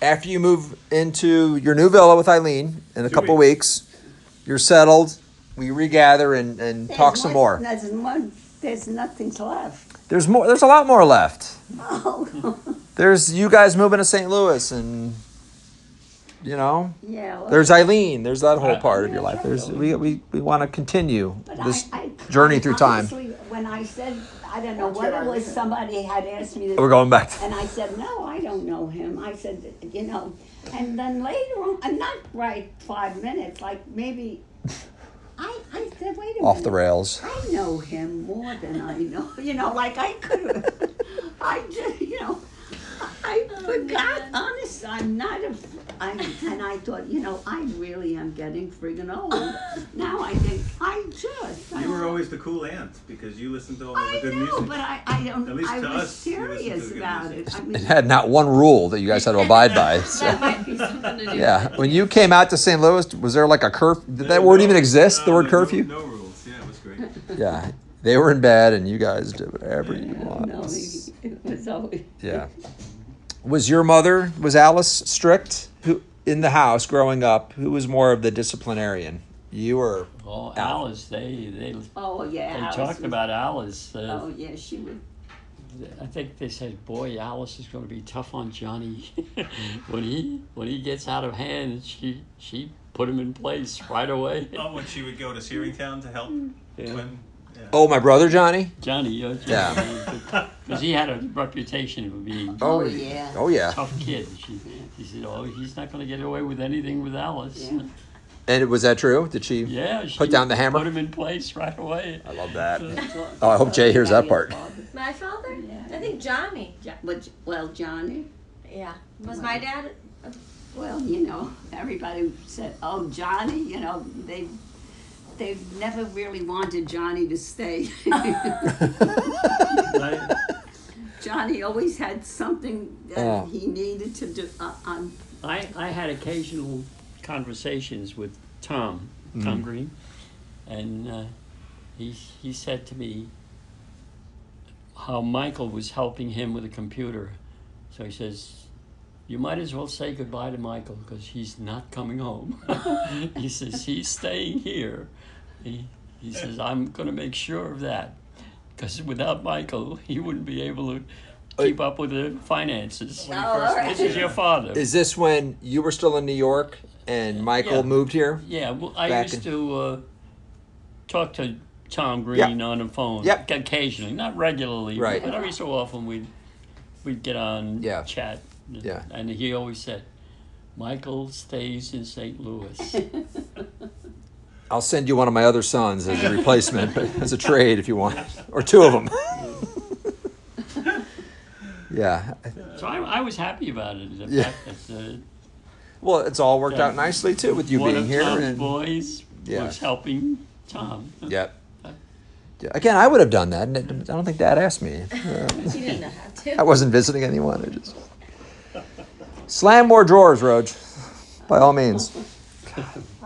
[SPEAKER 2] after you move into your new villa with Eileen in a couple weeks. you're settled, we regather and, and
[SPEAKER 3] There's
[SPEAKER 2] talk some more.
[SPEAKER 3] one- There's one, there's nothing left.
[SPEAKER 2] There's more. There's a lot more left.
[SPEAKER 3] Oh,
[SPEAKER 2] There's you guys moving to St. Louis and. You know,
[SPEAKER 3] yeah. well,
[SPEAKER 2] there's Eileen. There's that whole part of your life. There's we we, we want to continue
[SPEAKER 3] but
[SPEAKER 2] this
[SPEAKER 3] I- I-
[SPEAKER 2] journey through time.
[SPEAKER 3] honestly, When I said, I don't know what it was, somebody had asked me this.
[SPEAKER 2] We're going back.
[SPEAKER 3] And I said, no, I don't know him. I said, you know, and then later on, and not right five minutes, like maybe, I, I said, wait a
[SPEAKER 2] off
[SPEAKER 3] minute.
[SPEAKER 2] the rails.
[SPEAKER 3] I know him more than I know, you know, like I could have, I just, you know, I
[SPEAKER 8] Oh,
[SPEAKER 3] forgot, honest, I'm not a, I, and I thought, you know, I really am getting friggin' old. Now I think, I just.
[SPEAKER 5] You were always the cool aunt because you listened to all of the
[SPEAKER 3] I
[SPEAKER 5] good
[SPEAKER 3] know,
[SPEAKER 5] music.
[SPEAKER 3] but I, I don't,
[SPEAKER 5] At least
[SPEAKER 3] I
[SPEAKER 5] to
[SPEAKER 3] was
[SPEAKER 5] us, you listen to
[SPEAKER 3] serious
[SPEAKER 5] good
[SPEAKER 3] about it.
[SPEAKER 5] music.
[SPEAKER 3] I
[SPEAKER 2] It
[SPEAKER 3] mean,
[SPEAKER 2] had not one rule that you guys had to abide by. So.
[SPEAKER 8] That might be something to do.
[SPEAKER 2] Yeah, when you came out to St. Louis, was there like a curfew? Did that word even exist? The
[SPEAKER 5] No,
[SPEAKER 2] word
[SPEAKER 5] no-
[SPEAKER 2] curfew?
[SPEAKER 5] No, rules. Yeah, it was great.
[SPEAKER 2] Yeah, they were in bed, and you guys did whatever you
[SPEAKER 3] no,
[SPEAKER 2] want.
[SPEAKER 3] he- it was always.
[SPEAKER 2] Yeah. Was your mother was Alice strict? Who in the house growing up? Who was more of the disciplinarian? You were.
[SPEAKER 4] Oh, Alice, they they, they
[SPEAKER 3] Oh, yeah. Alice
[SPEAKER 4] talked
[SPEAKER 3] was-
[SPEAKER 4] about Alice. Uh,
[SPEAKER 3] Oh, yeah, she would.
[SPEAKER 4] I think they said, "Boy, Alice is going to be tough on Johnny when he when he gets out of hand." She she put him in place right away.
[SPEAKER 5] Oh, when she would go to Searingtown to help.
[SPEAKER 4] Yeah.
[SPEAKER 5] When,
[SPEAKER 2] Oh, my brother Johnny.
[SPEAKER 4] Johnny, uh,
[SPEAKER 2] Yeah.
[SPEAKER 4] because he had a reputation of being a
[SPEAKER 3] Oh, yeah.
[SPEAKER 2] Oh yeah.
[SPEAKER 4] tough kid. She, she said, "Oh, he's not going to get away with anything with Alice."
[SPEAKER 3] Yeah.
[SPEAKER 2] And was that true? Did she?
[SPEAKER 4] Yeah, she
[SPEAKER 2] Put down the hammer?
[SPEAKER 4] Put him in place right away.
[SPEAKER 2] I love that. Oh, I hope Jay hears that part.
[SPEAKER 6] My father?
[SPEAKER 3] Yeah.
[SPEAKER 6] I think Johnny.
[SPEAKER 3] But, well, Johnny,
[SPEAKER 6] Yeah. Was my dad?
[SPEAKER 3] well, you know, everybody said, oh, Johnny, you know, they, they've never really wanted Johnny to stay.
[SPEAKER 4] Right?
[SPEAKER 3] Johnny always had something that
[SPEAKER 2] Oh.
[SPEAKER 3] he needed to do. Uh, um,
[SPEAKER 4] I, I had occasional conversations with Tom, Tom Green, and uh, he, he said to me how Michael was helping him with a computer. So he says, You might as well say goodbye to Michael because he's not coming home. he says, He's staying here. He, he says, I'm going to make sure of that because without Michael, he wouldn't be able to keep up with the finances.
[SPEAKER 3] Oh, all right.
[SPEAKER 4] This is your father.
[SPEAKER 2] Is this when you were still in New York and Michael
[SPEAKER 4] Yeah.
[SPEAKER 2] moved here?
[SPEAKER 4] Yeah, well, I
[SPEAKER 2] Back
[SPEAKER 4] used
[SPEAKER 2] in-
[SPEAKER 4] to uh, talk to Tom Green
[SPEAKER 2] Yeah.
[SPEAKER 4] on the phone.
[SPEAKER 2] Yeah.
[SPEAKER 4] Occasionally, not regularly,
[SPEAKER 2] Right.
[SPEAKER 4] but every so often we'd we'd get on
[SPEAKER 2] Yeah.
[SPEAKER 4] chat. and-
[SPEAKER 2] Yeah.
[SPEAKER 4] And he always said, Michael stays in St. Louis.
[SPEAKER 2] I'll send you one of my other sons as a replacement, but as a trade if you want, or two of them. yeah.
[SPEAKER 4] so I, I was happy about it. The
[SPEAKER 2] Yeah.
[SPEAKER 4] fact that, uh,
[SPEAKER 2] Well, it's all worked out nicely too with you
[SPEAKER 4] one
[SPEAKER 2] being
[SPEAKER 4] of
[SPEAKER 2] here.
[SPEAKER 4] Tom's
[SPEAKER 2] And,
[SPEAKER 4] boys
[SPEAKER 2] Yeah.
[SPEAKER 4] was helping Tom.
[SPEAKER 2] yep. Yeah, Again, I would have done that. and I don't think Dad asked me.
[SPEAKER 6] You didn't know how to.
[SPEAKER 2] I wasn't visiting anyone. I just slam more drawers, Roj. By all means.
[SPEAKER 3] I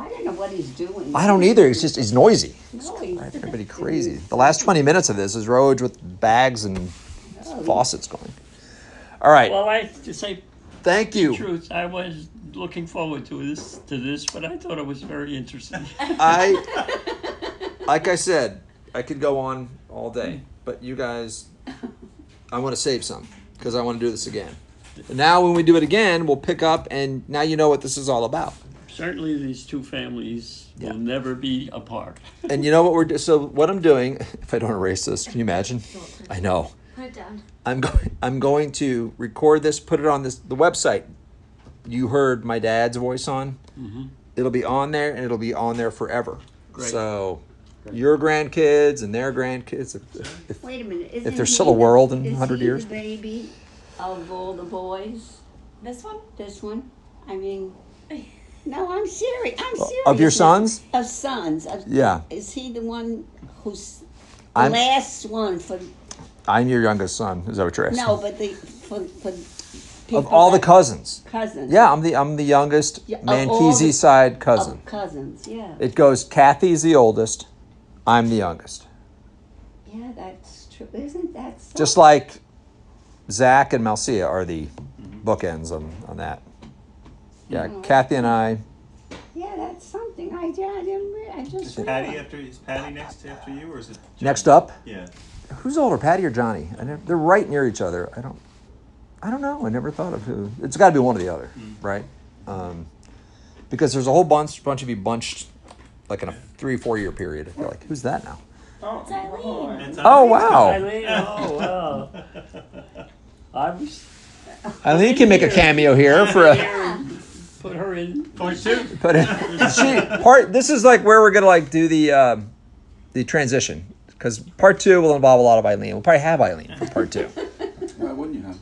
[SPEAKER 3] don't know what he's doing.
[SPEAKER 2] I don't either. It's just he's noisy.
[SPEAKER 3] No, he's
[SPEAKER 2] Everybody crazy. The last 20 minutes of this is Roj with bags and faucets going. All right.
[SPEAKER 4] Well, I to say
[SPEAKER 2] Thank
[SPEAKER 4] the
[SPEAKER 2] you.
[SPEAKER 4] truth, I was looking forward to this to this, but I thought it was very interesting.
[SPEAKER 2] I like I said, I could go on all day, but you guys I want to save some because I want to do this again. Now when we do it again, we'll pick up and now you know what this is all about.
[SPEAKER 4] Certainly, these two families
[SPEAKER 2] Yeah.
[SPEAKER 4] will never be apart.
[SPEAKER 2] And you know what we're do- so what I'm doing, if I don't erase this, can you imagine? I know.
[SPEAKER 6] Put it down.
[SPEAKER 2] I'm going. I'm going to record this, put it on this the website. You heard my dad's voice on. It'll be on there, and it'll be on there forever.
[SPEAKER 4] Great.
[SPEAKER 2] So, your grandkids and their grandkids. if- if-
[SPEAKER 3] Wait a minute. Isn't
[SPEAKER 2] there's
[SPEAKER 3] he
[SPEAKER 2] still a
[SPEAKER 3] the-
[SPEAKER 2] world in
[SPEAKER 3] is
[SPEAKER 2] 100
[SPEAKER 3] he
[SPEAKER 2] years?
[SPEAKER 3] the baby of all the boys.
[SPEAKER 6] This one?
[SPEAKER 3] This one. I mean, no, I'm serious. I'm serious.
[SPEAKER 2] of your
[SPEAKER 3] now.
[SPEAKER 2] sons,
[SPEAKER 3] Of sons. Of,
[SPEAKER 2] Yeah.
[SPEAKER 3] Is he the one who's the
[SPEAKER 2] I'm-
[SPEAKER 3] last one for
[SPEAKER 2] I'm your youngest son. Is that what you're asking?
[SPEAKER 3] no, but the for for people
[SPEAKER 2] Of all the
[SPEAKER 3] that-
[SPEAKER 2] cousins.
[SPEAKER 3] cousins.
[SPEAKER 2] Yeah, I'm the I'm the youngest
[SPEAKER 3] Yeah, of all
[SPEAKER 2] Mankisi
[SPEAKER 3] the-
[SPEAKER 2] side
[SPEAKER 3] Of
[SPEAKER 2] cousin.
[SPEAKER 3] cousins. Yeah.
[SPEAKER 2] It goes Kathy's the oldest. I'm the youngest.
[SPEAKER 3] yeah, that's true. Isn't that so?
[SPEAKER 2] Just like Zach and Malcia are the bookends on, on that. Yeah, Kathy and I.
[SPEAKER 3] yeah, that's something. I, I didn't. Re- I just.
[SPEAKER 5] Patty
[SPEAKER 3] realized.
[SPEAKER 5] after is Patty next after you or is it?
[SPEAKER 2] Next up,
[SPEAKER 5] Yeah.
[SPEAKER 2] who's older, Patty or Johnny? I never, they're right near each other. I don't, I don't know. I never thought of who. It's got to be one or the other, right? Um, because there's a whole bunch, bunch of you bunched, like in a three, four year period. You're like, who's that now?
[SPEAKER 7] Oh,
[SPEAKER 6] Eileen.
[SPEAKER 5] And
[SPEAKER 2] Oh
[SPEAKER 5] Tom-
[SPEAKER 2] wow,
[SPEAKER 4] Eileen, oh wow! I was
[SPEAKER 2] Eileen can make a cameo here for a.
[SPEAKER 4] put her in.
[SPEAKER 5] Point two.
[SPEAKER 2] But she, part this is like where we're gonna like do the um, the transition because part two will involve a lot of Eileen. We'll probably have Eileen for part two.
[SPEAKER 7] why wouldn't you have?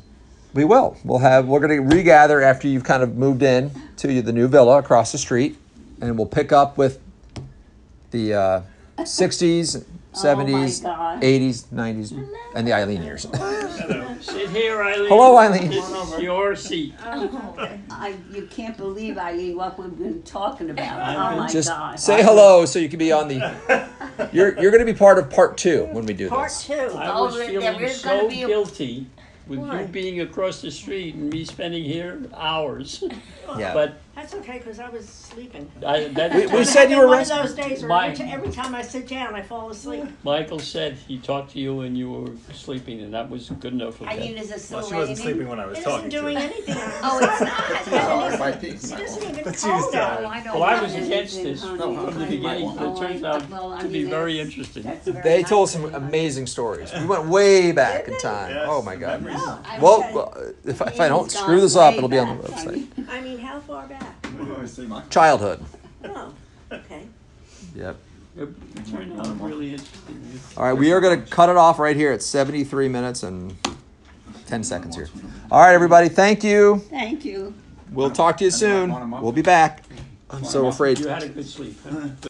[SPEAKER 2] we will. We'll have. We're gonna regather after you've kind of moved in to the new villa across the street, and we'll pick up with the uh, '60s, '70s,
[SPEAKER 3] God.
[SPEAKER 2] '80s, '90s, and the Eileen years.
[SPEAKER 3] Oh
[SPEAKER 4] Sit here, Eileen.
[SPEAKER 2] Hello, Eileen.
[SPEAKER 4] This is your seat.
[SPEAKER 3] Uh, I, you can't believe Eileen what we've been talking about. oh my
[SPEAKER 2] Just
[SPEAKER 3] God.
[SPEAKER 2] say hello so you can be on the. You're you're gonna be part of part two when we do
[SPEAKER 3] Part
[SPEAKER 2] this.
[SPEAKER 3] two.
[SPEAKER 4] I was
[SPEAKER 3] there-
[SPEAKER 4] feeling
[SPEAKER 3] there is
[SPEAKER 4] so
[SPEAKER 3] gonna be a-
[SPEAKER 4] guilty with
[SPEAKER 8] Why?
[SPEAKER 4] you being across the street and me spending here hours.
[SPEAKER 2] Yeah.
[SPEAKER 4] But
[SPEAKER 8] That's okay, because I was sleeping.
[SPEAKER 4] I, that's
[SPEAKER 2] We- we
[SPEAKER 8] It's
[SPEAKER 2] said you
[SPEAKER 8] been
[SPEAKER 2] were
[SPEAKER 8] one
[SPEAKER 2] rest-
[SPEAKER 8] of those days where
[SPEAKER 4] My-
[SPEAKER 8] every, t- every time I sit down, I fall asleep.
[SPEAKER 4] Michael said he talked to you and you were sleeping, and that was good enough for
[SPEAKER 3] Eileen
[SPEAKER 4] him.
[SPEAKER 3] is a still
[SPEAKER 5] Well, she wasn't sleeping when I was
[SPEAKER 8] It
[SPEAKER 5] talking
[SPEAKER 8] isn't
[SPEAKER 5] to
[SPEAKER 8] doing
[SPEAKER 5] her.
[SPEAKER 8] anything.
[SPEAKER 3] Oh, it's not.
[SPEAKER 7] By peace.
[SPEAKER 8] It isn't even
[SPEAKER 5] Let's use
[SPEAKER 8] cold
[SPEAKER 5] that.
[SPEAKER 8] out.
[SPEAKER 3] Oh, I don't
[SPEAKER 4] Well, I
[SPEAKER 3] want
[SPEAKER 4] was against
[SPEAKER 3] anything,
[SPEAKER 4] this
[SPEAKER 3] honey.
[SPEAKER 4] from the beginning, but it turns out
[SPEAKER 3] Well, I
[SPEAKER 4] to be
[SPEAKER 3] mean,
[SPEAKER 4] very
[SPEAKER 3] that's-
[SPEAKER 4] interesting.
[SPEAKER 3] that's very
[SPEAKER 2] They
[SPEAKER 3] nice
[SPEAKER 2] told
[SPEAKER 3] of
[SPEAKER 2] some
[SPEAKER 3] you.
[SPEAKER 2] amazing stories. We went way back in time.
[SPEAKER 5] Yes,
[SPEAKER 2] oh my
[SPEAKER 5] the
[SPEAKER 2] god.
[SPEAKER 5] memories.
[SPEAKER 3] I
[SPEAKER 2] Well,
[SPEAKER 3] was-
[SPEAKER 2] well, if, I- if
[SPEAKER 3] Amy's
[SPEAKER 2] I don't
[SPEAKER 3] gone
[SPEAKER 2] screw this up,
[SPEAKER 3] way
[SPEAKER 2] it'll be on the
[SPEAKER 3] back. I
[SPEAKER 2] website.
[SPEAKER 3] mean,
[SPEAKER 8] I mean, how far back?
[SPEAKER 7] Oh, I see my.
[SPEAKER 2] Childhood.
[SPEAKER 8] Oh, okay.
[SPEAKER 2] Yep.
[SPEAKER 4] It turned out really interesting.
[SPEAKER 2] All right, we are going to cut it off right here at 73 minutes and 10 seconds here. All right, everybody, thank you.
[SPEAKER 3] Thank you.
[SPEAKER 2] We'll talk to you soon. We'll be back. I'm so afraid.
[SPEAKER 4] You had a good sleep. huh?